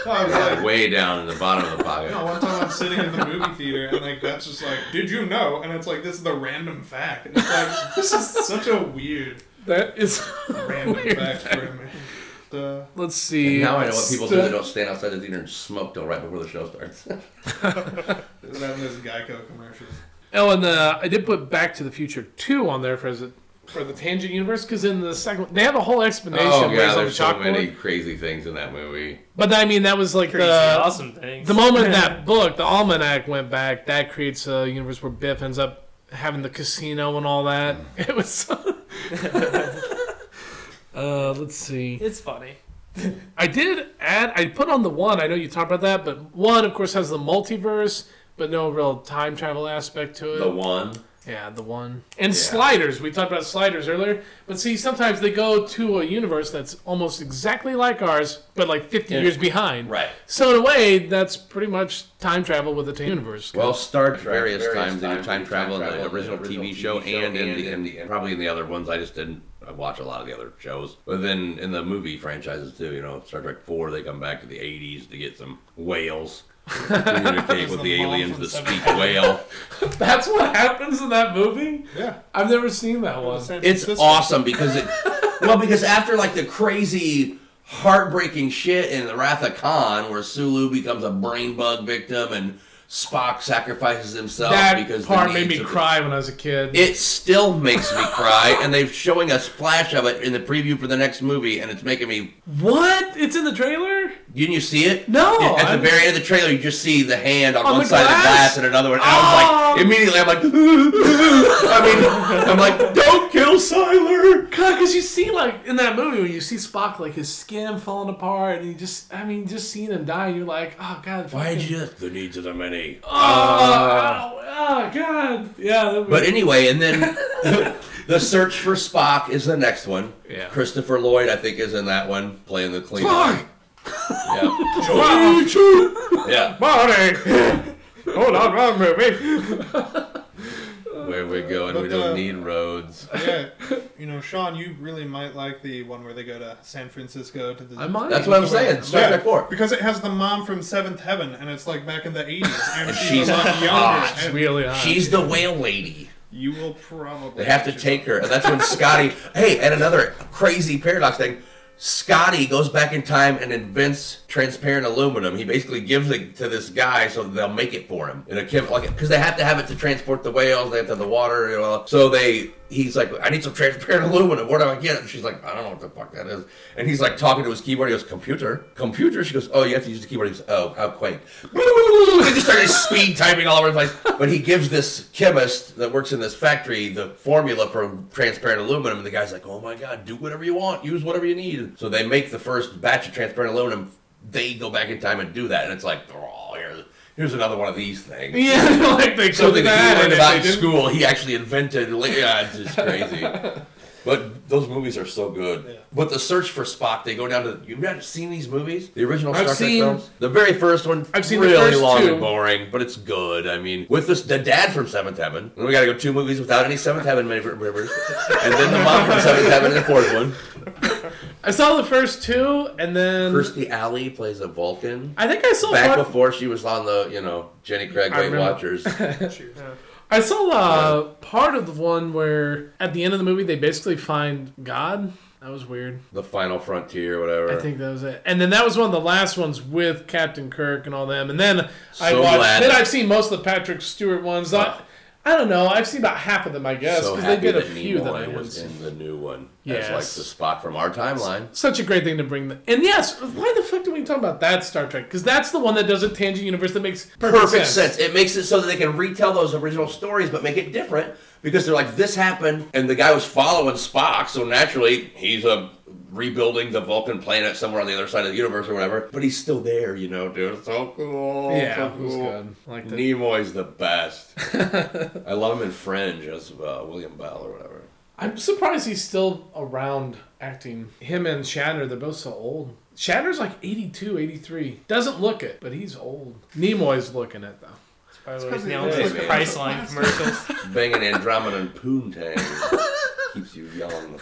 Speaker 5: I was like,
Speaker 4: way down in the bottom of the pocket.
Speaker 5: No, one time I'm sitting in the movie theater and like that's just like, did you know? And it's like this is the random fact. And it's like this is such a weird
Speaker 2: that is
Speaker 5: random
Speaker 2: weird.
Speaker 5: fact for me. Uh,
Speaker 2: Let's see.
Speaker 4: And now I know what people do
Speaker 2: Stu-
Speaker 4: that don't stand outside the theater and smoke till right before the show starts.
Speaker 5: it's having those Geico commercials.
Speaker 2: Oh, and the, I did put Back to the Future Two on there for as a, for the tangent universe because in the second one, they have a whole explanation.
Speaker 4: oh
Speaker 2: where
Speaker 4: yeah,
Speaker 2: he's on the
Speaker 4: there's so
Speaker 2: chalkboard.
Speaker 4: many crazy things in that movie.
Speaker 2: But I mean, that was like uh,
Speaker 6: Crazy
Speaker 2: the
Speaker 6: awesome things.
Speaker 2: the moment that book, the almanac, went back. That creates a universe where Biff ends up having the casino and all that. It was. uh, let's see.
Speaker 6: It's funny.
Speaker 2: I did add. I put on the one. I know you talked about that, but one, of course, has the multiverse, but no real time travel aspect to it.
Speaker 4: The one.
Speaker 2: Yeah, the one. And sliders. We talked about sliders earlier. But see, sometimes they go to a universe that's almost exactly like ours, but like 50 years behind.
Speaker 4: Right.
Speaker 2: So, in a way, that's pretty much time travel with the universe.
Speaker 4: Well, Star Trek various,
Speaker 7: various
Speaker 4: times, they do
Speaker 7: times
Speaker 4: time
Speaker 7: they do
Speaker 4: travel in
Speaker 7: time
Speaker 4: the
Speaker 7: travel
Speaker 4: original, TV, show and, in the,
Speaker 7: and
Speaker 4: and probably in the other ones. I just didn't I watch a lot of the other shows. But then in the movie franchises too, you know, Star Trek 4, they come back to the 80s to get some whales to communicate with
Speaker 5: the
Speaker 4: the
Speaker 5: mom
Speaker 4: aliens
Speaker 5: from
Speaker 4: that
Speaker 5: Seven
Speaker 4: speak whale.
Speaker 2: that's what happens in that movie?
Speaker 5: Yeah.
Speaker 2: I've never seen that one.
Speaker 4: It's
Speaker 5: Francisco.
Speaker 4: awesome because it well because after like the crazy heartbreaking shit in the Wrath of Khan where Sulu becomes a brain bug victim and Spock sacrifices himself
Speaker 2: That
Speaker 4: because the
Speaker 2: part made
Speaker 4: needs
Speaker 2: me
Speaker 4: of the-
Speaker 2: cry when I was a kid.
Speaker 4: It still makes me cry, and they're showing us flash of it in the preview for the next movie, and it's making me.
Speaker 2: what? It's in the trailer?
Speaker 4: Didn't you see it?
Speaker 2: No,
Speaker 4: Yeah, At
Speaker 2: I'm-
Speaker 4: the very end of the trailer, you just see the hand on,
Speaker 2: On
Speaker 4: one
Speaker 2: the
Speaker 4: side of the
Speaker 2: glass?
Speaker 4: glass and another one. And I
Speaker 2: Oh.
Speaker 4: was like, immediately, I'm like, I mean, I'm like, don't kill Siler.
Speaker 2: God, because you see, like, in that movie, when you see Spock, like, his skin falling apart, and you just, I mean, just seeing him die, you're like, oh, God.
Speaker 4: Why'd
Speaker 2: fucking-
Speaker 4: you? The needs of the many.
Speaker 2: Oh, oh, God. Yeah. That was,
Speaker 4: Uh, But anyway, and then the search for Spock is the next one.
Speaker 2: Yeah.
Speaker 4: Christopher Lloyd, I think, is in that one playing the cleaner.
Speaker 2: Spock!
Speaker 4: Yeah. yeah.
Speaker 2: Marty! Hold on, wrong movie.
Speaker 4: Where we go, and we
Speaker 5: But, uh,
Speaker 4: don't need roads.
Speaker 5: Yeah, you know, Sean, you really might like the one where they go to San Francisco to the.
Speaker 2: I might.
Speaker 4: That's what I'm saying. Star Trek Four.
Speaker 5: because it has the mom from Seventh Heaven, and it's like back in the '80s, and she's,
Speaker 4: she's
Speaker 5: a lot younger.
Speaker 4: hot.
Speaker 5: and
Speaker 2: really
Speaker 3: Uh,
Speaker 2: hot.
Speaker 4: She's the whale lady.
Speaker 5: you will probably
Speaker 4: They have to take her. And that's when Scotty, hey, and another crazy paradox thing. Scotty goes back in time and invents transparent aluminum. He basically gives it to this guy so they'll make it for him in a chem like because they have to have it to transport the whales. They have to have the water. You know. So they, he's like, I need some transparent aluminum. Where do I get it? And she's like, I don't know what the fuck that is. And he's like talking to his keyboard. He goes, computer, computer. She goes, oh, you have to use the keyboard. He goes, oh, how quaint. They just started speed typing all over the place. But he gives this chemist that works in this factory the formula for transparent aluminum. And the guy's like, oh my God, do whatever you want, use whatever you need. So they make the first batch of transparent aluminum. They go back in time and do that. And it's like, oh, here, here's another one of these things.
Speaker 2: yeah, like they took
Speaker 4: Something that
Speaker 2: that
Speaker 4: he
Speaker 2: and
Speaker 4: learned about
Speaker 2: they
Speaker 4: in
Speaker 2: did.
Speaker 4: school, he actually invented. Yeah, it's just crazy. But those movies are so good. But the search for Spock, they go down to. You've not seen these movies? The original
Speaker 2: I've
Speaker 4: Star Trek
Speaker 2: seen-
Speaker 4: films? The very first one.
Speaker 2: I've seen the
Speaker 4: really
Speaker 2: first
Speaker 4: long
Speaker 2: two.
Speaker 4: and boring, but it's good. I mean, with this the dad from Seventh Heaven. And we got to go two movies without any Seventh Heaven members, and then the mom from Seventh Heaven, the fourth one.
Speaker 2: I saw the first two, and then
Speaker 4: Kirstie Alley plays a Vulcan.
Speaker 2: I think I saw
Speaker 4: Back
Speaker 2: one-
Speaker 4: before she was on the, you know, Jenny Craig
Speaker 2: I
Speaker 4: Weight
Speaker 2: remember.
Speaker 4: Watchers.
Speaker 2: I saw uh, part of the one where at the end of the movie they basically find God. That was weird.
Speaker 4: The Final Frontier, whatever.
Speaker 2: I think that was it. And then that was one of the last ones with Captain Kirk and all them. And then I
Speaker 4: So
Speaker 2: watched.
Speaker 4: glad
Speaker 2: Then
Speaker 4: that-
Speaker 2: I've seen most of the Patrick Stewart ones. I, I don't know. I've seen about half of them, I guess,
Speaker 4: so
Speaker 2: because
Speaker 4: happy
Speaker 2: they did a
Speaker 4: that
Speaker 2: few that I
Speaker 4: Nimoy
Speaker 2: was
Speaker 4: was in the new one.
Speaker 2: Yes.
Speaker 4: That's like the spot from our timeline.
Speaker 2: Such a great thing to bring. The- and yes, why the fuck do we talk about that Star Trek? Because that's the one that does a tangent universe that makes perfect,
Speaker 4: Perfect sense. It makes it so that they can retell those original stories, but make it different because they're like, this happened, and the guy was following Spock, so naturally he's a rebuilding the Vulcan planet somewhere on the other side of the universe or whatever. But he's still there, you know, dude. It's so cool.
Speaker 2: Yeah,
Speaker 4: so
Speaker 2: it was
Speaker 4: cool.
Speaker 2: good. I Like that.
Speaker 4: Nimoy's the best. I love him in Fringe as uh, William Bell or whatever.
Speaker 2: I'm surprised he's still around acting. Him and Shatner, they're both so old. Shatner's like 82, 83. Doesn't look it, but he's old. Nimoy's looking it though.
Speaker 6: By the way,
Speaker 5: It's 'cause
Speaker 6: now
Speaker 5: they-
Speaker 6: it's
Speaker 4: they-
Speaker 6: Priceline commercials.
Speaker 4: Banging Andromeda and Poontang keeps you young.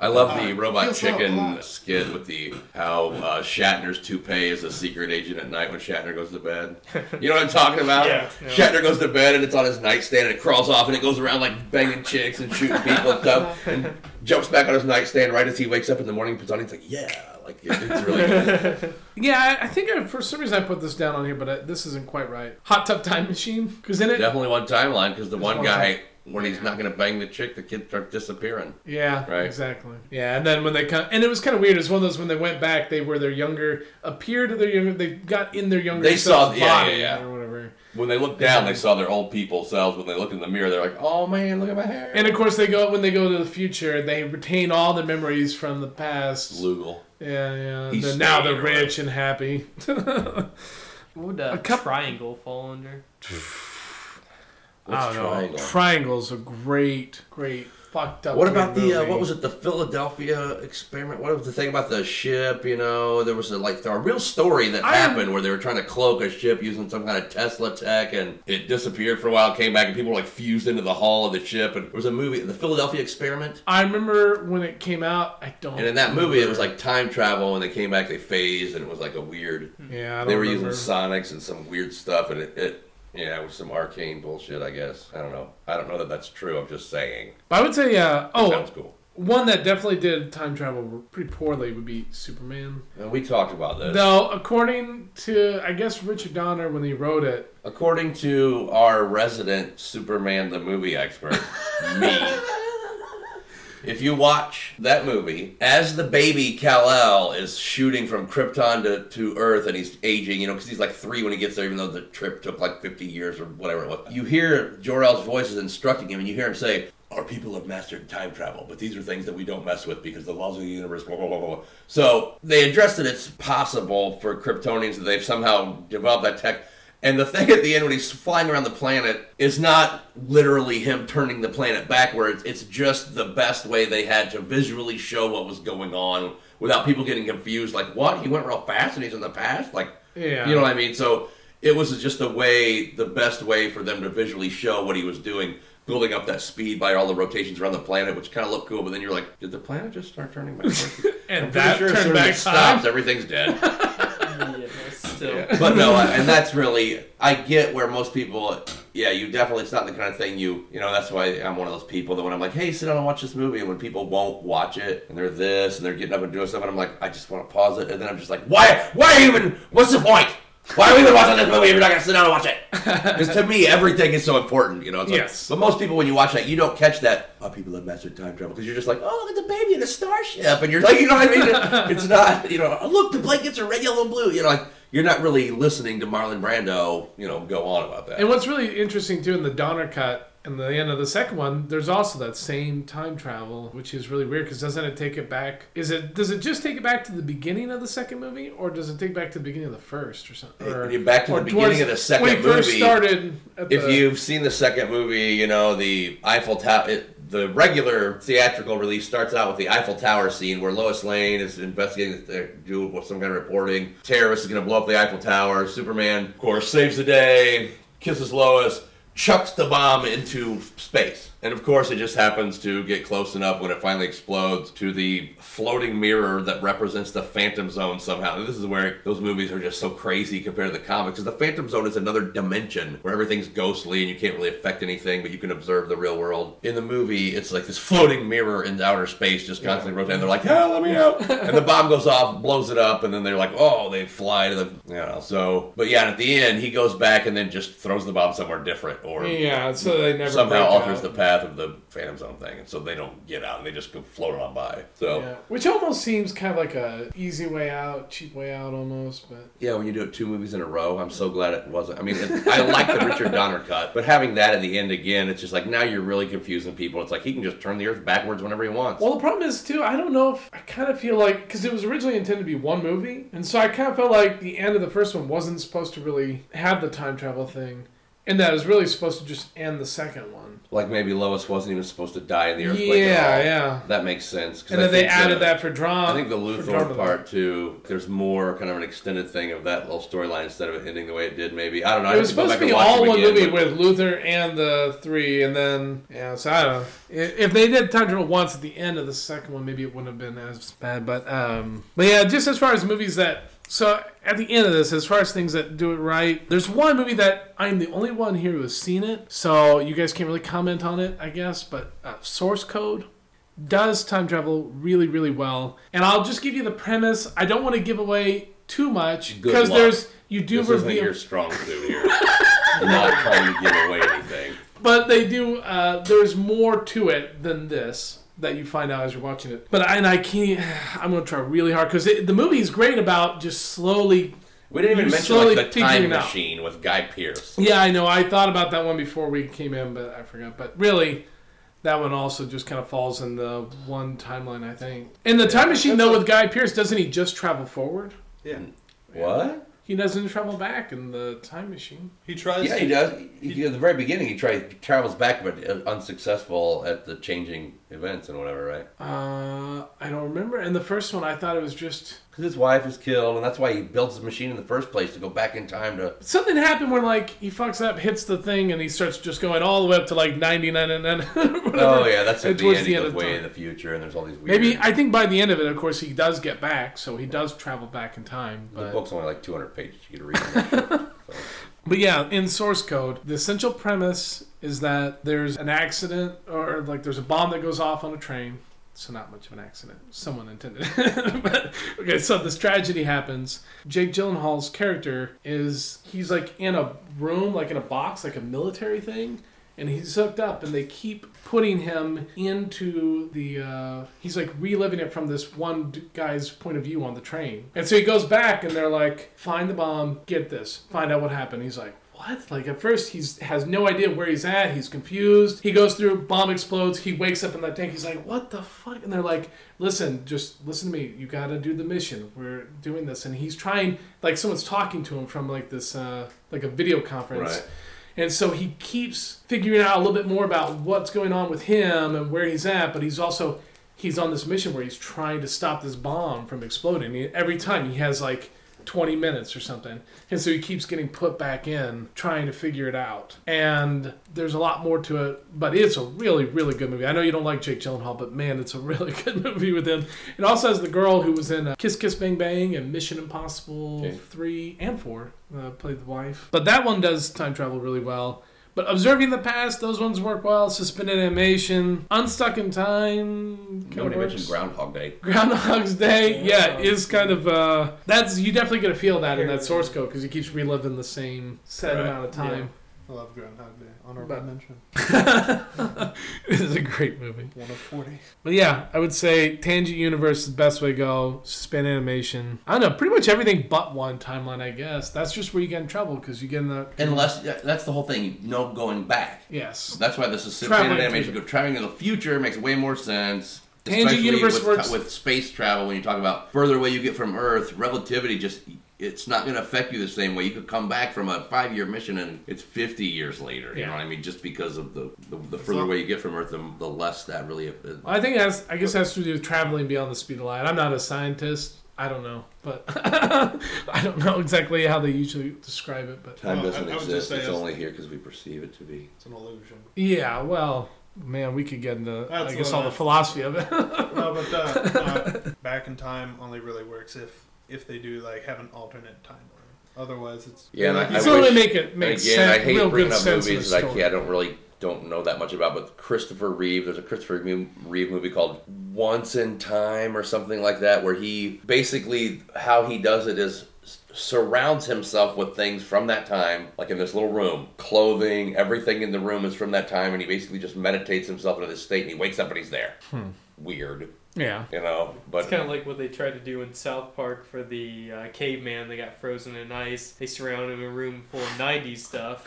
Speaker 4: I love the robot
Speaker 5: feels so
Speaker 4: chicken
Speaker 5: hot.
Speaker 4: skit with the how uh, Shatner's toupee is a secret agent at night when Shatner goes to bed. You know what I'm talking about?
Speaker 6: Yeah, yeah.
Speaker 4: Shatner goes to bed and it's on his nightstand and it crawls off and it goes around like banging chicks and shooting people and stuff and jumps back on his nightstand right as he wakes up in the morning. Puts on he's like yeah, like it- it's really good.
Speaker 2: Yeah, I, I think I, for some reason I put this down on here, but I, this isn't quite right. Hot Tub Time Machine, because in it,
Speaker 4: definitely one timeline because the one
Speaker 2: one
Speaker 4: guy when he's not gonna bang the chick, the kids start disappearing.
Speaker 2: yeah,
Speaker 4: Right.
Speaker 2: exactly. Yeah, and then when they come, and it was kind of weird. It's one of those when they went back, they were their younger, appeared to their younger, they got in their younger.
Speaker 4: They saw-
Speaker 2: self's
Speaker 4: yeah, yeah,
Speaker 2: body
Speaker 4: yeah.
Speaker 2: or whatever.
Speaker 4: When they look down, they saw their old people selves. When they look in the mirror, they're like, "Oh man, look at my hair."
Speaker 2: And of course, they go when they go to the future, they retain all the memories from the past.
Speaker 4: Lugal.
Speaker 2: Yeah, yeah.
Speaker 4: He's
Speaker 2: Then now they're
Speaker 4: staying around.
Speaker 2: rich and happy.
Speaker 6: What would a
Speaker 2: cup-
Speaker 6: triangle fall under?
Speaker 4: What's triangle?
Speaker 2: Triangle's a great, great fucked up.
Speaker 4: What about
Speaker 2: weird
Speaker 4: the uh,
Speaker 2: movie.
Speaker 4: what was it? The Philadelphia experiment. What was the thing about the ship? You know, there was a, like a real story that
Speaker 2: I-
Speaker 4: happened where they were trying to cloak a ship using some kind of Tesla tech, and it disappeared for a while, came back, and people were like fused into the hull of the ship. And it was a movie, the Philadelphia experiment.
Speaker 2: I remember when it came out. I don't.
Speaker 4: And in that movie, it was like time travel, and they came back, they phased, and it was like a weird.
Speaker 2: yeah, I don't
Speaker 4: They were
Speaker 2: remember.
Speaker 4: using sonics and some weird stuff, and it, it yeah, it was some arcane bullshit. I guess I don't know. I don't know that that's true. I'm just saying.
Speaker 2: But I would say, uh, oh,
Speaker 4: Sounds cool.
Speaker 2: one that definitely did time travel pretty poorly would be Superman.
Speaker 4: And we talked about this.
Speaker 2: Though, according to I guess Richard Donner when he wrote it,
Speaker 4: According to our resident Superman the movie expert, me. If you watch that movie, as the baby Kal-El is shooting from Krypton to, to Earth and he's aging, you know, because he's like three when he gets there, even though the trip took like 50 years or whatever it was, you hear Jor-El's voices instructing him and you hear him say, Our people have mastered time travel, but these are things that we don't mess with because the laws of the universe, blah, blah, blah, blah. blah." So they address that it's possible for Kryptonians that they've somehow developed that tech. And the thing at the end when he's flying around the planet is not literally him turning the planet backwards. It's just the best way they had to visually show what was going on without people getting confused. Like, what? He went real fast and he's in the past? Like,
Speaker 2: Yeah.
Speaker 4: you know what I mean? So it was just a way, the best way for them to visually show what he was doing, building up that speed by all the rotations around the planet, which kind of looked cool. But then you're like, did the planet just start turning backwards?
Speaker 2: and
Speaker 4: Pretty
Speaker 2: that
Speaker 4: sure as
Speaker 2: turned
Speaker 4: soon as it
Speaker 2: back time.
Speaker 4: stops, everything's dead.
Speaker 6: Yeah, still.
Speaker 4: but no, I- and that's really I get where most people. Yeah, you definitely. It's not the kind of thing you. You know, that's why I'm one of those people that when I'm like, hey, sit down and watch this movie, and when people won't watch it, and they're this, and they're getting up and doing stuff, and I'm like, I just want to pause it, and then I'm just like, why? Why are you even? What's the point? Why are we even watching this movie if you're not gonna sit down and watch it? Because to me, everything is so important, you know. It's like-
Speaker 2: Yes.
Speaker 4: but most people, when you watch that, you don't catch that. Oh, people love mastered time travel because you're just like, oh, look at the baby in a starship, and you're like, you know what I mean? it's not, you know, oh, look, the blankets are red, yellow, and blue. You know, like you're not really listening to Marlon Brando, you know, go on about that.
Speaker 2: And what's really interesting too in the Donner cut and the end of the second one, there's also that same time travel, which is really weird because doesn't it take it back? Is it does it just take it back to the beginning of the second movie, or does it take back to the beginning of the first or something? Or,
Speaker 4: You're back to the
Speaker 2: or
Speaker 4: beginning
Speaker 2: towards-
Speaker 4: of the second
Speaker 2: when he first
Speaker 4: movie.
Speaker 2: started. At
Speaker 4: if
Speaker 2: the,
Speaker 4: you've seen the second movie, you know the Eiffel Tower. It, the regular theatrical release starts out with the Eiffel Tower scene where Lois Lane is investigating they're doing what- some kind of reporting. Terrorists are going to blow up the Eiffel Tower. Superman, of course, saves the day, kisses Lois, chucks the bomb into space. And of course, it just happens to get close enough when it finally explodes to the floating mirror that represents the Phantom Zone somehow. This is where those movies are just so crazy compared to the comics. Because the Phantom Zone is another dimension where everything's ghostly and you can't really affect anything, but you can observe the real world. In the movie, it's like this floating mirror in outer space just constantly rotating. They're like, "Hell, let me out!" and the bomb goes off, blows it up, and then they're like, "Oh, they fly to the." You know, so, but yeah, and at the end, he goes back and then just throws the bomb somewhere different, or
Speaker 2: Yeah, so they never
Speaker 4: somehow
Speaker 2: break
Speaker 4: alters
Speaker 2: out.
Speaker 4: the path of the Phantom Zone thing, and so they don't get out, and they just go float on by. So
Speaker 2: Yeah, which almost seems kind of like a easy way out, cheap way out almost, but
Speaker 4: yeah, when you do it two movies in a row, I'm so glad it wasn't. I mean, it, I like the Richard Donner cut, but having that at the end again, it's just like now you're really confusing people. It's like he can just turn the Earth backwards whenever he wants.
Speaker 2: Well, the problem is too. I don't know if I kind of feel like because it was originally intended to be one movie, and so I kind of felt like the end of the first one wasn't supposed to really have the time travel thing, and that it was really supposed to just end the second one.
Speaker 4: like maybe Lois wasn't even supposed to die in the
Speaker 2: Yeah,
Speaker 4: earthquake. at all.
Speaker 2: yeah.
Speaker 4: That makes sense. 'cause
Speaker 2: And
Speaker 4: I
Speaker 2: then they
Speaker 4: think
Speaker 2: added
Speaker 4: the-
Speaker 2: that for drama.
Speaker 4: I think the Luthor part too. There's more kind of an extended thing of that little storyline instead of it ending the way it did. Maybe I don't know. I
Speaker 2: It was
Speaker 4: have go
Speaker 2: supposed
Speaker 4: back
Speaker 2: to be
Speaker 4: and watch
Speaker 2: all
Speaker 4: them
Speaker 2: one
Speaker 4: again,
Speaker 2: movie
Speaker 4: but-
Speaker 2: with Luther and the three, and then yeah. So I don't know. I- If they did time travel once at the end of the second one, maybe it wouldn't have been as bad. But um, but yeah, just as far as movies that so at the end of this, as far as things that do it right, there's one movie that I'm the only one here who has seen it, so you guys can't really comment on it, I guess. But uh, Source Code does time travel really, really well. And I'll just give you the premise. I don't want to give away too much
Speaker 4: Good
Speaker 2: because
Speaker 4: luck.
Speaker 2: there's you do
Speaker 4: This isn't
Speaker 2: reveal
Speaker 4: your strong suit here. I'm not trying to give away anything.
Speaker 2: but they do. Uh, there's more to it than this that you find out as you're watching it. But I, and I can't. I'm gonna try really hard because the movie is great about just slowly.
Speaker 4: We didn't even
Speaker 2: You're
Speaker 4: mention like,
Speaker 2: slowly
Speaker 4: the time
Speaker 2: figuring out.
Speaker 4: machine with Guy Pearce.
Speaker 2: Yeah, I know. I thought about that one before we came in, but I forgot. But really. That one also just kind of falls in the one timeline, I think. And the time machine, though, with Guy Pierce, doesn't he just travel forward?
Speaker 5: Yeah.
Speaker 4: What?
Speaker 2: He doesn't travel back in the time machine.
Speaker 5: He tries.
Speaker 4: Yeah, he does. He, at the very beginning, he tries travels back, but uh, unsuccessful at the changing events and whatever, right?
Speaker 2: Uh, I don't remember. And the first one, I thought it was just
Speaker 4: Because his wife is killed, and that's why he builds the machine in the first place to go back in time to.
Speaker 2: something happened where like he fucks up, hits the thing, and he starts just going all the way up to like ninety nine and then.
Speaker 4: Oh yeah, that's at
Speaker 2: And
Speaker 4: the
Speaker 2: towards
Speaker 4: end.
Speaker 2: the
Speaker 4: He
Speaker 2: end
Speaker 4: goes
Speaker 2: of
Speaker 4: way
Speaker 2: time.
Speaker 4: in the future, and there's all these weird.
Speaker 2: Maybe I think by the end of it, of course, he does get back, so he does travel back in time.
Speaker 4: the
Speaker 2: But,
Speaker 4: book's only like 200 pages. You could read. it.
Speaker 2: but yeah, in source code, the essential premise is that there's an accident or like there's a bomb that goes off on a train. So not much of an accident. Someone intended. it. but okay, so this tragedy happens. Jake Gyllenhaal's character is he's like in a room, like in a box, like a military thing, and he's hooked up, and they keep putting him into the. Uh, he's like reliving it from this one d- guy's point of view on the train, and so he goes back, and they're like, "Find the bomb, get this, find out what happened." He's like. What? Like at first he's has no idea where he's at. He's confused. He goes through, bomb explodes. He wakes up in that tank. He's like, "What the fuck?" And they're like, "Listen, just listen to me. You gotta do the mission. We're doing this." And he's trying, like someone's talking to him from like this, uh, like a video conference.
Speaker 4: Right.
Speaker 2: And so he keeps figuring out a little bit more about what's going on with him and where he's at, but he's also he's on this mission where he's trying to stop this bomb from exploding. He- every time he has like 20 minutes or something. And so he keeps getting put back in trying to figure it out. And there's a lot more to it, but it's a really really good movie. I know you don't like Jake Gyllenhaal, but man, it's a really good movie with him. It also has the girl who was in uh, Kiss Kiss Bang Bang and Mission Impossible
Speaker 4: Okay.
Speaker 2: 3 and 4 uh, played the wife. But that one does time travel really well. But observing the past, those ones work well. Suspended animation, unstuck in time. kinda
Speaker 4: Nobody
Speaker 2: works.
Speaker 4: mentioned Groundhog Day.
Speaker 2: Groundhog's Day, yeah,
Speaker 3: Yeah.
Speaker 2: is kind of uh, that's you definitely get a feel of that in that source code because he keeps reliving the same set
Speaker 4: Right.
Speaker 2: amount of time.
Speaker 5: I love Groundhog Day. Honorable
Speaker 2: But-
Speaker 5: mention.
Speaker 2: This is a great movie.
Speaker 5: One of forty.
Speaker 2: But yeah, I would say Tangent Universe is the best way to go. Suspend animation. I don't know, pretty much everything but one timeline. I guess that's just where you get in trouble because you get in the
Speaker 4: Unless yeah, that's the whole thing. No going back.
Speaker 2: yes.
Speaker 4: That's why this is
Speaker 2: Traveling
Speaker 4: suspended animation.
Speaker 2: to
Speaker 4: Go, traveling in the future makes way more sense.
Speaker 2: Tangent
Speaker 4: especially
Speaker 2: universe
Speaker 4: with,
Speaker 2: works-
Speaker 4: with space travel. When you talk about further away you get from Earth, relativity just it's not going to affect you the same way. You could come back from a five year mission and it's fifty years later. You
Speaker 2: Yeah.
Speaker 4: know what I mean? Just because of the the, the further away you get from Earth, the, the less that really. uh,
Speaker 2: I think it has. I guess it has to do with traveling beyond the speed of light. I'm not a scientist. I don't know, but I don't know exactly how they usually describe it. But
Speaker 4: Time
Speaker 5: Well, I-
Speaker 4: doesn't
Speaker 5: I would just
Speaker 4: exist.
Speaker 5: say
Speaker 4: It's
Speaker 5: it's-
Speaker 4: only here because we perceive it to be.
Speaker 5: It's an illusion.
Speaker 2: yeah, well, Man, we could get into
Speaker 5: That's
Speaker 2: I guess
Speaker 5: what
Speaker 2: all
Speaker 5: I-
Speaker 2: the philosophy of it.
Speaker 5: No, but uh, uh, back in time only really works if if they do like have an alternate timeline. Otherwise, it's
Speaker 4: Yeah, and I,
Speaker 2: It's
Speaker 4: I
Speaker 2: only
Speaker 4: wish,
Speaker 2: make it
Speaker 4: and
Speaker 2: make
Speaker 4: again,
Speaker 2: sense.
Speaker 4: I hate
Speaker 2: real
Speaker 4: bringing
Speaker 2: good
Speaker 4: up
Speaker 2: sense
Speaker 4: movies
Speaker 2: of the
Speaker 4: like
Speaker 2: story.
Speaker 4: yeah, I don't really don't know that much about, but Christopher Reeve. There's a Christopher Mu- Reeve movie called Once in Time or something like that, where he basically how he does it is s- surrounds himself with things from that time, like in this little room, clothing, everything in the room is from that time, and he basically just meditates himself into this state, and he wakes up and he's there.
Speaker 2: Hmm.
Speaker 4: Weird,
Speaker 2: Yeah.
Speaker 4: you know, but.
Speaker 6: It's kind of like what they tried to do in South Park for the uh, caveman. They got frozen in ice. They surround him in a room full of '90s stuff,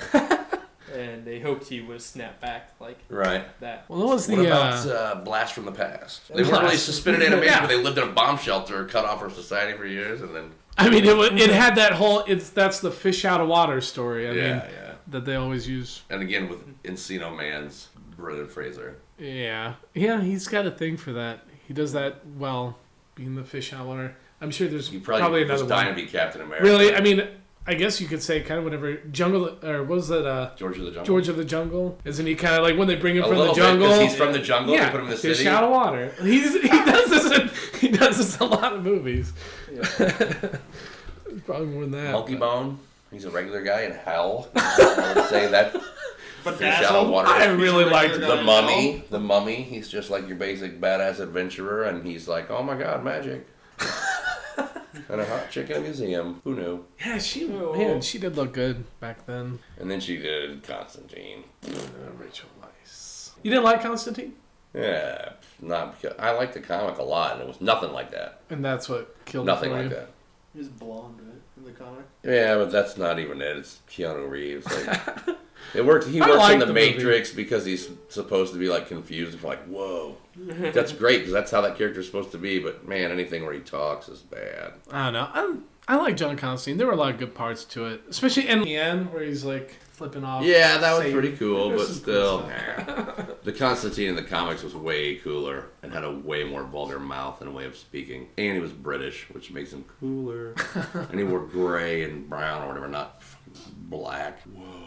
Speaker 6: and they hoped he would snap back like
Speaker 4: Right.
Speaker 6: that.
Speaker 2: Well, what was
Speaker 4: What
Speaker 2: the
Speaker 4: about
Speaker 2: uh,
Speaker 4: uh, Blast from the Past? They weren't really
Speaker 2: Blast.
Speaker 4: suspended animation,
Speaker 2: Yeah.
Speaker 4: but they lived in a bomb shelter, cut off from society for years, and then
Speaker 2: I mean, it wa- it had that whole it's that's the fish out of water story. I
Speaker 4: yeah,
Speaker 2: mean,
Speaker 4: yeah.
Speaker 2: that they always use.
Speaker 4: And again with Encino Man's Brendan Fraser.
Speaker 2: Yeah, yeah, he's got a thing for that. He does that well, being the fish out of water. I'm sure there's
Speaker 4: He
Speaker 2: probably,
Speaker 4: probably, was
Speaker 2: another
Speaker 4: dying
Speaker 2: one.
Speaker 4: to be Captain America.
Speaker 2: Really, I mean, I guess you could say kind of whatever jungle or what was that uh,
Speaker 4: George of the Jungle.
Speaker 2: George of the Jungle? Isn't he kind of like when they bring him
Speaker 4: a
Speaker 2: from
Speaker 4: little
Speaker 2: the jungle?
Speaker 4: because he's from the jungle.
Speaker 2: yeah,
Speaker 4: they put him in the
Speaker 2: fish
Speaker 4: city.
Speaker 2: out of water. He's he does this. In, he does this in a lot of movies. probably more than that.
Speaker 4: Monkey Bone. He's a regular guy in Hell. I would say that.
Speaker 5: but
Speaker 4: Fish out of water.
Speaker 2: I really liked
Speaker 5: Regular
Speaker 4: the
Speaker 5: guy.
Speaker 4: Mummy. The Mummy. He's just like your basic badass adventurer, and he's like, oh my god, magic. and a hot chick in a museum. Who knew?
Speaker 2: Yeah, she
Speaker 6: Oh,
Speaker 2: man, she did look good back then.
Speaker 4: And then she did Constantine. Uh,
Speaker 2: Rachel Weisz. You didn't like Constantine,
Speaker 4: Yeah, not because I liked the comic a lot, and it was nothing like that.
Speaker 2: and that's what killed it
Speaker 4: Nothing
Speaker 2: for
Speaker 4: like
Speaker 2: you.
Speaker 4: that.
Speaker 7: He was blonde, right? In the comic.
Speaker 4: Yeah, but that's not even it. It's Keanu Reeves. Like, it works. He
Speaker 2: I
Speaker 4: works
Speaker 2: like
Speaker 4: in the,
Speaker 2: the movie.
Speaker 4: Matrix because he's supposed to be like confused. and Like, whoa, that's great because that's how that character's supposed to be. But man, anything where he talks is bad.
Speaker 2: I don't know. I'm, I like John Constantine. There were a lot of good parts to it, especially in the end where he's like flipping off.
Speaker 4: Yeah, that was
Speaker 2: Satan.
Speaker 4: pretty cool,
Speaker 2: There's
Speaker 4: but
Speaker 2: some cool
Speaker 4: still, nah. the Constantine in the comics was way cooler and had a way more vulgar mouth and way of speaking. And he was British, which makes him cooler. and he wore gray and brown or whatever, not fucking black. Whoa.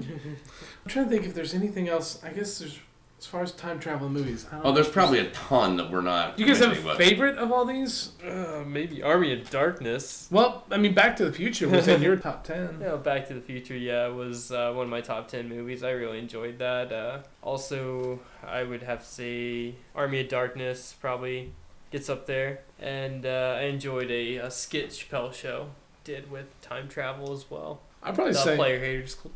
Speaker 2: I'm trying to think if there's anything else. I guess there's as far as time travel movies. I don't
Speaker 4: Oh, there's probably a ton that we're not.
Speaker 2: Do you guys have
Speaker 4: mentioning,
Speaker 2: a
Speaker 4: but-
Speaker 2: favorite of all these?
Speaker 6: Uh, maybe Army of Darkness.
Speaker 2: Well, I mean, Back to the Future was in your top ten.
Speaker 6: Yeah, Back to the Future, yeah, was uh, one of my top 10 movies. I really enjoyed that. Uh, also, I would have to say Army of Darkness probably gets up there. And uh, I enjoyed a, a skit Chappelle show did with time travel as well.
Speaker 2: I'd probably
Speaker 6: The
Speaker 2: say
Speaker 6: player haters cl-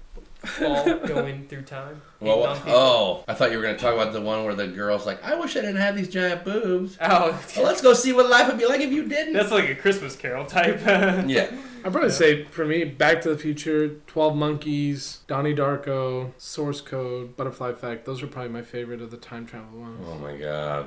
Speaker 6: ball going through time.
Speaker 4: Well,
Speaker 6: Hating on people.
Speaker 4: oh, I thought you were going to talk about the one where the girl's like, I wish I didn't have these giant boobs. Well,
Speaker 6: Ow.
Speaker 4: let's go see what life would be like if you didn't.
Speaker 6: That's like a Christmas Carol type.
Speaker 4: yeah.
Speaker 2: I'd probably say for me, Back to the Future, Twelve Monkeys, Donnie Darko, Source Code, Butterfly Effect. Those are probably my favorite of the time travel ones.
Speaker 4: Oh my god.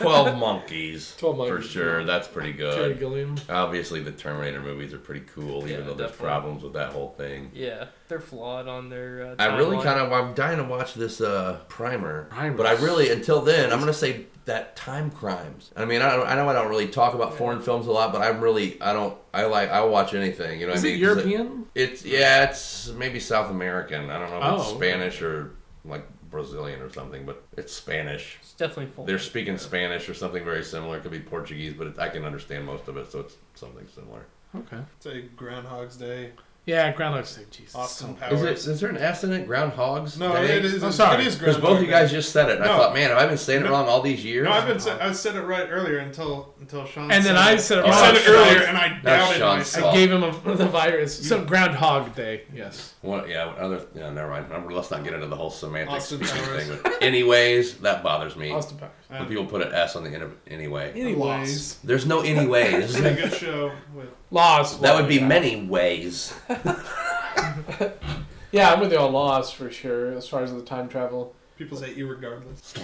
Speaker 4: 12 monkeys.
Speaker 2: 12
Speaker 4: For
Speaker 2: Monkeys.
Speaker 4: sure. That's pretty
Speaker 2: Terry
Speaker 4: good.
Speaker 2: Gilliam.
Speaker 4: Obviously, the Terminator movies are pretty cool, even
Speaker 6: Yeah,
Speaker 4: though there's
Speaker 6: definitely.
Speaker 4: problems with that whole thing.
Speaker 6: yeah, they're flawed on their. Uh,
Speaker 4: I really
Speaker 6: timeline.
Speaker 4: kind of, I'm dying to watch this uh, primer,
Speaker 2: Primer.
Speaker 4: but I really, until then, I'm gonna say that Time Crimes. I mean, I, don't, I know I don't really talk about foreign films a lot, but I'm really, I don't, I like, I watch anything. You know, what
Speaker 2: Is
Speaker 4: I mean,
Speaker 2: it
Speaker 4: 'Cause
Speaker 2: European?
Speaker 4: It's yeah, it's maybe South American. I don't know if it's
Speaker 2: Oh, okay.
Speaker 4: Spanish or like Brazilian or something, but it's Spanish.
Speaker 6: It's definitely
Speaker 2: Oh,
Speaker 6: full.
Speaker 4: They're speaking Spanish or something very similar. It could be Portuguese, but it, I can understand most of it, so it's something similar.
Speaker 2: Okay.
Speaker 5: It's a Groundhog's Day.
Speaker 2: Yeah, Groundhog's Day. Jesus.
Speaker 5: Austin
Speaker 4: Is
Speaker 5: Powers.
Speaker 4: it? Is there an accident? Groundhogs?
Speaker 5: No,
Speaker 4: Day?
Speaker 5: it is.
Speaker 2: I'm sorry.
Speaker 5: It is
Speaker 4: Because both of you
Speaker 5: Groundhog
Speaker 4: guys
Speaker 5: Day.
Speaker 4: just said it. and I
Speaker 5: No.
Speaker 4: thought, man, have I been saying it wrong all these years?
Speaker 5: No, I've been. Sa- I've said it right earlier until until Sean.
Speaker 2: And
Speaker 5: said
Speaker 2: then I
Speaker 5: it.
Speaker 2: said it
Speaker 5: You
Speaker 2: wrong.
Speaker 5: said it
Speaker 2: Sean-
Speaker 5: earlier, and I doubted
Speaker 4: Sean's
Speaker 5: myself.
Speaker 4: fault.
Speaker 2: I gave him a, the virus. So Groundhog Day. Yes.
Speaker 4: What? Yeah. What other? Yeah. Never mind. I'm- Let's not get into the whole semantic
Speaker 5: Austin
Speaker 4: speaking
Speaker 5: Powers.
Speaker 4: thing. But anyways, that bothers me.
Speaker 2: Austin Powers.
Speaker 4: When people put an S on the end of anyway.
Speaker 2: Anyways,
Speaker 4: There's no anyways.
Speaker 5: It's a good show. With
Speaker 2: Lost.
Speaker 4: that would be many ways.
Speaker 2: Yeah, I'm with you on Lost for sure. As far as the time travel.
Speaker 5: people say irregardless.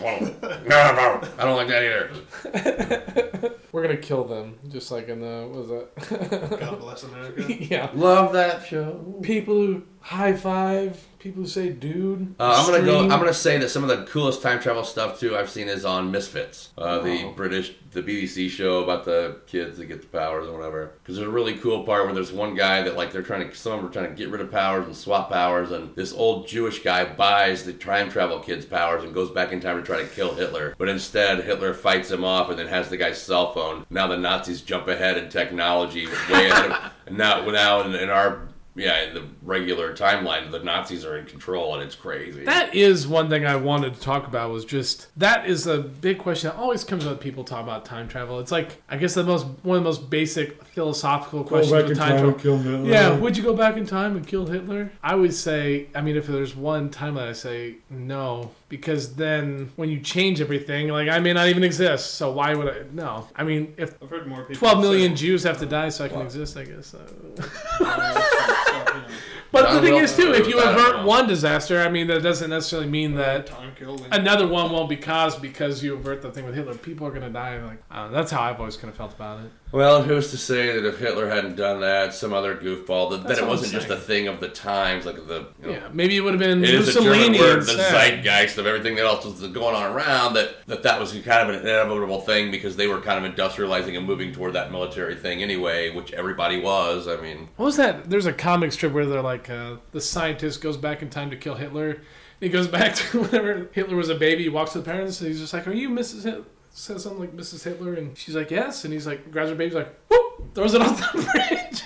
Speaker 4: no, no, I don't like that either.
Speaker 2: We're gonna kill them, just like in the what was
Speaker 5: God bless America.
Speaker 2: it? yeah,
Speaker 4: Love that show.
Speaker 2: people who High five. People who say dude.
Speaker 4: Uh, I'm gonna go.
Speaker 2: Extreme.
Speaker 4: I'm gonna say that some of the coolest time travel stuff too I've seen is on Misfits, uh, the British, the BBC show about the kids that get the powers and whatever. Because there's a really cool part where there's one guy that like they're trying to some of them are trying to get rid of powers and swap powers, and this old Jewish guy buys the time travel kid's powers and goes back in time to try to kill Hitler, but instead Hitler fights him off and then has the guy's cell phone. Now the Nazis jump ahead in technology, way ahead of now now in, in our. Yeah, in the regular timeline, the Nazis are in control, and it's crazy.
Speaker 2: That is one thing I wanted to talk about was just that is a big question that always comes up when people talk about time travel. It's like I guess the most one of the most basic philosophical
Speaker 8: Go
Speaker 2: questions
Speaker 8: back in
Speaker 2: with
Speaker 8: time
Speaker 2: time
Speaker 8: and
Speaker 2: travel.
Speaker 8: kill Hitler.
Speaker 2: Yeah, would you go back in time and kill Hitler? I would say, I mean, if there's one timeline, I say no, because then when you change everything, like I may not even exist. So why would I? No, I mean, if
Speaker 5: I've heard more people.
Speaker 2: 12 million
Speaker 5: say-
Speaker 2: Jews have to die so I can exist, I guess. uh,
Speaker 5: so, you know,
Speaker 2: But the
Speaker 4: I
Speaker 2: thing
Speaker 4: will
Speaker 2: is, too, if you
Speaker 4: agree with that. uh,
Speaker 2: avert one disaster, I mean, that doesn't necessarily mean that
Speaker 5: Time killing.
Speaker 2: another one won't be caused because you avert the thing with Hitler. People are gonna die. Like I don't know, that's how I've always kind of felt about it.
Speaker 4: Well, and who's to say that if Hitler hadn't done that, some other goofball, that,
Speaker 2: That's
Speaker 4: that it
Speaker 2: what
Speaker 4: wasn't
Speaker 2: I'm
Speaker 4: just a thing of the times, like the you know,
Speaker 2: Yeah, maybe it would have been
Speaker 4: it is a German
Speaker 2: Mussolini
Speaker 4: word, the
Speaker 2: instead.
Speaker 4: zeitgeist of everything that else was going on around. That that that was kind of an inevitable thing because they were kind of industrializing and moving toward that military thing anyway, which everybody was. I mean,
Speaker 2: What was that? There's a comic strip where they're like, uh, the scientist goes back in time to kill Hitler. He goes back to whenever Hitler was a baby. He walks to the parents and he's just like, "Are you Mrs. Hitler?" Says something like Mrs. Hitler, and she's like, "Yes." And he's like, grabs her baby's like, whoop, throws it off the bridge.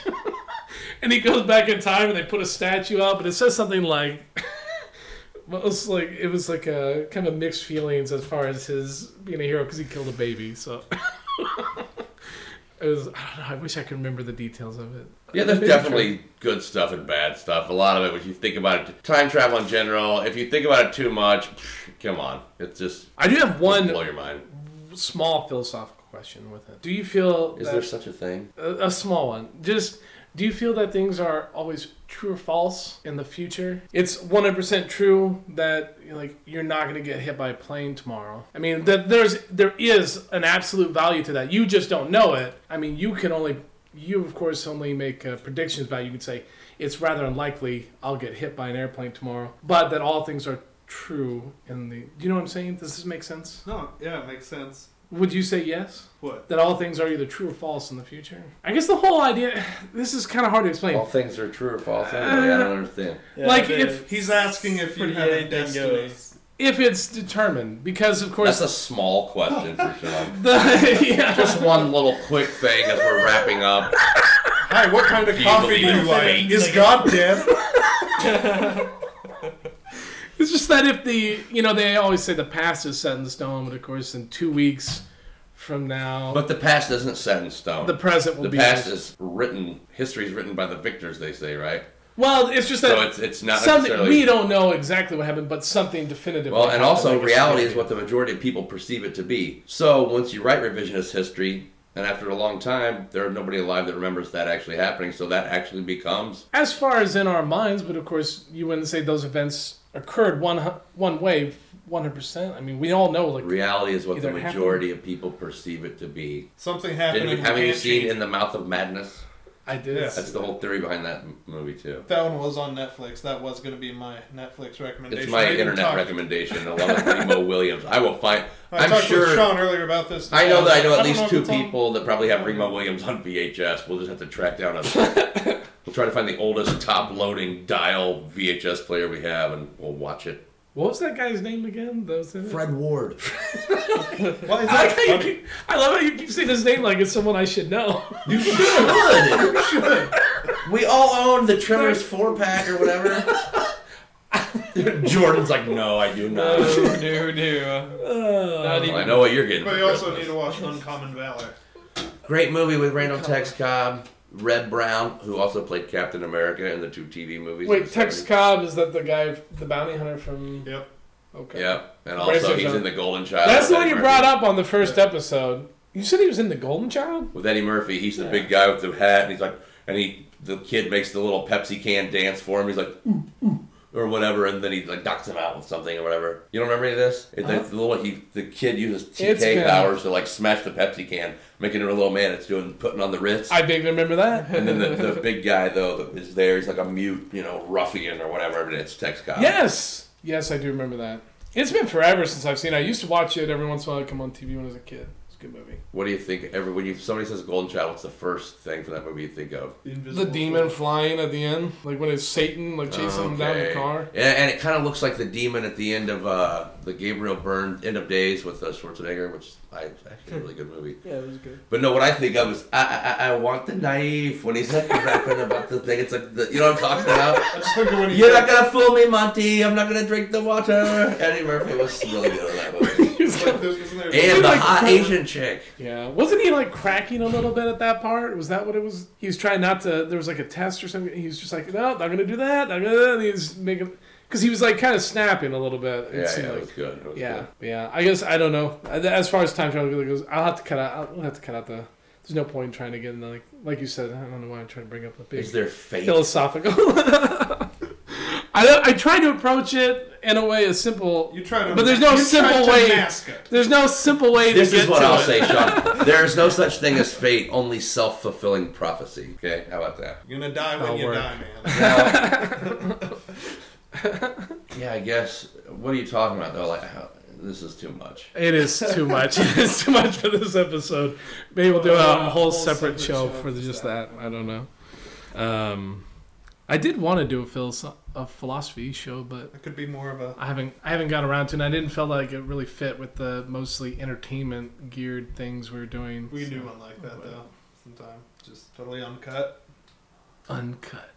Speaker 2: and he goes back in time, and they put a statue up, and it says something like, well, it was like it was like a kind of mixed feelings as far as his being a hero because he killed a baby. So it was. I don't know. I wish I could remember the details of it.
Speaker 4: Yeah, there's
Speaker 2: Maybe I'm
Speaker 4: definitely good stuff and bad stuff. A lot of it, if you think about it, time travel in general. If you think about it too much, come on, it's just
Speaker 2: I do have one
Speaker 4: blow your mind.
Speaker 2: small philosophical question with it. Do you feel
Speaker 4: Is
Speaker 2: that-
Speaker 4: there such a thing?
Speaker 2: a, a small one? Just do you feel that things are always true or false in the future? It's one hundred percent true that like you're not gonna get hit by a plane tomorrow. I mean, that there's there is an absolute value to that. You just don't know it. I mean, you can only you of course only make uh, predictions about. It. You could say it's rather unlikely I'll get hit by an airplane tomorrow, but that all things are true in the. Do you know what I'm saying? Does this make sense?
Speaker 5: No, yeah, it makes sense.
Speaker 2: Would you say yes?
Speaker 5: What?
Speaker 2: That all things are either true or false in the future? I guess the whole idea. This is kind of hard to explain.
Speaker 4: All things are true or false. Anyway,
Speaker 2: Uh,
Speaker 4: I don't understand.
Speaker 2: like,
Speaker 6: it
Speaker 2: if-
Speaker 6: is.
Speaker 5: He's asking if you
Speaker 6: Pretty
Speaker 5: have a
Speaker 6: anything
Speaker 5: destiny.
Speaker 6: goes.
Speaker 2: If it's determined, because of course
Speaker 4: That's a small question for Sean.
Speaker 2: the yeah.
Speaker 4: Just one little quick thing as we're wrapping up.
Speaker 5: Hi, what kind of
Speaker 4: Do you
Speaker 5: coffee do
Speaker 4: believe
Speaker 5: you
Speaker 4: in
Speaker 5: like?
Speaker 4: fate?
Speaker 5: Is God dead?
Speaker 2: It's just that if the you know they always say the past is set in stone, but of course in two weeks from now
Speaker 4: But the past isn't set in stone.
Speaker 2: the present will
Speaker 4: The
Speaker 2: be.
Speaker 4: past is written. History is written by the victors, they say, right?
Speaker 2: well, it's just
Speaker 4: So
Speaker 2: that
Speaker 4: it's it's not
Speaker 2: something
Speaker 4: necessarily.
Speaker 2: we don't know exactly what happened, but something definitive.
Speaker 4: Well, and also reality is what the majority of people perceive it to be. So once you write revisionist history, and after a long time, there are nobody alive that remembers that actually happening. So that actually becomes
Speaker 2: as far as in our minds, but of course you wouldn't say those events occurred one hu- one way, one hundred percent. I mean, we all know like
Speaker 4: reality is what the
Speaker 2: Either happened-
Speaker 4: majority of people perceive it to be.
Speaker 5: Something happened.
Speaker 4: Didn't,
Speaker 5: and
Speaker 4: haven't you
Speaker 5: can't
Speaker 4: seen
Speaker 5: change
Speaker 4: In the Mouth of Madness?
Speaker 2: I did.
Speaker 5: Yeah.
Speaker 4: That's the whole theory behind that m- movie too.
Speaker 5: That one was on Netflix. That was going to be my Netflix recommendation.
Speaker 4: It's
Speaker 5: I
Speaker 4: my
Speaker 5: didn't
Speaker 4: internet
Speaker 5: talk-
Speaker 4: recommendation along with Remo Williams. I will find.
Speaker 5: I
Speaker 4: I'm
Speaker 5: talked with
Speaker 4: sure.
Speaker 5: Sean earlier about this.
Speaker 4: I know that I know at
Speaker 5: don't
Speaker 4: least
Speaker 5: if
Speaker 4: two
Speaker 5: it's on-
Speaker 4: people that probably have Remo Williams on VHS. We'll just have to track down a. we'll try to find the oldest top-loading dial VHS player we have, and we'll watch it.
Speaker 2: What was that guy's name again? That was it?
Speaker 4: Ward.
Speaker 5: Why
Speaker 2: I, like
Speaker 5: is that
Speaker 2: how you
Speaker 5: funny?
Speaker 2: keep, I love how you keep saying his name like it's someone I should know.
Speaker 4: You should. We all own the Tremors four pack or whatever. Jordan's like, no, I do not.
Speaker 6: No, no, no. uh,
Speaker 2: Uh,
Speaker 6: Not
Speaker 4: Well, I
Speaker 6: even.
Speaker 4: know what you're getting.
Speaker 5: But
Speaker 4: for
Speaker 5: you also
Speaker 4: Christmas.
Speaker 5: need to watch Uncommon Valor.
Speaker 4: Great movie with Randall Tex Cobb, Red Brown, who also played Captain America in the two TV movies. in
Speaker 2: Wait,
Speaker 4: the
Speaker 2: Tex
Speaker 4: 70s.
Speaker 2: Cobb is that the guy, the bounty hunter from?
Speaker 5: Yep.
Speaker 2: Okay.
Speaker 4: Yep, and
Speaker 2: Where's
Speaker 4: also
Speaker 2: his
Speaker 4: he's
Speaker 2: own-
Speaker 4: in the Golden Child.
Speaker 2: That's the
Speaker 4: with
Speaker 2: one
Speaker 4: Eddie
Speaker 2: you
Speaker 4: Murphy.
Speaker 2: brought up on the first episode. You said he was in the Golden Child.
Speaker 4: with Eddie Murphy. He's the big guy with the hat, and he's like, and he the kid makes the little Pepsi can dance for him. He's like, ooh, ooh, or whatever, and then he like knocks him out with something or whatever. You don't remember any of this? It, the, the little he, the kid uses
Speaker 2: Uh-huh. It's been-
Speaker 4: TK powers to like smash the Pepsi can, making it a little man. It's doing putting on the Ritz.
Speaker 2: I vaguely remember that.
Speaker 4: and then the, the big guy though that is there, he's like a mute, you know, ruffian or whatever, but it's Tex Cobb.
Speaker 2: Yes, yes, I do remember that. It's been forever since I've seen. it. I used to watch it every once in a while. It'd come on TV when I was a kid. It's a good movie.
Speaker 4: What do you think? Every when you somebody says Golden Child, what's the first thing for that movie you think of?
Speaker 5: The,
Speaker 2: The
Speaker 5: Invisible
Speaker 2: demon
Speaker 5: Foil.
Speaker 2: flying at the end, like when it's Satan, like chasing him down in the
Speaker 4: Okay.
Speaker 2: car.
Speaker 4: Yeah, and it kind of looks like the demon at the end of uh, the Gabriel Byrne end of days with uh, Schwarzenegger, which I it's actually a really good movie.
Speaker 6: Yeah, it was good.
Speaker 4: But no, what I think of is I I, I want the knife when he's like rapping about the thing. It's like the, you know what I'm talking
Speaker 5: I
Speaker 4: about.
Speaker 5: just think of when he
Speaker 4: You're not gonna fool me, Monty. I'm not gonna drink the water. Eddie Murphy was really good in that movie.
Speaker 2: He's
Speaker 5: like,
Speaker 2: like-
Speaker 5: there's- isn't there-
Speaker 4: And the hot Asian chick.
Speaker 2: yeah, wasn't he like cracking a little bit at that part? Was that what it was? He was trying not to. There was like a test or something. He was just like, no, not gonna do that. I'm gonna. And he's making because he was like kind of snapping a little bit. It
Speaker 4: Yeah, yeah,
Speaker 2: seemed
Speaker 4: it
Speaker 2: like.
Speaker 4: was good. It was
Speaker 2: Yeah,
Speaker 4: good.
Speaker 2: yeah. I guess I don't know. Uh, As far as time travel goes, I'll have to cut out. I'll, we'll have to cut out the. There's no point in trying to get in the, like like you said. I don't know why I'm trying to bring up the big
Speaker 4: Is there fate?
Speaker 2: philosophical. I don't- I tried to approach it in a way as simple.
Speaker 5: You try to,
Speaker 2: But there's no
Speaker 5: you try
Speaker 2: simple
Speaker 5: to
Speaker 2: way.
Speaker 5: mask it.
Speaker 2: There's no simple way
Speaker 4: This
Speaker 2: to get
Speaker 4: is what
Speaker 2: to
Speaker 4: I'll
Speaker 2: it.
Speaker 4: say, Sean. There is no such thing as fate, only self fulfilling prophecy. Okay, how about that?
Speaker 5: You're gonna die
Speaker 2: That'll
Speaker 5: when you
Speaker 2: work.
Speaker 5: die, man.
Speaker 4: yeah, I guess. What are you talking about though? Like, how, this is too much.
Speaker 2: It is too much. it's too much for this episode. Maybe we'll do a
Speaker 6: Uh,
Speaker 2: whole
Speaker 6: whole
Speaker 2: separate,
Speaker 6: separate
Speaker 2: show,
Speaker 6: show
Speaker 2: for
Speaker 6: for
Speaker 2: just that. I don't know. Um, I did want to do a, philosoph- a philosophy show, but
Speaker 5: That could be more of a.
Speaker 2: I haven't I haven't got around to it. and I didn't feel like it really fit with the mostly entertainment geared things we were doing.
Speaker 5: We can
Speaker 2: So,
Speaker 5: do one like that though, sometime. Just totally uncut.
Speaker 2: uncut.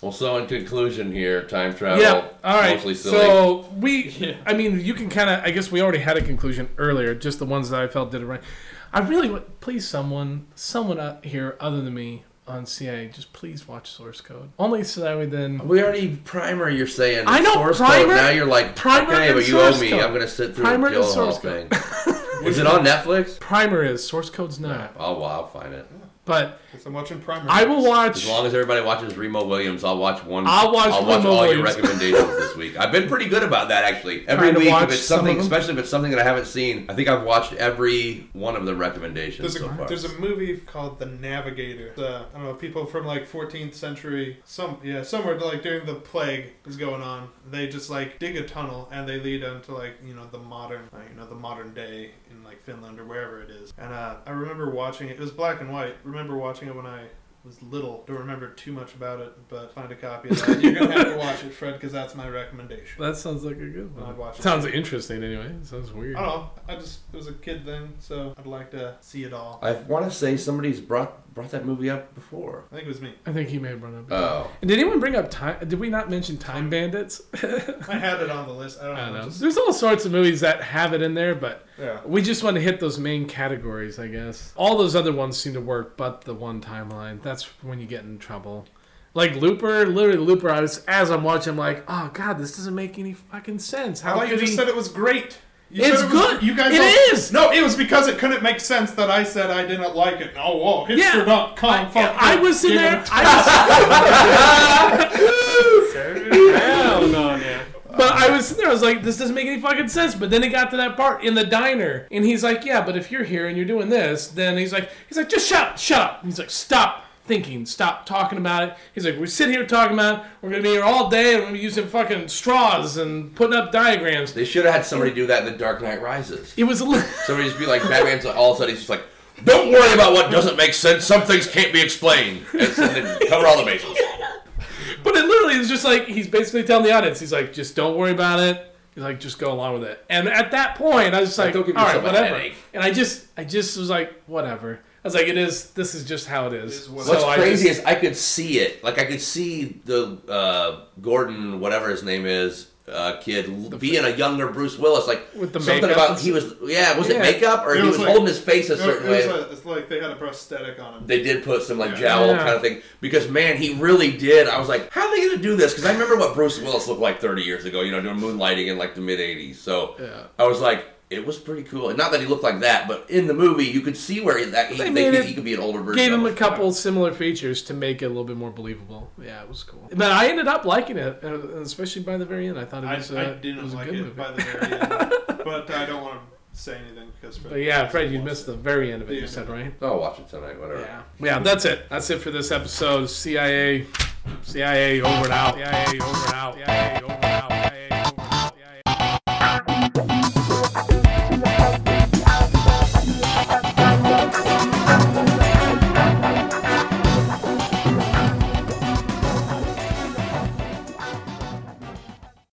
Speaker 4: Well, so in conclusion here, time travel.
Speaker 2: yeah. All right.
Speaker 4: Uh, Mostly silly.
Speaker 2: So we, I mean, you can kind of. I guess we already had a conclusion earlier. Just the ones that I felt did it right. I really would please someone, someone out here other than me on CIA, just please watch Source Code. Only so that we then.
Speaker 4: we already primer. You're saying
Speaker 2: I know,
Speaker 4: source
Speaker 2: primer-
Speaker 4: code. Now you're like
Speaker 2: primer
Speaker 4: Okay,
Speaker 2: and
Speaker 4: but you owe
Speaker 2: source
Speaker 4: me.
Speaker 2: code.
Speaker 4: I'm gonna sit through
Speaker 2: Primer
Speaker 4: and kill
Speaker 2: and
Speaker 4: the whole
Speaker 2: source
Speaker 4: thing. is it on Netflix?
Speaker 2: Primer is Source Code's not,
Speaker 4: Oh wow, I'll find it.
Speaker 2: but
Speaker 5: 'Cause I'm watching Primer.
Speaker 2: I will
Speaker 4: As
Speaker 2: watch.
Speaker 4: long as everybody watches Remo Williams, I'll watch one.
Speaker 2: I'll watch Remo
Speaker 4: all your
Speaker 2: Williams.
Speaker 4: recommendations this week. I've been pretty good about that actually. Every
Speaker 2: Trying to
Speaker 4: week,
Speaker 2: watch
Speaker 4: if it's
Speaker 2: some
Speaker 4: something,
Speaker 2: of them.
Speaker 4: especially if it's something that I haven't seen, I think I've watched every one of the recommendations
Speaker 5: There's a,
Speaker 4: so far.
Speaker 5: there's a movie called The Navigator. It's, Uh, I don't know, people from like 14th century, some yeah, somewhere like during the plague is going on. They just like dig a tunnel and they lead them to like you know the modern, uh, you know the modern day in like Finland or wherever it is. And uh, I remember watching it. It was black and white. Remember watching it when I was little. Don't remember too much about it, but find a copy of that. You're gonna have to watch it, Fred, because that's my recommendation.
Speaker 2: That sounds like a good
Speaker 5: I'd
Speaker 2: one.
Speaker 5: watch it.
Speaker 2: Sounds interesting anyway. Sounds weird.
Speaker 5: I don't know. I just it was a kid thing, so I'd like to see it all.
Speaker 4: I want to say somebody's brought brought that movie up before.
Speaker 5: I think it was me.
Speaker 2: I think he may have run up.
Speaker 4: Oh,
Speaker 2: And did anyone bring up time? Did we not mention Time Bandits?
Speaker 5: I had it on the list. I don't,
Speaker 2: I don't know.
Speaker 5: Just-
Speaker 2: There's all sorts of movies that have it in there, but
Speaker 5: yeah.
Speaker 2: we just want to hit those main categories, I guess. All those other ones seem to work, but the one timeline, that's when you get in trouble. Like Looper, literally Looper, I was, as I'm watching, I'm like, oh god, this doesn't make any fucking sense.
Speaker 5: I
Speaker 2: How
Speaker 5: like you
Speaker 2: could
Speaker 5: just
Speaker 2: he...
Speaker 5: said it was great. You
Speaker 2: It's
Speaker 5: said it was-
Speaker 2: good.
Speaker 5: You guys
Speaker 2: It
Speaker 5: all-
Speaker 2: is.
Speaker 5: No, it was because it couldn't make sense that I said I didn't like it. Oh, whoa, Hipster.com.
Speaker 2: I,
Speaker 5: Oh, fuck
Speaker 2: yeah, Oh, I
Speaker 5: it.
Speaker 2: was in
Speaker 5: Give it
Speaker 2: there.
Speaker 5: a-
Speaker 2: I
Speaker 6: Hell no, no.
Speaker 2: was, but I was in there. I was like, this doesn't make any fucking sense. But then it got to that part in the diner, and he's like, yeah, but if you're here and you're doing this, then he's like, he's like, just shut up, shut up. And he's like, stop thinking, stop talking about it. He's like, we sit here talking about, it. we're gonna be here all day, and we're gonna be using fucking straws and putting up diagrams.
Speaker 4: they should have had somebody do that in The Dark Knight Rises.
Speaker 2: It was. a li-
Speaker 4: Somebody just be like Batman's all of a sudden he's just like, "Don't worry about what doesn't make sense. Some things can't be explained." And so then cover all the bases.
Speaker 2: But it literally is just like he's basically telling the audience, he's like, just don't worry about it. He's like, just go along with it. And at that point, I was just like,
Speaker 4: don't give
Speaker 2: all right,
Speaker 4: yourself a
Speaker 2: whatever.
Speaker 4: headache.
Speaker 2: And I just, I just was like, whatever. I was like, it is. This is just how it is.
Speaker 5: is what
Speaker 4: What's
Speaker 2: I
Speaker 4: crazy
Speaker 2: just-
Speaker 4: is I could see it. Like I could see the uh, Gordon, whatever his name is, uh, kid l being a younger Bruce Willis. Like
Speaker 2: With the
Speaker 4: something
Speaker 2: makeup and
Speaker 4: about he was yeah was
Speaker 2: Yeah.
Speaker 4: it makeup or
Speaker 5: It
Speaker 4: he
Speaker 5: was
Speaker 4: was
Speaker 5: like-
Speaker 4: holding his face
Speaker 5: It
Speaker 4: a
Speaker 5: was-
Speaker 4: certain
Speaker 5: it was
Speaker 4: way.
Speaker 5: like- it's like they had a prosthetic on him.
Speaker 4: they did put some like
Speaker 5: Yeah.
Speaker 4: jowl
Speaker 2: Yeah.
Speaker 4: kind of thing because man, he really did. I was like, how are they gonna do this? Because I remember what Bruce Willis looked like 30 years ago, you know, doing moonlighting in like the mid 80s. So
Speaker 2: Yeah.
Speaker 4: I was like, it was pretty cool. And Not that he looked like that, but in the movie, you could see where he, that he,
Speaker 2: They
Speaker 4: they
Speaker 2: made
Speaker 4: could-
Speaker 2: it-
Speaker 4: he could be an older version.
Speaker 2: Gave
Speaker 4: of
Speaker 2: him a couple similar features to make it a little bit more believable. Yeah, it was cool. But I ended up liking it, uh, especially by the very end. I thought it
Speaker 5: I,
Speaker 2: was,
Speaker 5: I
Speaker 2: uh, it
Speaker 5: didn't
Speaker 2: was a
Speaker 5: like
Speaker 2: good
Speaker 5: it
Speaker 2: movie.
Speaker 5: by the very end, but I don't want to say anything because. Fred
Speaker 2: But yeah, Fred, you
Speaker 5: watched
Speaker 2: missed
Speaker 5: it.
Speaker 2: the very end of it. You
Speaker 5: Yeah.
Speaker 2: said right.
Speaker 4: Oh, I'll watch it tonight, whatever.
Speaker 2: Yeah. Yeah, that's it. That's it for this episode. CIA, CIA over and out. CIA over and out. CIA over and out.